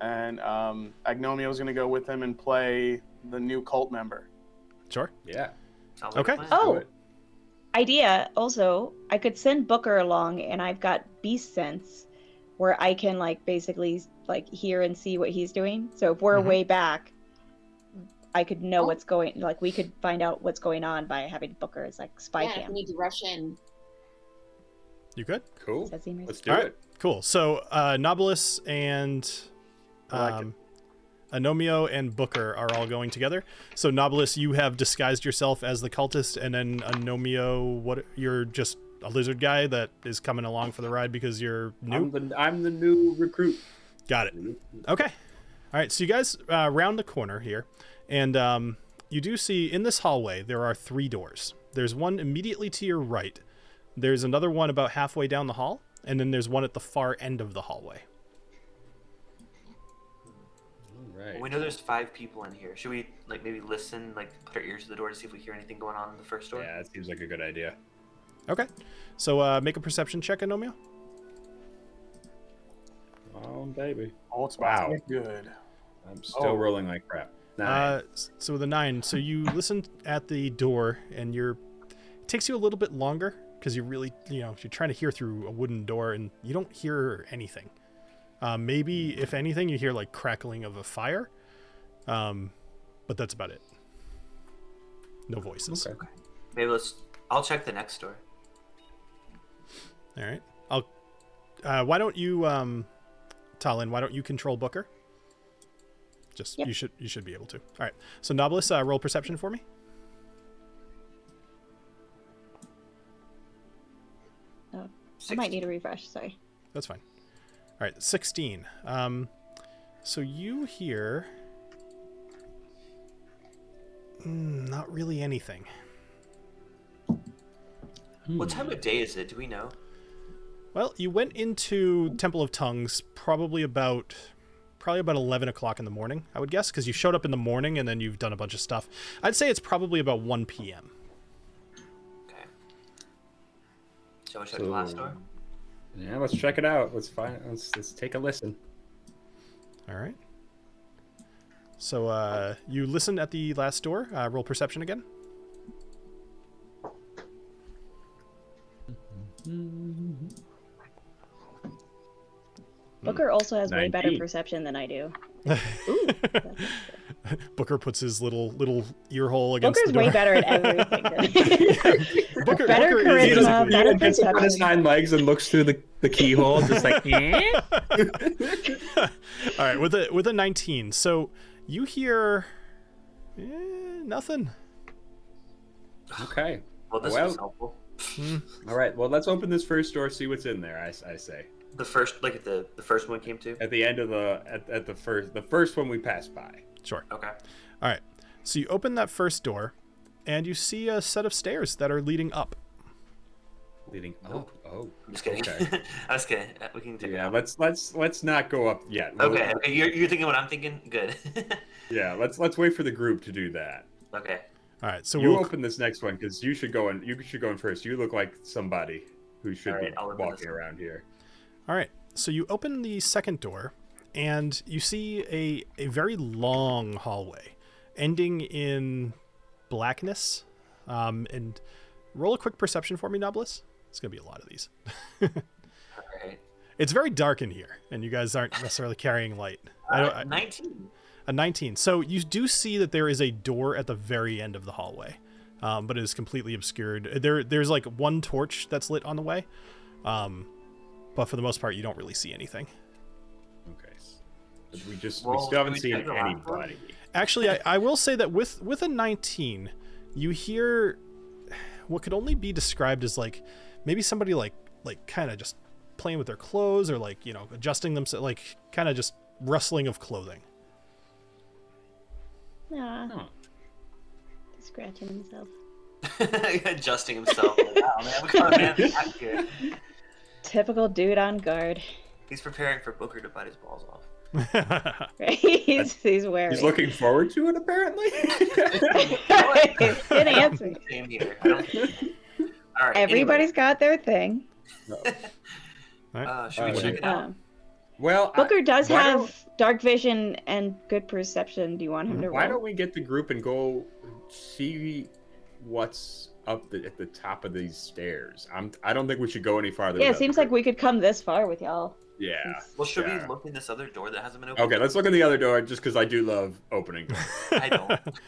Speaker 6: And um, Agnomio is gonna go with him and play the new cult member.
Speaker 1: sure.
Speaker 2: Yeah.
Speaker 4: Sounds like a
Speaker 1: Okay.
Speaker 4: plan.
Speaker 7: Oh,
Speaker 2: it.
Speaker 7: idea. Also, I could send Booker along, and I've got beast sense, where I can like basically like hear and see what he's doing. So if we're
Speaker 10: Mm-hmm.
Speaker 1: Mhm.
Speaker 7: way back, I could know
Speaker 5: Oh.
Speaker 7: what's going. Like we could find out what's going on by having Booker as like spy
Speaker 5: yeah, if
Speaker 7: cam.
Speaker 5: we need to rush in.
Speaker 1: You could.
Speaker 2: Cool.
Speaker 7: Does that seem
Speaker 2: Let's do
Speaker 1: All right.
Speaker 2: it.
Speaker 1: Cool. So uh, Nobilis and
Speaker 6: I like it.
Speaker 1: um, Anomio and Booker are all going together. So Nobilis, you have disguised yourself as the cultist, and then Anomio, what you're just a lizard guy that is coming along for the ride because you're new.
Speaker 2: I'm the, I'm the new recruit.
Speaker 1: Got it. Okay. All right. So you guys uh, round the corner here, and um, you do see in this hallway there are three doors. There's one immediately to your right. There's another one about halfway down the hall, and then there's one at the far end of the hallway.
Speaker 10: All right.
Speaker 4: We know there's five people in here. Should we like maybe listen, like put our ears to the door to see if we hear anything going on in the first door?
Speaker 10: Yeah, that seems like a good idea.
Speaker 1: Okay. So uh, make a perception check, Anomia.
Speaker 10: Oh baby,
Speaker 6: Oh, it's about
Speaker 10: Wow.
Speaker 6: to get good.
Speaker 10: I'm still
Speaker 6: Oh.
Speaker 10: rolling like crap. Nine.
Speaker 1: Uh, s- so with a nine, so you listen at the door, and you're. It takes you a little bit longer because you really, you know, you're trying to hear through a wooden door, and you don't hear anything. Uh,
Speaker 10: Hmm.
Speaker 1: maybe if anything, you hear like crackling of a fire, um, but that's about it. No voices.
Speaker 10: Okay.
Speaker 4: Maybe let's. I'll check the next door.
Speaker 1: All right. I'll. Uh, why don't you, um, Talon? Why don't you control Booker? Just
Speaker 7: Yep.
Speaker 1: you should you should be able to. All right. So Nobilis, uh, roll perception for me.
Speaker 7: I might
Speaker 4: Sixteen.
Speaker 7: need a refresh. Sorry.
Speaker 1: That's fine. All right, 16. Um, so you hear. Mm, not really anything.
Speaker 4: What time of day is it? Do we know?
Speaker 1: Well, you went into Temple of Tongues probably about probably about 11 o'clock in the morning, I would guess, because you showed up in the morning and then you've done a bunch of stuff. I'd say it's probably about 1 p.m.
Speaker 4: Okay. Shall we check the last door?
Speaker 10: Yeah, let's check it out. Let's find. Let's, let's take a listen.
Speaker 1: All right. So uh, you listen at the last door. Uh, roll perception again.
Speaker 7: Booker also has way better
Speaker 2: 19.
Speaker 7: perception than I do.
Speaker 1: Booker puts his little little ear hole against the
Speaker 7: Booker's
Speaker 1: door.
Speaker 7: way better at everything. Than
Speaker 1: Booker,
Speaker 7: better
Speaker 1: Booker is-
Speaker 7: charisma,
Speaker 2: He
Speaker 7: better
Speaker 2: gets up on his
Speaker 7: perception.
Speaker 2: nine legs and looks through the, the keyhole, just like, eh?
Speaker 1: All right, with a with a 19. So you hear eh, nothing.
Speaker 2: okay.
Speaker 4: Well, this
Speaker 2: Well-
Speaker 4: was helpful.
Speaker 2: All right. Well, let's open this first door, see what's in there. I, s- I say
Speaker 4: The first, like the the first one came to.
Speaker 2: at the end of the at, at the first the first one we passed by.
Speaker 1: Sure.
Speaker 4: Okay.
Speaker 1: All right. So you open that first door and you see a set of stairs that are leading up.
Speaker 2: Leading. Oh,
Speaker 4: Nope.
Speaker 2: oh.
Speaker 4: I'm just kidding.
Speaker 2: Okay.
Speaker 4: I was kidding. Uh, We can take
Speaker 2: Yeah.
Speaker 4: it.
Speaker 2: Let's let's let's not go up yet. We'll-
Speaker 4: Okay. okay. You're, you're thinking what I'm thinking. Good.
Speaker 2: Yeah. Let's let's wait for the group to do that.
Speaker 4: okay.
Speaker 1: All right. So
Speaker 2: you
Speaker 1: we'll
Speaker 2: open this next one because you should go in. You should go in first. You look like somebody who should
Speaker 4: All right,
Speaker 2: be
Speaker 4: I'll open this
Speaker 2: walking
Speaker 4: one.
Speaker 2: around here.
Speaker 1: All right. So you open the second door and you see a, a very long hallway ending in blackness. Um, and roll a quick perception for me, Noblis. It's going to be a lot of these.
Speaker 4: All right.
Speaker 1: It's very dark in here, and you guys aren't necessarily carrying light. I don't,
Speaker 4: Uh,
Speaker 1: I-
Speaker 4: Nineteen.
Speaker 1: a 19. So you do see that there is a door at the very end of the hallway, um, but it is completely obscured. There, there's like one torch that's lit on the way, um, but for the most part, you don't really see anything.
Speaker 2: Okay. But we just
Speaker 4: Well,
Speaker 2: we still haven't
Speaker 4: do we
Speaker 2: seen
Speaker 4: take the last one?
Speaker 2: anybody.
Speaker 1: Actually, I, I will say that with with a 19, you hear what could only be described as like maybe somebody like like kind of just playing with their clothes or like you know adjusting themselves, like kind of just rustling of clothing.
Speaker 7: Nah,
Speaker 2: Huh.
Speaker 7: scratching himself.
Speaker 4: Adjusting himself. wow, man. We got a man back here.
Speaker 7: Typical dude on guard.
Speaker 4: He's preparing for Booker to bite his balls off.
Speaker 7: Right? He's, he's wary.
Speaker 2: He's looking forward to it apparently.
Speaker 7: Good answer.
Speaker 4: Same here. I don't- All
Speaker 7: Everybody's
Speaker 4: right. Everybody's.
Speaker 7: got their thing.
Speaker 4: Uh, should we
Speaker 2: Uh,
Speaker 4: check it out?
Speaker 7: Um,
Speaker 2: well, I-
Speaker 7: Booker does
Speaker 2: why
Speaker 7: have
Speaker 2: don't-
Speaker 7: dark vision and good perception. Do you want him to
Speaker 2: Why
Speaker 7: roll?
Speaker 2: don't we get the group and go see what's up the, at the top of these stairs? I'm. I don't think we should go any farther.
Speaker 7: yeah,
Speaker 2: without
Speaker 7: it seems
Speaker 2: the
Speaker 7: like we could come this far with y'all.
Speaker 2: group. Yeah.
Speaker 4: Well, should
Speaker 2: Yeah.
Speaker 4: we look in this other door that hasn't been opened?
Speaker 2: Okay, let's look at the other door just because I do love opening. doors.
Speaker 4: I don't.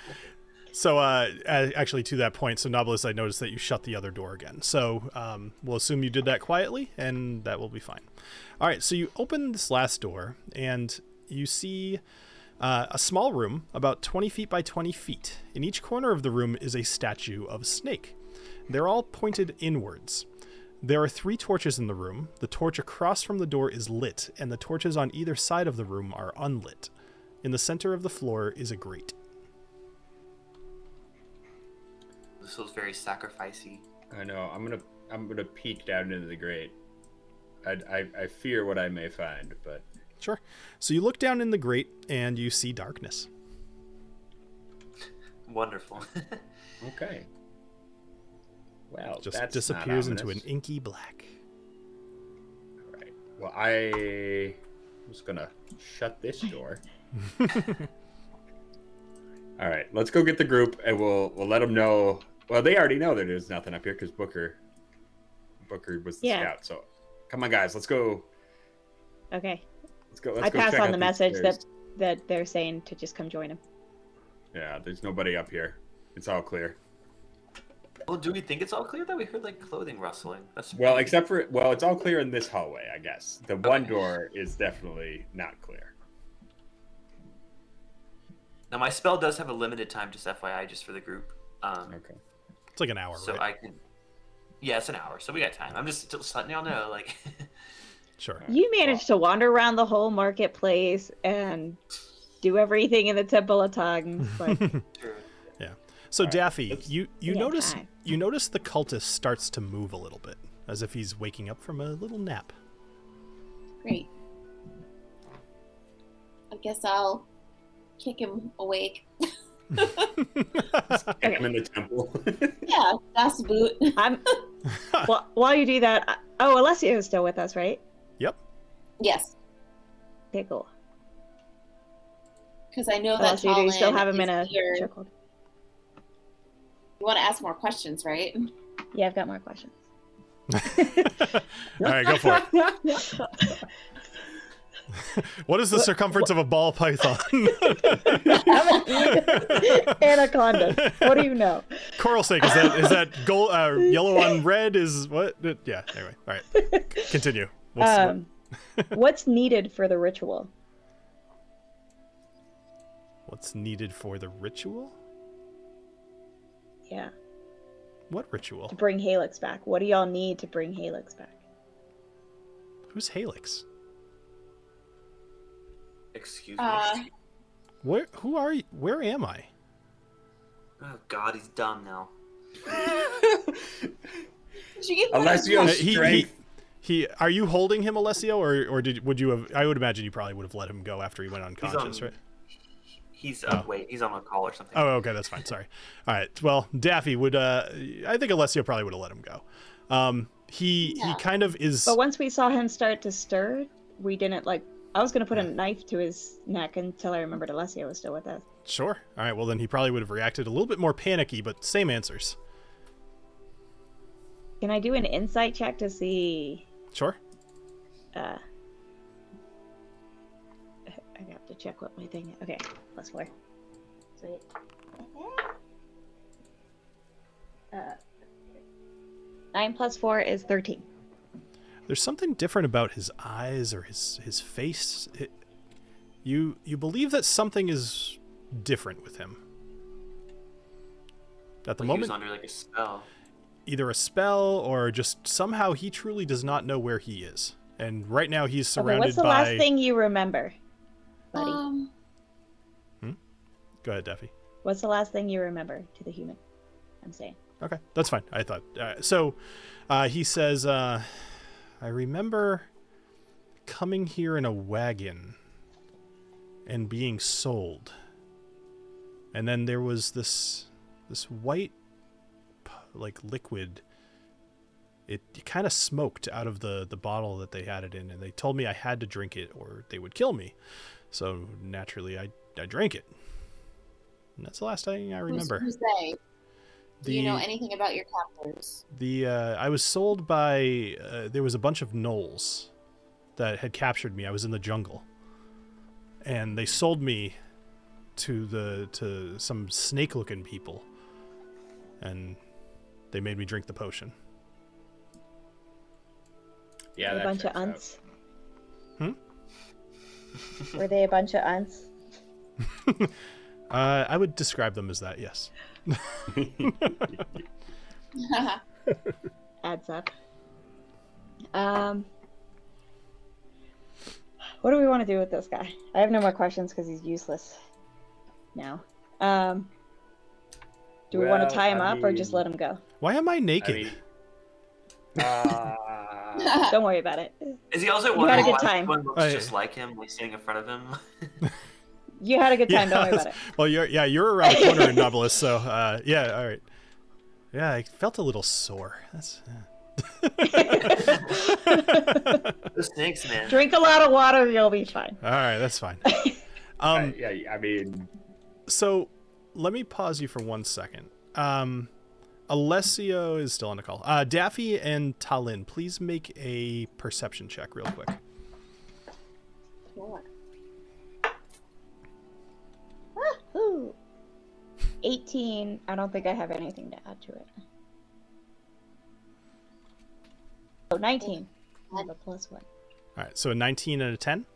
Speaker 1: So, uh, a- actually, to that point, so Nobilis, I noticed that you shut the other door again. So, um, we'll assume you did that quietly, and that will be fine. All right, so you open this last door, and you see uh, a small room about 20 feet by 20 feet. In each corner of the room is a statue of a snake. They're all pointed inwards. There are three torches in the room. The torch across from the door is lit, and the torches on either side of the room are unlit. In the center of the floor is a grate.
Speaker 4: This feels very sacrificey.
Speaker 2: I know. I'm gonna. I'm gonna peek down into the grate. I, I, I fear what I may find, but
Speaker 1: Sure. So you look down in the grate and you see darkness.
Speaker 4: Wonderful.
Speaker 2: okay. Well,
Speaker 1: It just
Speaker 2: that's not
Speaker 1: disappears into an
Speaker 2: ominous.
Speaker 1: inky black.
Speaker 2: Right. Well, I was gonna shut this door. All right, let's go get the group, and we'll we'll let them know. Well, they already know that there's nothing up here because Booker, Booker was the
Speaker 7: Yeah.
Speaker 2: scout. So, come on, guys, let's go.
Speaker 7: Okay.
Speaker 2: Let's go. Let's
Speaker 7: I
Speaker 2: go
Speaker 7: pass
Speaker 2: check
Speaker 7: on
Speaker 2: out
Speaker 7: the
Speaker 2: these
Speaker 7: message
Speaker 2: stairs.
Speaker 7: That they're saying to just come join him.
Speaker 2: Yeah, there's nobody up here. It's all clear.
Speaker 4: well, do we think it's all clear that we heard like clothing rustling? That's
Speaker 2: Well, except for well, it's all clear in this hallway, I guess. The one door is definitely not clear.
Speaker 4: now my spell does have a limited time, just FYI, just for the group. Um,
Speaker 2: Okay.
Speaker 1: It's like an hour,
Speaker 4: so
Speaker 1: right?
Speaker 4: I can. Yeah, it's an hour, so we got time. I'm just still just letting y'all know, like,
Speaker 1: Sure.
Speaker 7: You managed to wander around the whole marketplace and do everything in the Temple of Tongues. Like,
Speaker 4: true.
Speaker 1: So
Speaker 2: All right,
Speaker 1: Daffy,
Speaker 2: let's-
Speaker 1: you you
Speaker 7: Yeah,
Speaker 1: notice
Speaker 7: hi.
Speaker 1: you notice the cultist starts to move a little bit, as if he's waking up from a little nap.
Speaker 5: Great. I guess I'll kick him awake.
Speaker 2: Okay. I'm in the temple.
Speaker 5: Yeah, that's boot.
Speaker 7: I'm. well, while you do that, I- oh, Alessio is still with us, right?
Speaker 1: Yep.
Speaker 5: Yes,
Speaker 7: Okay, cool.
Speaker 5: because I know that
Speaker 7: Alessio, do you
Speaker 5: Talon
Speaker 7: still have him in
Speaker 5: is
Speaker 7: a
Speaker 5: here.
Speaker 7: chokehold?
Speaker 5: You want to ask more questions, right?
Speaker 7: Yeah, I've got more questions.
Speaker 1: All right, go for it. What is the circumference of a ball python?
Speaker 7: Anaconda. What do you know?
Speaker 1: Coral snake is that is that gold uh, yellow on red is what? Yeah. Anyway, all right. C- Continue. What's, what-
Speaker 7: Um, what's needed for the ritual?
Speaker 1: what's needed for the ritual?
Speaker 7: Yeah,
Speaker 1: What ritual?
Speaker 7: to bring Halix back. What do y'all need to bring Halix back?
Speaker 1: Who's Halix?
Speaker 4: Excuse me.
Speaker 5: Uh,
Speaker 1: Where? Who are you? Where am I?
Speaker 4: oh God, he's dumb now.
Speaker 5: did you get
Speaker 2: Alessio's
Speaker 4: Oh,
Speaker 1: Uh, he- he-
Speaker 2: strength.
Speaker 1: He? Are you holding him, Alessio, or or did would you have? I would imagine you probably would have let him go after he went
Speaker 4: He's
Speaker 1: unconscious,
Speaker 4: on.
Speaker 1: right?
Speaker 4: He's uh, wait. He's on a call or something.
Speaker 1: Oh, okay, that's fine. Sorry. All right. Well, Daffy would. Uh, I think Alessio probably would have let him go. Um, he he
Speaker 5: Yeah.
Speaker 1: kind of is.
Speaker 7: But once we saw him start to stir, we didn't like. I was gonna put a knife to his neck until I remembered Alessia was still with us.
Speaker 1: Sure. All right. Well, then he probably would have reacted a little bit more panicky, but same answers.
Speaker 7: Can I do an insight check to see?
Speaker 1: Sure.
Speaker 7: Uh, I have to check what my thing. Okay, plus four. Sweet. Uh, nine plus four is thirteen.
Speaker 1: There's something different about his eyes or his his face. It- you you believe that something is different with him. At the
Speaker 4: Like, he was
Speaker 1: moment,
Speaker 4: under like a spell.
Speaker 1: either a spell or just somehow he truly does not know where he is. And right now he's
Speaker 7: Okay,
Speaker 1: surrounded
Speaker 7: what's the
Speaker 1: by.
Speaker 7: last thing you remember, buddy?
Speaker 5: Um,
Speaker 1: Go ahead, Daffy.
Speaker 7: what's the last thing you remember to the human? I'm saying.
Speaker 1: Okay, that's fine. I thought uh, so. Uh, he says, uh, "I remember coming here in a wagon and being sold, and then there was this this white p- like liquid. It, kind of smoked out of the the bottle that they had it in, and they told me I had to drink it or they would kill me. So naturally, I I drank it. And that's the last thing I
Speaker 5: who's-
Speaker 1: remember.
Speaker 5: who's they? Do you know
Speaker 1: The-
Speaker 5: anything about your captors?
Speaker 1: the uh, I was sold by uh, there was a bunch of gnolls that had captured me. I was in the jungle, and they sold me to the to some snake-looking people, and they made me drink the potion.
Speaker 2: Yeah,
Speaker 7: a
Speaker 2: that
Speaker 7: bunch of
Speaker 2: checks out.
Speaker 7: unts. Hmm? Were they a bunch of unts?
Speaker 1: Uh, I would describe them as that. Yes.
Speaker 7: Adds up. Um. What do we want to do with this guy? I have no more questions because he's useless. Now, um, do we want
Speaker 2: Well,
Speaker 7: to tie him
Speaker 2: I
Speaker 7: up or just
Speaker 2: mean-
Speaker 7: let him go?
Speaker 1: Why am I
Speaker 2: I
Speaker 1: naked?
Speaker 2: mean, uh,
Speaker 7: Don't worry about it.
Speaker 4: Is he also
Speaker 7: had
Speaker 4: wondering
Speaker 7: a good
Speaker 4: why
Speaker 7: time.
Speaker 4: everyone looks
Speaker 1: Right.
Speaker 4: just like him, like standing in front of him?
Speaker 7: You had a good time. Don't worry
Speaker 1: Yes.
Speaker 7: about it.
Speaker 1: Well, you're yeah, you're around the corner in Nobilis, so uh, yeah, all right. Yeah, I felt a little sore. That's. yeah.
Speaker 4: the snakes, man.
Speaker 7: Drink a lot of water. You'll be fine.
Speaker 1: All right, that's fine. Um,
Speaker 2: I- yeah, I mean,
Speaker 1: so let me pause you for one second. Um, Alessio is still on the call. Uh, Daffy and Talin, please make a perception check real quick.
Speaker 7: Ooh. 18. I don't think I have anything to add to it. Oh, 19. I have a plus one.
Speaker 1: All right, so a 19 and a 10.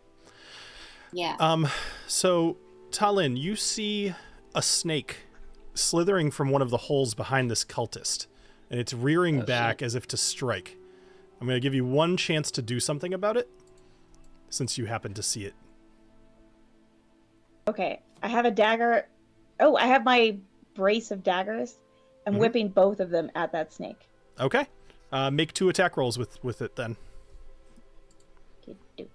Speaker 5: Yeah.
Speaker 1: Um, so Talin, you see a snake slithering from one of the holes behind this cultist, and it's rearing back as if to strike. I'm going to give you one chance to do something about it, since you happen to see it.
Speaker 7: Okay, I have a dagger. Oh, I have my brace of daggers. I'm
Speaker 1: Mhm.
Speaker 7: whipping both of them at that snake.
Speaker 1: Okay, uh, make two attack rolls with with it then.
Speaker 7: Okay, Duke.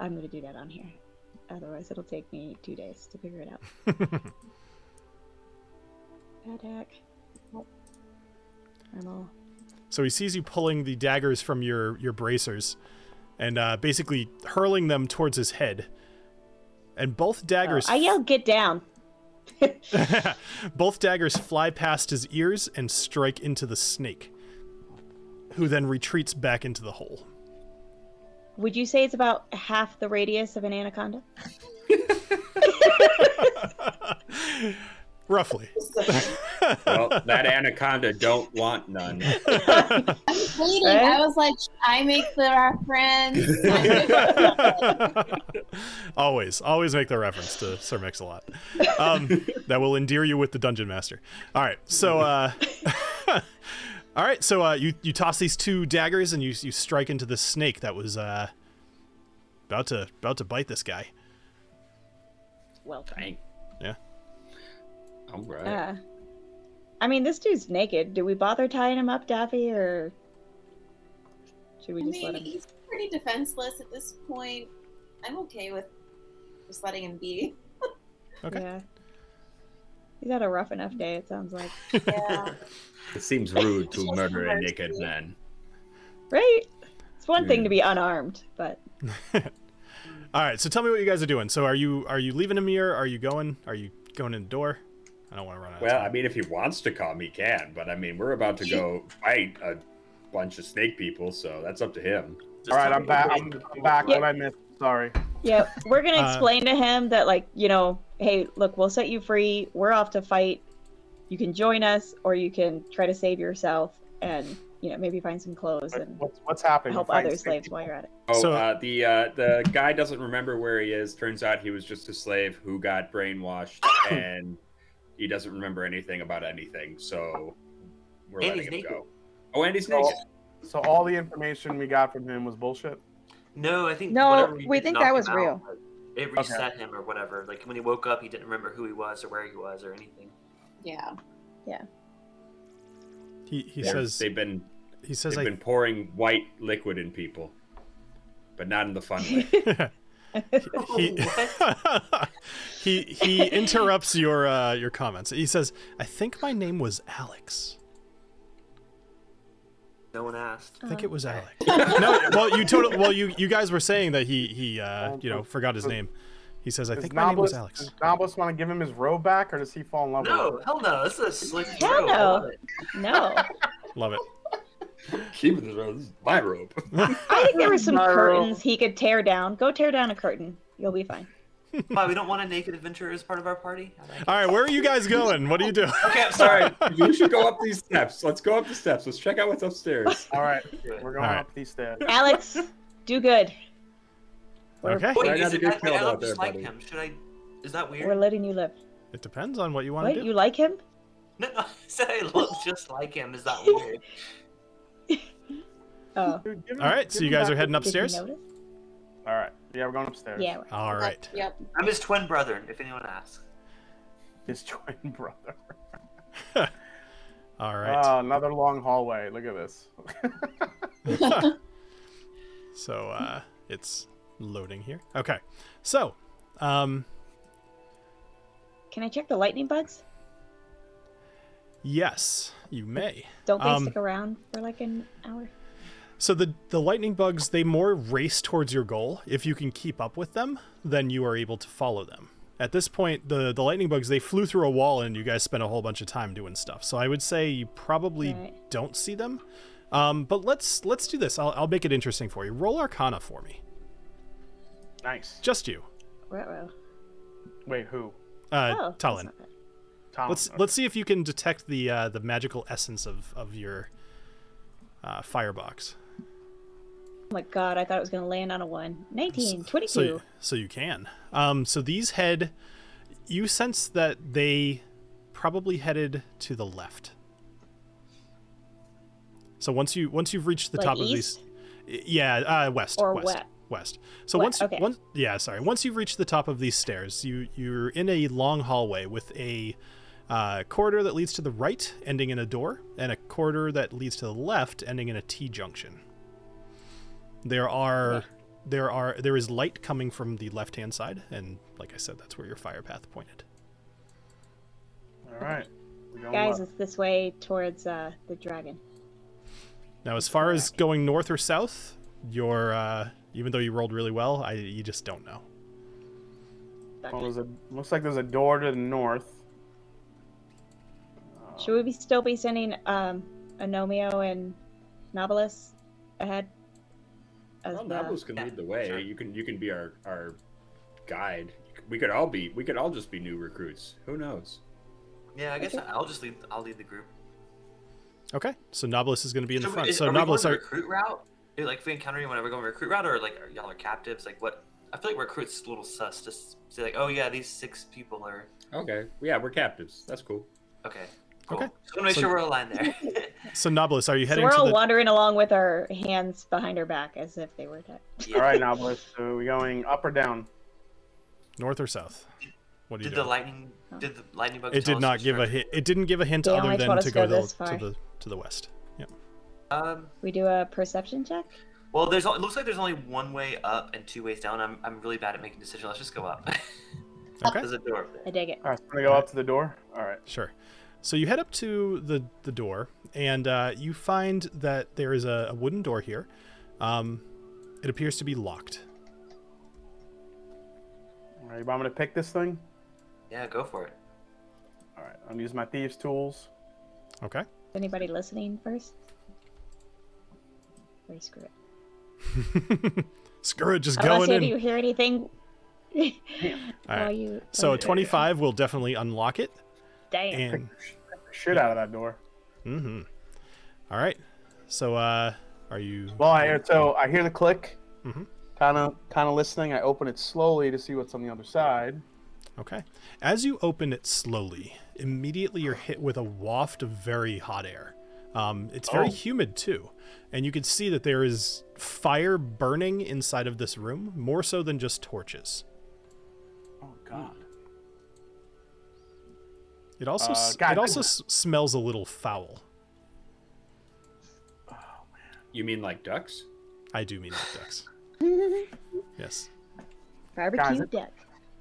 Speaker 7: I'm gonna do that on here. Otherwise, it'll take me two days to figure it out. Attack. Nope. I'm all.
Speaker 1: So he sees you pulling the daggers from your your bracers, and uh, basically hurling them towards his head. And both
Speaker 7: Oh,
Speaker 1: daggers,
Speaker 7: I yell, "Get down!"
Speaker 1: both daggers fly past his ears and strike into the snake. who then retreats back into the hole.
Speaker 7: Would you say it's about half the radius of an anaconda?
Speaker 1: Roughly.
Speaker 2: Well, that anaconda don't want none.
Speaker 5: I was waiting.
Speaker 7: Right?
Speaker 5: I was like, should I make the reference.
Speaker 1: always, always make the reference to Sir Mix-a-Lot. Um, that will endear you with the dungeon master. All right, so uh, all right, so uh, you you toss these two daggers and you you strike into the snake that was uh, about to about to bite this guy.
Speaker 7: Well,
Speaker 2: Dang.
Speaker 1: Yeah.
Speaker 2: All
Speaker 1: Oh,
Speaker 2: right.
Speaker 7: uh, I mean, this dude's naked. Do we bother tying him up, Daffy, or should we
Speaker 5: I
Speaker 7: just
Speaker 5: mean,
Speaker 7: let him?
Speaker 5: he's pretty defenseless at this point. I'm okay with just letting him be.
Speaker 1: Okay.
Speaker 7: Yeah. He's had a rough enough day. It sounds like.
Speaker 5: Yeah.
Speaker 2: It seems rude to murder a
Speaker 5: Mercy.
Speaker 2: naked man.
Speaker 7: Right? It's one thing
Speaker 2: Yeah.
Speaker 7: to be unarmed, but
Speaker 1: All right, so tell me what you guys are doing. So are you are you leaving him here? Are you going? Are you going in the door? I don't want to run out.
Speaker 2: Well,
Speaker 1: of
Speaker 2: I
Speaker 1: time.
Speaker 2: mean, if he wants to come, he can. But I mean, we're about to go fight a bunch of snake people, so that's up to him.
Speaker 6: All right, I'm back. I'm, I'm back. What I missed? Sorry.
Speaker 7: yeah, we're gonna
Speaker 1: Uh,
Speaker 7: explain to him that like, you know, hey, look, we'll set you free. We're off to fight. You can join us or you can try to save yourself and, you know, maybe find some clothes and
Speaker 6: What's what's happening?
Speaker 7: help
Speaker 6: We're fighting
Speaker 7: other
Speaker 6: snake
Speaker 7: slaves
Speaker 6: people.
Speaker 7: while you're at it.
Speaker 2: Oh,
Speaker 1: So-
Speaker 2: uh, the uh, the guy doesn't remember where he is. Turns out he was just a slave who got brainwashed, and he doesn't remember anything about anything. So we're
Speaker 4: And
Speaker 2: letting
Speaker 4: he's
Speaker 2: him
Speaker 4: naked.
Speaker 2: go. Oh, and he's
Speaker 6: So-
Speaker 2: naked.
Speaker 6: So all the information we got from him was bullshit.
Speaker 4: No, I think
Speaker 7: No,
Speaker 4: whatever he
Speaker 7: we
Speaker 4: did to
Speaker 7: think
Speaker 4: knock
Speaker 7: that
Speaker 4: him
Speaker 7: was
Speaker 4: out,
Speaker 7: real.
Speaker 4: It reset him or whatever. Like when he woke up, he didn't remember who he was or where he was or anything.
Speaker 5: yeah.
Speaker 1: he, he
Speaker 2: They're-
Speaker 1: says
Speaker 2: they've been
Speaker 1: he says
Speaker 2: they've
Speaker 1: I
Speaker 2: been pouring white liquid in people, but not in the fun
Speaker 1: he,
Speaker 2: way.
Speaker 1: he he interrupts your uh, your comments. He says, "I think my name was Alex.
Speaker 4: No one asked.
Speaker 1: I think it was Alex." no, well you total well you you guys were saying that he he uh, you know forgot his name. He says, "I
Speaker 6: Does
Speaker 1: think my name was
Speaker 6: Noblis-
Speaker 1: Alex."
Speaker 6: Does Noblis want to give him his robe back, or does he fall in love with
Speaker 4: No,
Speaker 6: it?
Speaker 4: hell no. This is a slick
Speaker 7: Hell no.
Speaker 4: throw. I love it.
Speaker 7: No.
Speaker 1: Love it.
Speaker 2: Keep it this way, this is my rope.
Speaker 7: I think there were some
Speaker 6: Viral.
Speaker 7: curtains he could tear down. Go tear down a curtain. You'll be fine.
Speaker 4: Why we don't want a naked adventurer as part of our party? I like it.
Speaker 1: All right, where are you guys going? What are you doing?
Speaker 4: Okay, I'm sorry.
Speaker 2: Sorry, you should go up these steps. Let's go up the steps. Let's check out what's upstairs.
Speaker 6: All right, we're going
Speaker 1: All right.
Speaker 6: up these stairs.
Speaker 7: Alex, do good. We're-
Speaker 1: Okay,
Speaker 4: Wait,
Speaker 2: I got
Speaker 4: is
Speaker 2: a
Speaker 4: it,
Speaker 2: good
Speaker 4: I,
Speaker 2: kill
Speaker 4: I
Speaker 2: out
Speaker 4: don't
Speaker 2: there,
Speaker 4: just like
Speaker 2: buddy.
Speaker 4: him. Should I? Is that
Speaker 7: We're
Speaker 4: weird?
Speaker 7: letting you live.
Speaker 1: it depends on what you want to
Speaker 7: What?
Speaker 1: do.
Speaker 7: You like him?
Speaker 4: No, no. I said I look just like him. Is that weird?
Speaker 7: Oh.
Speaker 6: Dude, give him-
Speaker 1: All right,
Speaker 6: give
Speaker 1: so you
Speaker 6: him
Speaker 1: guys
Speaker 6: back
Speaker 1: are heading
Speaker 6: the-
Speaker 1: upstairs.
Speaker 7: Did you
Speaker 6: All right, yeah, we're going upstairs.
Speaker 7: notice? Yeah. we're-
Speaker 1: All right.
Speaker 5: Yep.
Speaker 4: I'm his twin brother, if anyone asks.
Speaker 6: his twin brother.
Speaker 1: All right.
Speaker 6: Ah, another long hallway. Look at this.
Speaker 1: so uh, it's loading here. Okay. So, um,
Speaker 7: Can I check the lightning bugs?
Speaker 1: yes, you may.
Speaker 7: Don't they
Speaker 1: Um,
Speaker 7: stick around for like an hour?
Speaker 1: So the the lightning bugs they more race towards your goal. If you can keep up with them, then you are able to follow them. At this point, the the lightning bugs they flew through a wall, and you guys spent a whole bunch of time doing stuff. So I would say you probably
Speaker 7: Right.
Speaker 1: don't see them. Um, but let's let's do this. I'll, I'll make it interesting for you. Roll Arcana for me,
Speaker 6: Nice.
Speaker 1: just you,
Speaker 7: Ruh-roh.
Speaker 6: Wait, who?
Speaker 1: uh,
Speaker 7: Oh, that's
Speaker 1: Talon.
Speaker 7: not bad.
Speaker 6: Tom.
Speaker 1: Let's
Speaker 6: Okay.
Speaker 1: let's see if you can detect the uh, the magical essence of of your uh, firebox.
Speaker 7: Oh my god, I thought it was going to land on a 1. 19, 22.
Speaker 1: So, you- so you can. Um, so these head. You sense that they probably headed to the left. So once you once you've reached the
Speaker 7: Like
Speaker 1: top
Speaker 7: east?
Speaker 1: of these, y- yeah, uh, west,
Speaker 7: Or
Speaker 1: west,
Speaker 7: wet?
Speaker 1: west. So
Speaker 7: Wet,
Speaker 1: once,
Speaker 7: okay.
Speaker 1: once, yeah, sorry. Once you've reached the top of these stairs, you you're in a long hallway with a uh, corridor that leads to the right, ending in a door, and a corridor that leads to the left, ending in a T junction. There are there are there is light coming from the left hand side, and like I said, that's where your fire path pointed.
Speaker 6: All right. We're going
Speaker 7: Guys,
Speaker 6: left.
Speaker 7: it's this way towards uh, the dragon.
Speaker 1: Now, as far as going north or south, your uh, even though you rolled really well, I you just don't know.
Speaker 7: Fuck.
Speaker 6: Well, there's a, looks like there's a door to the north. Uh,
Speaker 7: Should we be still be sending um, Anomio and Novelist ahead. as uh,
Speaker 2: Well,
Speaker 7: the-
Speaker 2: Nablus can
Speaker 4: yeah,
Speaker 2: lead the way.
Speaker 4: sure.
Speaker 2: You can you can be our our guide. We could all be we could all just be new recruits. Who knows?
Speaker 4: Yeah, I guess I'll just lead. I'll lead the group.
Speaker 1: Okay, so Nobilis is going to be in the
Speaker 4: So,
Speaker 1: front.
Speaker 4: is-
Speaker 1: so
Speaker 4: are we going
Speaker 1: Nobilis,
Speaker 4: the
Speaker 1: are
Speaker 4: recruit route? Dude, Like if we encounter anyone, are we going recruit route or like are y'all are captives? Like what? I feel like recruits a little sus. Just say like, oh yeah, these six people are
Speaker 2: Okay. Yeah, we're captives. That's cool.
Speaker 4: okay. Cool.
Speaker 1: Okay.
Speaker 4: Just want to make
Speaker 1: So-
Speaker 4: sure we're aligned there.
Speaker 1: so Nobilis, are you
Speaker 7: So
Speaker 1: heading
Speaker 7: we're
Speaker 1: to
Speaker 7: all
Speaker 1: the?
Speaker 7: wandering along with our hands behind our back as if they were dead.
Speaker 4: Yeah.
Speaker 6: All right, Novelist. So are we going up or down?
Speaker 1: north or south? What do you
Speaker 4: Did
Speaker 1: do?
Speaker 4: the lightning? Did the lightning bug?
Speaker 1: it
Speaker 4: tell
Speaker 1: did
Speaker 4: us
Speaker 1: not
Speaker 4: which
Speaker 1: give a
Speaker 4: direction?
Speaker 1: hint. It didn't give a hint
Speaker 7: They
Speaker 1: other
Speaker 7: only
Speaker 1: than
Speaker 7: told
Speaker 1: to
Speaker 7: us
Speaker 1: go
Speaker 7: to go
Speaker 1: the,
Speaker 7: this
Speaker 1: to
Speaker 7: far.
Speaker 1: the to the west. Yeah.
Speaker 4: Um.
Speaker 7: We do a perception check.
Speaker 4: Well, there's. al- It looks like there's only one way up and two ways down. I'm. I'm really bad at making decisions. Let's just go up.
Speaker 1: Okay.
Speaker 4: there's a door up there.
Speaker 7: I dig it.
Speaker 6: All right, so I'm gonna go up to the door. All right.
Speaker 1: Sure. So you head up to the the door, and uh, you find that there is a, a wooden door here. Um, it appears to be locked.
Speaker 6: All right, but I'm gonna pick this thing.
Speaker 4: Yeah, go for it.
Speaker 6: All right, I'm gonna use my thieves' tools.
Speaker 1: Okay.
Speaker 7: Is anybody listening first? Or screw it.
Speaker 1: Screw it, just
Speaker 7: Unless
Speaker 1: going
Speaker 7: if
Speaker 1: in.
Speaker 7: you hear anything
Speaker 1: All
Speaker 7: while
Speaker 1: right.
Speaker 7: you.
Speaker 1: So
Speaker 7: while
Speaker 1: a
Speaker 7: you-
Speaker 1: 25 will definitely unlock it.
Speaker 7: Damn.
Speaker 1: And
Speaker 6: Shit out of that door.
Speaker 1: mm-hmm. All right. So uh, are you?
Speaker 6: Well, I so I hear the click.
Speaker 1: Mhm.
Speaker 6: Kind of, kind of listening. I open it slowly to see what's on the other side.
Speaker 1: Okay. As you open it slowly, immediately you're hit with a waft of very hot air. Um, it's very
Speaker 6: Oh.
Speaker 1: humid too, and you can see that there is fire burning inside of this room, more so than just torches.
Speaker 6: Oh God.
Speaker 1: It also
Speaker 6: Uh,
Speaker 1: s-
Speaker 6: God,
Speaker 1: it also
Speaker 6: I-
Speaker 1: s- smells a little foul.
Speaker 2: You mean like ducks?
Speaker 1: I do mean like ducks. yes.
Speaker 6: Guys,
Speaker 7: Barbecue
Speaker 6: it-
Speaker 7: duck.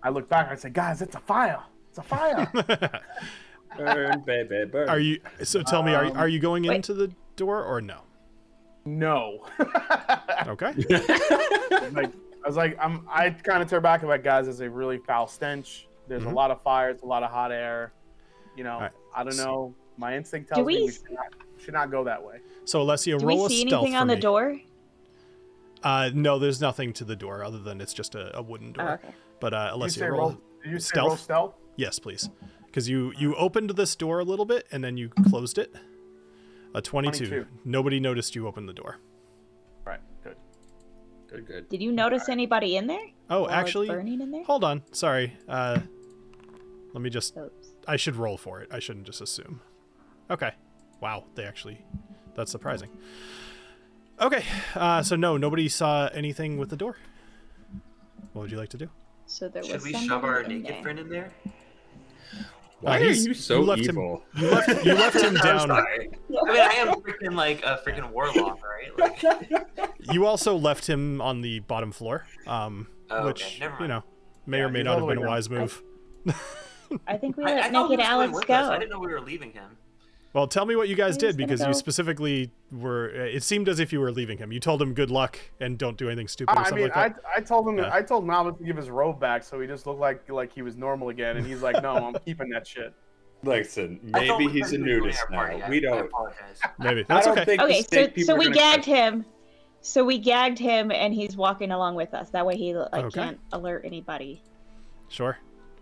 Speaker 6: I look back. and I say, guys, it's a fire. It's a fire.
Speaker 2: Burn, baby, burn.
Speaker 1: are you? So tell me, are you-
Speaker 6: Um,
Speaker 1: are you going
Speaker 7: wait.
Speaker 1: into the door or no?
Speaker 6: no.
Speaker 1: Okay.
Speaker 6: like I was like, I'm. I kind of tear back. I'm like, guys, there's a really foul stench. There's
Speaker 1: Mhm.
Speaker 6: a lot of fire. It's a lot of hot air. You know,
Speaker 1: Alright,
Speaker 6: I don't
Speaker 1: so-
Speaker 6: know. My instinct tells me
Speaker 7: we
Speaker 6: we
Speaker 7: s-
Speaker 6: should not, should not go that way.
Speaker 1: So Alessia,
Speaker 7: Do
Speaker 1: roll
Speaker 7: we
Speaker 1: a
Speaker 7: see
Speaker 1: stealth
Speaker 7: anything
Speaker 1: for
Speaker 7: on the
Speaker 1: me.
Speaker 7: door?
Speaker 1: Uh, no, there's nothing to the door other than it's just a, a wooden door.
Speaker 7: Oh, okay.
Speaker 1: But uh,
Speaker 6: You
Speaker 1: Alessia,
Speaker 6: say
Speaker 1: roll.
Speaker 6: roll. You say roll
Speaker 1: stealth?
Speaker 6: stealth.
Speaker 1: Yes, please. Because you you opened this door a little bit and then you closed it. A 22.
Speaker 6: 22.
Speaker 1: Nobody noticed you opened the door.
Speaker 6: Right. Good.
Speaker 2: good, good.
Speaker 7: Did you notice anybody in there?
Speaker 1: Oh,
Speaker 7: While it's
Speaker 1: actually,
Speaker 7: burning in there.
Speaker 1: hold on. Sorry. Uh, let me just.
Speaker 7: Oops.
Speaker 1: I should roll for it. I shouldn't just assume. Okay. Wow. They actually. That's surprising. Okay. Uh, so no, nobody saw anything with the door. What would you like to do?
Speaker 7: So there
Speaker 4: Should
Speaker 7: was
Speaker 4: we shove our
Speaker 7: somebody in
Speaker 4: naked
Speaker 7: there.
Speaker 4: friend in there?
Speaker 1: Uh,
Speaker 2: Why are
Speaker 1: he's-
Speaker 2: you so
Speaker 1: you left him-
Speaker 2: evil?
Speaker 1: You left, you left him
Speaker 4: I'm
Speaker 1: down.
Speaker 4: sorry. I mean, I am freaking like a freaking warlock, right? Like,
Speaker 1: You also left him on the bottom floor. Um,
Speaker 4: oh,
Speaker 1: which
Speaker 4: okay, never mind.
Speaker 1: you know may
Speaker 6: Yeah,
Speaker 1: or may
Speaker 6: he's
Speaker 1: not
Speaker 6: all
Speaker 1: have
Speaker 6: the
Speaker 1: been a
Speaker 6: way down.
Speaker 1: wise move.
Speaker 7: I think we
Speaker 4: I, I
Speaker 7: let
Speaker 4: thought we
Speaker 7: naked
Speaker 4: were going
Speaker 7: Alex
Speaker 4: with
Speaker 7: go.
Speaker 4: us. I didn't know we were leaving him.
Speaker 1: Well, tell me what you guys
Speaker 7: I'm
Speaker 1: did
Speaker 7: just gonna
Speaker 1: because you
Speaker 7: go.
Speaker 1: specifically were. It seemed as if you were leaving him. You told him good luck and don't do anything stupid or
Speaker 6: I
Speaker 1: something
Speaker 6: mean,
Speaker 1: like
Speaker 6: I,
Speaker 1: that.
Speaker 6: I told him
Speaker 1: Yeah.
Speaker 6: I told Malvin to give his robe back so he just looked like like he was normal again, and he's like, no, I'm keeping that shit.
Speaker 2: Listen,
Speaker 4: I thought
Speaker 2: maybe
Speaker 4: we
Speaker 2: he's a
Speaker 4: were doing
Speaker 2: nudist
Speaker 4: our
Speaker 2: now.
Speaker 4: party. I-
Speaker 2: we
Speaker 4: I
Speaker 2: don't.
Speaker 4: apologize.
Speaker 1: Maybe
Speaker 2: I
Speaker 1: that's
Speaker 2: don't
Speaker 1: okay.
Speaker 2: think
Speaker 7: Okay,
Speaker 2: the snake
Speaker 7: so
Speaker 2: people
Speaker 7: so
Speaker 2: are
Speaker 7: we
Speaker 2: gonna
Speaker 7: gagged
Speaker 2: trust-
Speaker 7: him. So we gagged him, and he's walking along with us. That way, he like
Speaker 1: Okay.
Speaker 7: can't alert anybody.
Speaker 1: Sure.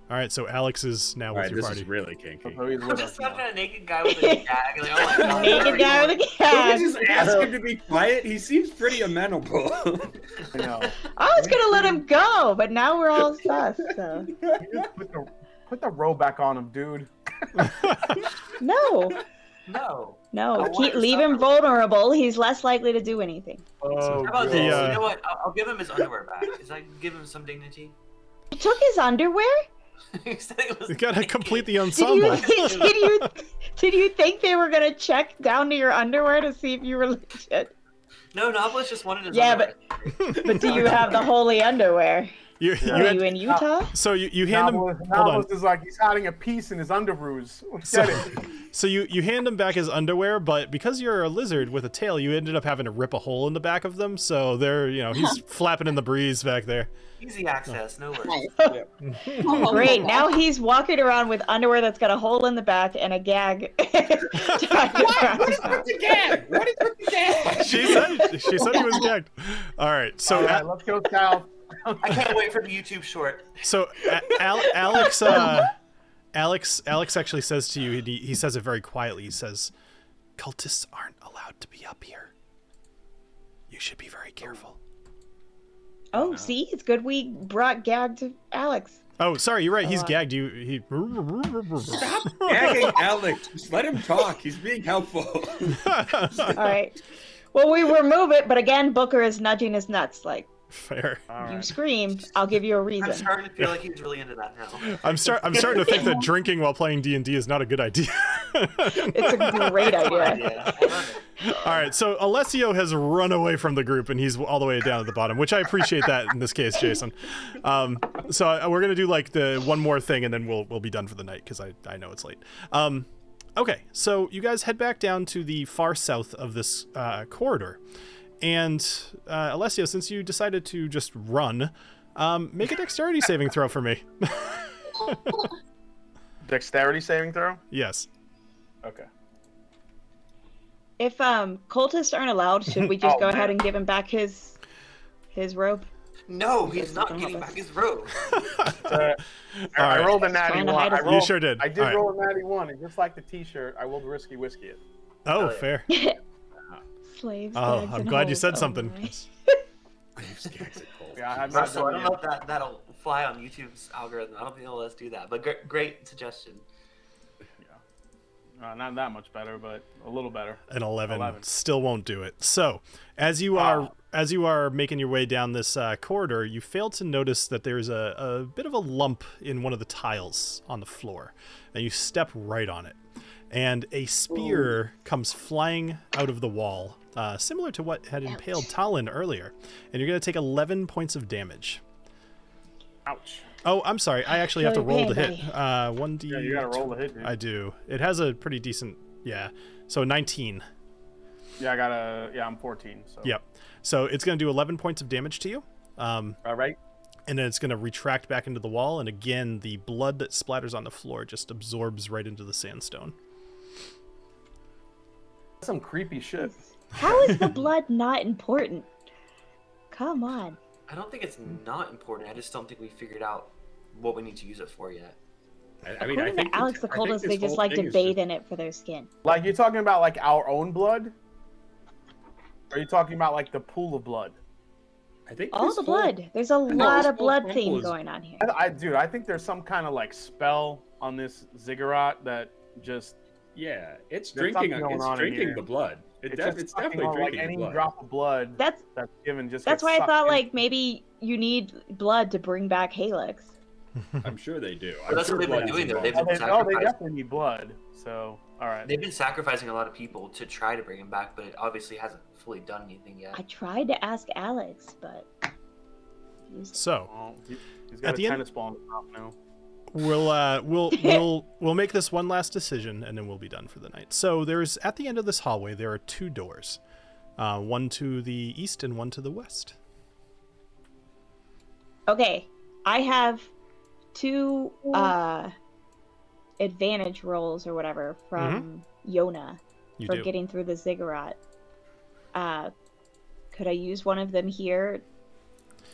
Speaker 1: All right. So Alex is now
Speaker 2: All
Speaker 1: with
Speaker 2: right,
Speaker 1: your
Speaker 2: this
Speaker 1: party.
Speaker 2: is really kinky.
Speaker 6: So he's
Speaker 4: I'm
Speaker 6: with
Speaker 4: just
Speaker 6: us now.
Speaker 4: imagine a naked guy with a gag. Like, oh my god.
Speaker 7: Naked guy with a
Speaker 2: Don't
Speaker 7: gag.
Speaker 2: we just ask him to be quiet? He seems pretty amenable.
Speaker 6: I know.
Speaker 7: I was gonna let him go, but now we're all sus. So
Speaker 6: Just Put the, put the robe back on him, dude.
Speaker 7: no,
Speaker 4: No.
Speaker 7: no,
Speaker 4: I
Speaker 7: keep
Speaker 4: want
Speaker 7: leave him
Speaker 4: some.
Speaker 7: vulnerable. He's less likely to do anything.
Speaker 6: Oh,
Speaker 4: How about
Speaker 6: God.
Speaker 4: this?
Speaker 1: The, uh,
Speaker 4: You know what? I'll, I'll give him his underwear back. Is I give him some dignity?
Speaker 7: You took his underwear.
Speaker 4: He said it was
Speaker 1: We gotta
Speaker 4: naked.
Speaker 1: complete the
Speaker 7: Did you,
Speaker 1: ensemble.
Speaker 7: did you did you think they were gonna check down to your underwear to see if you were legit?
Speaker 4: No, Novelist just wanted his
Speaker 7: Yeah,
Speaker 4: underwear.
Speaker 7: But do you have the holy underwear?
Speaker 1: You, you
Speaker 7: Are
Speaker 1: had,
Speaker 7: you in Utah?
Speaker 1: so you, you hand him.
Speaker 6: Novelist,
Speaker 1: uh, Hold on.
Speaker 6: novelist is like he's hiding a piece in his underoos.
Speaker 1: So,
Speaker 6: Get it?
Speaker 1: so you you hand him back his underwear, but because you're a lizard with a tail, you ended up having to rip a hole in the back of them. So they're you know he's flapping in the breeze back there.
Speaker 4: Easy access, no worries.
Speaker 5: Oh,
Speaker 7: Great.
Speaker 5: my
Speaker 7: Now
Speaker 5: God.
Speaker 7: he's walking around with underwear that's got a hole in the back and a gag. tied around his mouth.
Speaker 11: Again, what is with the dad?
Speaker 1: She said she said he was gagged. All right, so
Speaker 6: All right, let's go south.
Speaker 4: I can't wait for the YouTube short.
Speaker 1: So A- Al- Alex, uh, Alex, Alex actually says to you, he, he says it very quietly. He says, "Cultists aren't allowed to be up here. You should be very careful."
Speaker 7: Oh, see, it's good we brought gag to Alex.
Speaker 1: Oh, sorry, you're right. He's
Speaker 7: Oh, I-
Speaker 1: gagged. You he.
Speaker 11: Stop gagging Alex. Just let him talk. He's being helpful.
Speaker 7: All right. Well, we remove it, but again, Booker is nudging his nuts. Like
Speaker 1: Fair.
Speaker 6: All
Speaker 7: you
Speaker 6: right.
Speaker 7: scream, I'll give you a
Speaker 4: I'm
Speaker 7: reason.
Speaker 4: starting to feel like he's really into that now.
Speaker 1: I'm start. I'm starting to think that drinking while playing D and D is not a good idea.
Speaker 7: It's a great idea.
Speaker 4: Yeah, I love it.
Speaker 1: All right, so Alessio has run away from the group, and he's all the way down at the bottom, which I appreciate that in this case, Jason. Um, so I, we're gonna do like the one more thing, and then we'll we'll be done for the night because I I know it's late. Um, okay, so you guys head back down to the far south of this uh, corridor, and uh, Alessio, since you decided to just run, um, make a dexterity saving throw for me.
Speaker 6: Dexterity saving throw.
Speaker 1: yes.
Speaker 6: Okay.
Speaker 7: If um cultists aren't allowed, should we just
Speaker 6: Oh,
Speaker 7: go
Speaker 6: man.
Speaker 7: ahead and give him back his his robe?
Speaker 4: No, he's not getting back his robe.
Speaker 6: Uh, I,
Speaker 1: All
Speaker 6: I
Speaker 1: right.
Speaker 6: rolled a natty
Speaker 7: Trying to
Speaker 6: one.
Speaker 7: hide
Speaker 6: I
Speaker 7: his-
Speaker 6: rolled,
Speaker 1: You sure did.
Speaker 6: I did
Speaker 1: All right.
Speaker 6: roll a natty one, and just like the T-shirt, I rolled risky whiskey it.
Speaker 1: Oh,
Speaker 4: yeah.
Speaker 1: fair.
Speaker 7: Slaves.
Speaker 1: Oh,
Speaker 7: gags,
Speaker 1: I'm
Speaker 7: and
Speaker 1: glad you
Speaker 7: holes.
Speaker 1: said
Speaker 7: Oh,
Speaker 1: something.
Speaker 7: my.
Speaker 6: Yeah, I have not
Speaker 4: Russell, I
Speaker 6: done it
Speaker 4: don't know if that, that'll fly on YouTube's algorithm. I don't think it'll let us do that, but gr- great suggestion.
Speaker 6: yet. Uh, not that much better, but a little better.
Speaker 1: an 11,
Speaker 6: 11.
Speaker 1: still won't do it so as
Speaker 6: Ah.
Speaker 1: you are as you are making your way down this uh, corridor you fail to notice that there's a, a bit of a lump in one of the tiles on the floor and you step right on it and a spear comes flying out of the wall uh, similar to what had impaled talon earlier and you're going to take 11 points of damage
Speaker 6: Ouch.
Speaker 1: oh i'm sorry i actually have to
Speaker 7: Really
Speaker 1: roll to
Speaker 7: bad,
Speaker 1: hit
Speaker 7: buddy.
Speaker 1: uh, 1d
Speaker 6: Yeah, you gotta roll the hit. Dude.
Speaker 1: i do it has a pretty decent yeah so 19
Speaker 6: Yeah, I gotta. Yeah, I'm 14. So.
Speaker 1: Yep. So it's going to do 11 points of damage to you. Um,
Speaker 6: All right.
Speaker 1: and then it's going to retract back into the wall. And again, the blood that splatters on the floor just absorbs right into the sandstone.
Speaker 6: That's some creepy shit.
Speaker 7: How is the blood not important? Come on.
Speaker 4: I don't think it's not important. I just don't think we figured out what we need to use it for yet.
Speaker 2: I, I mean, I
Speaker 7: According
Speaker 2: think
Speaker 7: to Alex the
Speaker 2: I think
Speaker 7: Coldest,
Speaker 2: this
Speaker 7: they just
Speaker 2: whole
Speaker 7: like
Speaker 2: thing
Speaker 7: to
Speaker 2: is
Speaker 7: bathe
Speaker 2: just-
Speaker 7: in it for their skin.
Speaker 6: Like you talking about like our own blood? Or are you talking about like the pool of blood?
Speaker 2: I think
Speaker 7: All
Speaker 2: this
Speaker 7: the
Speaker 2: whole-
Speaker 7: blood. There's a lot
Speaker 2: this
Speaker 7: of
Speaker 2: whole
Speaker 7: blood
Speaker 2: temple
Speaker 7: theme
Speaker 2: is-
Speaker 7: going on here.
Speaker 6: I, I dude, I think there's some kind of like spell on this ziggurat that just
Speaker 2: Yeah, it's
Speaker 6: There's
Speaker 2: drinking. uh,
Speaker 6: something going
Speaker 2: It's
Speaker 6: on in
Speaker 2: drinking
Speaker 6: here.
Speaker 2: the blood. It
Speaker 6: it's,
Speaker 2: def-
Speaker 6: just
Speaker 2: it's
Speaker 6: sucking
Speaker 2: definitely
Speaker 6: on,
Speaker 2: drinking
Speaker 6: like any
Speaker 2: the blood.
Speaker 6: drop of blood
Speaker 7: That's
Speaker 6: that's given just
Speaker 7: that's
Speaker 6: gets
Speaker 7: why I
Speaker 6: sucked
Speaker 7: thought
Speaker 6: in.
Speaker 7: like maybe you need blood to bring back Halix.
Speaker 2: I'm sure they do.
Speaker 4: that's what they've been doing, though. They've
Speaker 6: Oh, they, no, they
Speaker 4: sacrifice.
Speaker 6: definitely need blood. So all right.
Speaker 4: They've been sacrificing a lot of people to try to bring him back, but it obviously hasn't fully done anything yet.
Speaker 7: I tried to ask Alex, but
Speaker 1: So
Speaker 6: Well, he, has got
Speaker 1: At
Speaker 6: a
Speaker 1: the end-
Speaker 6: tennis ball in his mouth now.
Speaker 1: we'll uh, we'll we'll we'll make this one last decision, and then we'll be done for the night. So there's at the end of this hallway there are two doors, uh, one to the east and one to the west.
Speaker 7: okay, I have two uh advantage rolls or whatever from
Speaker 2: Mm-hmm.
Speaker 7: Yona
Speaker 1: You
Speaker 7: for
Speaker 1: do.
Speaker 7: getting through the ziggurat. Uh, could I use one of them here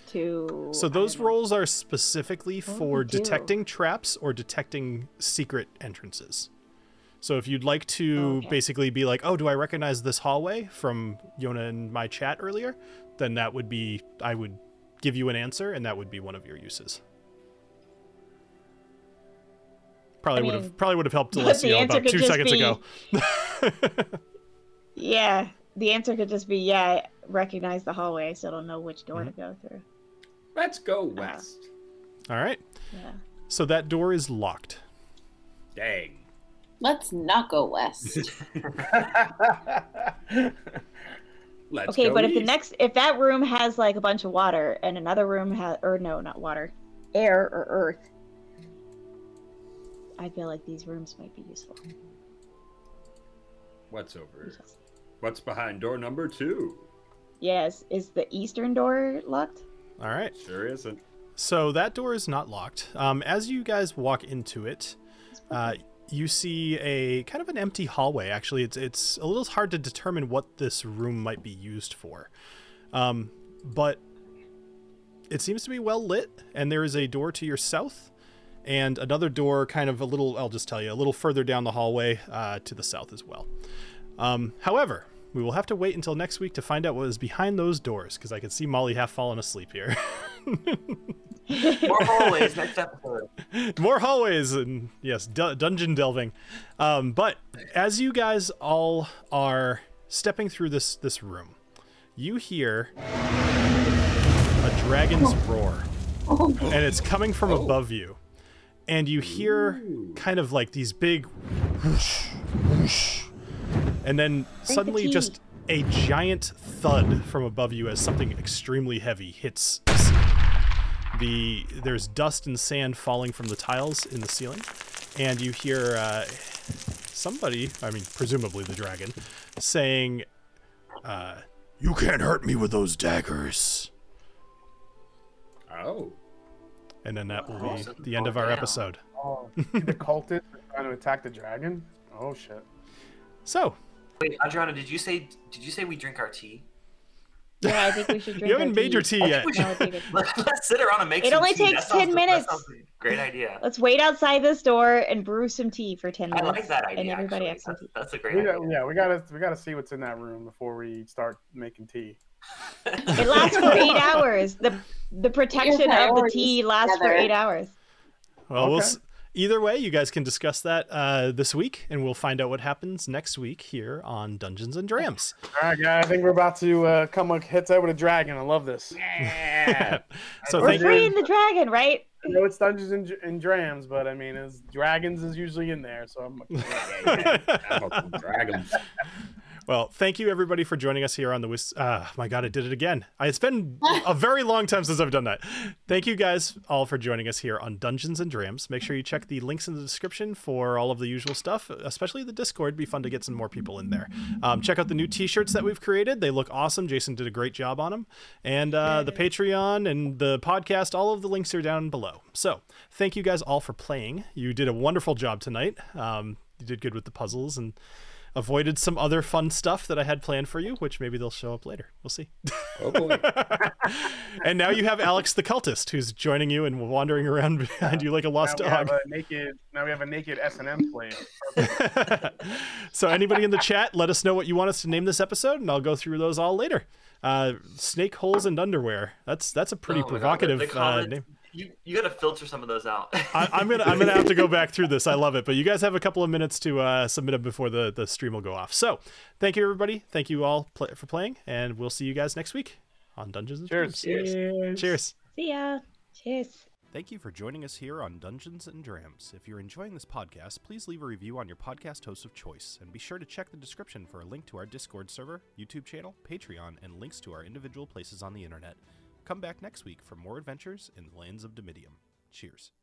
Speaker 7: to?
Speaker 1: So
Speaker 7: I
Speaker 1: those
Speaker 7: don't know. Oh,
Speaker 1: rolls are specifically
Speaker 7: What do
Speaker 1: for
Speaker 7: we do?
Speaker 1: detecting traps or detecting secret entrances. So if you'd like to
Speaker 7: Okay.
Speaker 1: basically be like, "Oh, do I recognize this hallway from Yona and my chat earlier?" then that would be I would give you an answer and that would be one of your uses. Probably would
Speaker 7: mean,
Speaker 1: have probably would have helped
Speaker 7: the
Speaker 1: Alessio
Speaker 7: answer
Speaker 1: about
Speaker 7: could
Speaker 1: 2
Speaker 7: just
Speaker 1: seconds
Speaker 7: be-
Speaker 1: ago.
Speaker 7: Yeah, the answer could just be yeah. I recognize the hallway. I still don't know which door to go through.
Speaker 11: Let's go west.
Speaker 1: All right.
Speaker 7: Yeah.
Speaker 1: So that door is locked.
Speaker 11: Dang.
Speaker 5: Let's not go west.
Speaker 2: Let's
Speaker 7: okay,
Speaker 2: go
Speaker 7: but if the
Speaker 2: east.
Speaker 7: next if that room has like a bunch of water and another room has or no, not water, air or earth, I feel like these rooms might be useful.
Speaker 2: What's over? What's behind door number two?
Speaker 7: Yes, is the eastern door locked?
Speaker 1: All right.
Speaker 2: Sure isn't.
Speaker 1: So that door is not locked. Um, as you guys walk into it, uh, you see a kind of an empty hallway. Actually, it's it's a little hard to determine what this room might be used for, um, but it seems to be well lit. And there is a door to your south, and another door, kind of a little. I'll just tell you, a little further down the hallway uh, to the south as well. Um, however, we will have to wait until next week to find out what is behind those doors, because I can see Molly half fallen asleep here.
Speaker 4: More hallways next episode.
Speaker 1: more hallways and yes du- dungeon delving um, but as you guys all are stepping through this this room you hear a dragon's roar and it's coming from above you and you hear kind of like these big whoosh, whoosh, and then suddenly
Speaker 7: tea.
Speaker 1: just a giant thud from above you as something extremely heavy hits the there's dust and sand falling from the tiles in the ceiling and you hear uh, somebody i mean presumably the dragon saying uh, you can't hurt me with those daggers
Speaker 2: Oh.
Speaker 1: and then that will be
Speaker 4: Awesome.
Speaker 1: the end of our
Speaker 4: Yeah.
Speaker 1: episode
Speaker 6: Oh, the cultists are trying to attack the dragon. Oh shit!
Speaker 1: so
Speaker 4: Wait, Adriana, did you say did you say we drink our tea?
Speaker 7: Yeah, I think we should drink.
Speaker 1: you
Speaker 7: our
Speaker 1: haven't made your tea yet
Speaker 4: we
Speaker 7: No, I think it's-
Speaker 4: Let's, let's sit around and make.
Speaker 7: It
Speaker 4: some
Speaker 7: only
Speaker 4: tea. That
Speaker 7: takes
Speaker 4: sounds-
Speaker 7: 10
Speaker 4: that
Speaker 7: minutes.
Speaker 4: sounds like a Great idea.
Speaker 7: Let's wait outside this door and brew some tea for ten
Speaker 4: I
Speaker 7: minutes.
Speaker 4: like that idea.
Speaker 7: And everybody
Speaker 4: actually.
Speaker 7: have some
Speaker 4: That's-
Speaker 7: tea.
Speaker 4: That's a
Speaker 6: We
Speaker 4: great
Speaker 6: got,
Speaker 4: idea.
Speaker 6: yeah, we gotta we gotta see what's in that room before we start making tea.
Speaker 7: It lasts for eight hours. The the protection of the
Speaker 5: priorities
Speaker 7: tea lasts for
Speaker 5: together.
Speaker 7: eight hours.
Speaker 1: well, we'll
Speaker 6: Okay.
Speaker 1: s- either way you guys can discuss that uh, this week and we'll find out what happens next week here on dungeons and drams
Speaker 6: All right, guys, I think we're about to uh, come up- hit that with a dragon. I love this.
Speaker 2: Yeah.
Speaker 1: so
Speaker 7: We're
Speaker 1: thank you
Speaker 7: freeing the dragon, right?
Speaker 6: I know it's Dungeons and, and Drams, but I mean, it's, dragons is usually in there, so I'm.
Speaker 2: I'm up with dragons.
Speaker 1: Well, thank you everybody for joining us here on the Wis. Uh, my God, I did it again. I- It's been a very long time since I've done that. Thank you guys all for joining us here on Dungeons and Drams. Make sure you check the links in the description for all of the usual stuff, especially the Discord. It'd be fun to get some more people in there. Um, check out the new T-shirts that we've created. They look awesome. Jason did a great job on them, and uh, the Patreon and the podcast. All of the links are down below. So thank you guys all for playing. You did a wonderful job tonight. Um, you did good with the puzzles and avoided some other fun stuff that I had planned for you, which maybe they'll show up later. We'll see.
Speaker 2: Oh boy.
Speaker 1: and now you have Alex the cultist who's joining you and wandering around behind you like a
Speaker 6: Now
Speaker 1: lost
Speaker 6: we have
Speaker 1: dog.
Speaker 6: a naked. Now we have a naked S and M player.
Speaker 1: so anybody in the chat, let us know what you want us to name this episode, and I'll go through those all later. Uh, snake holes and underwear. That's that's a pretty
Speaker 4: Oh my God,
Speaker 1: provocative
Speaker 4: the
Speaker 1: uh,
Speaker 4: comments-
Speaker 1: name.
Speaker 4: You, you gotta filter some of those out.
Speaker 1: I, I'm gonna I'm gonna have to go back through this. I love it, but you guys have a couple of minutes to uh, submit them before the the stream will go off. So, thank you everybody. Thank you all pl- for playing, and we'll see you guys next week on Dungeons and
Speaker 6: Cheers.
Speaker 1: Dragons. Cheers.
Speaker 7: See ya. Cheers.
Speaker 1: Thank you for joining us here on Dungeons and Drams. If you're enjoying this podcast, please leave a review on your podcast host of choice, and be sure to check the description for a link to our Discord server, YouTube channel, Patreon, and links to our individual places on the internet. Come back next week for more adventures in the lands of Domitium. Cheers.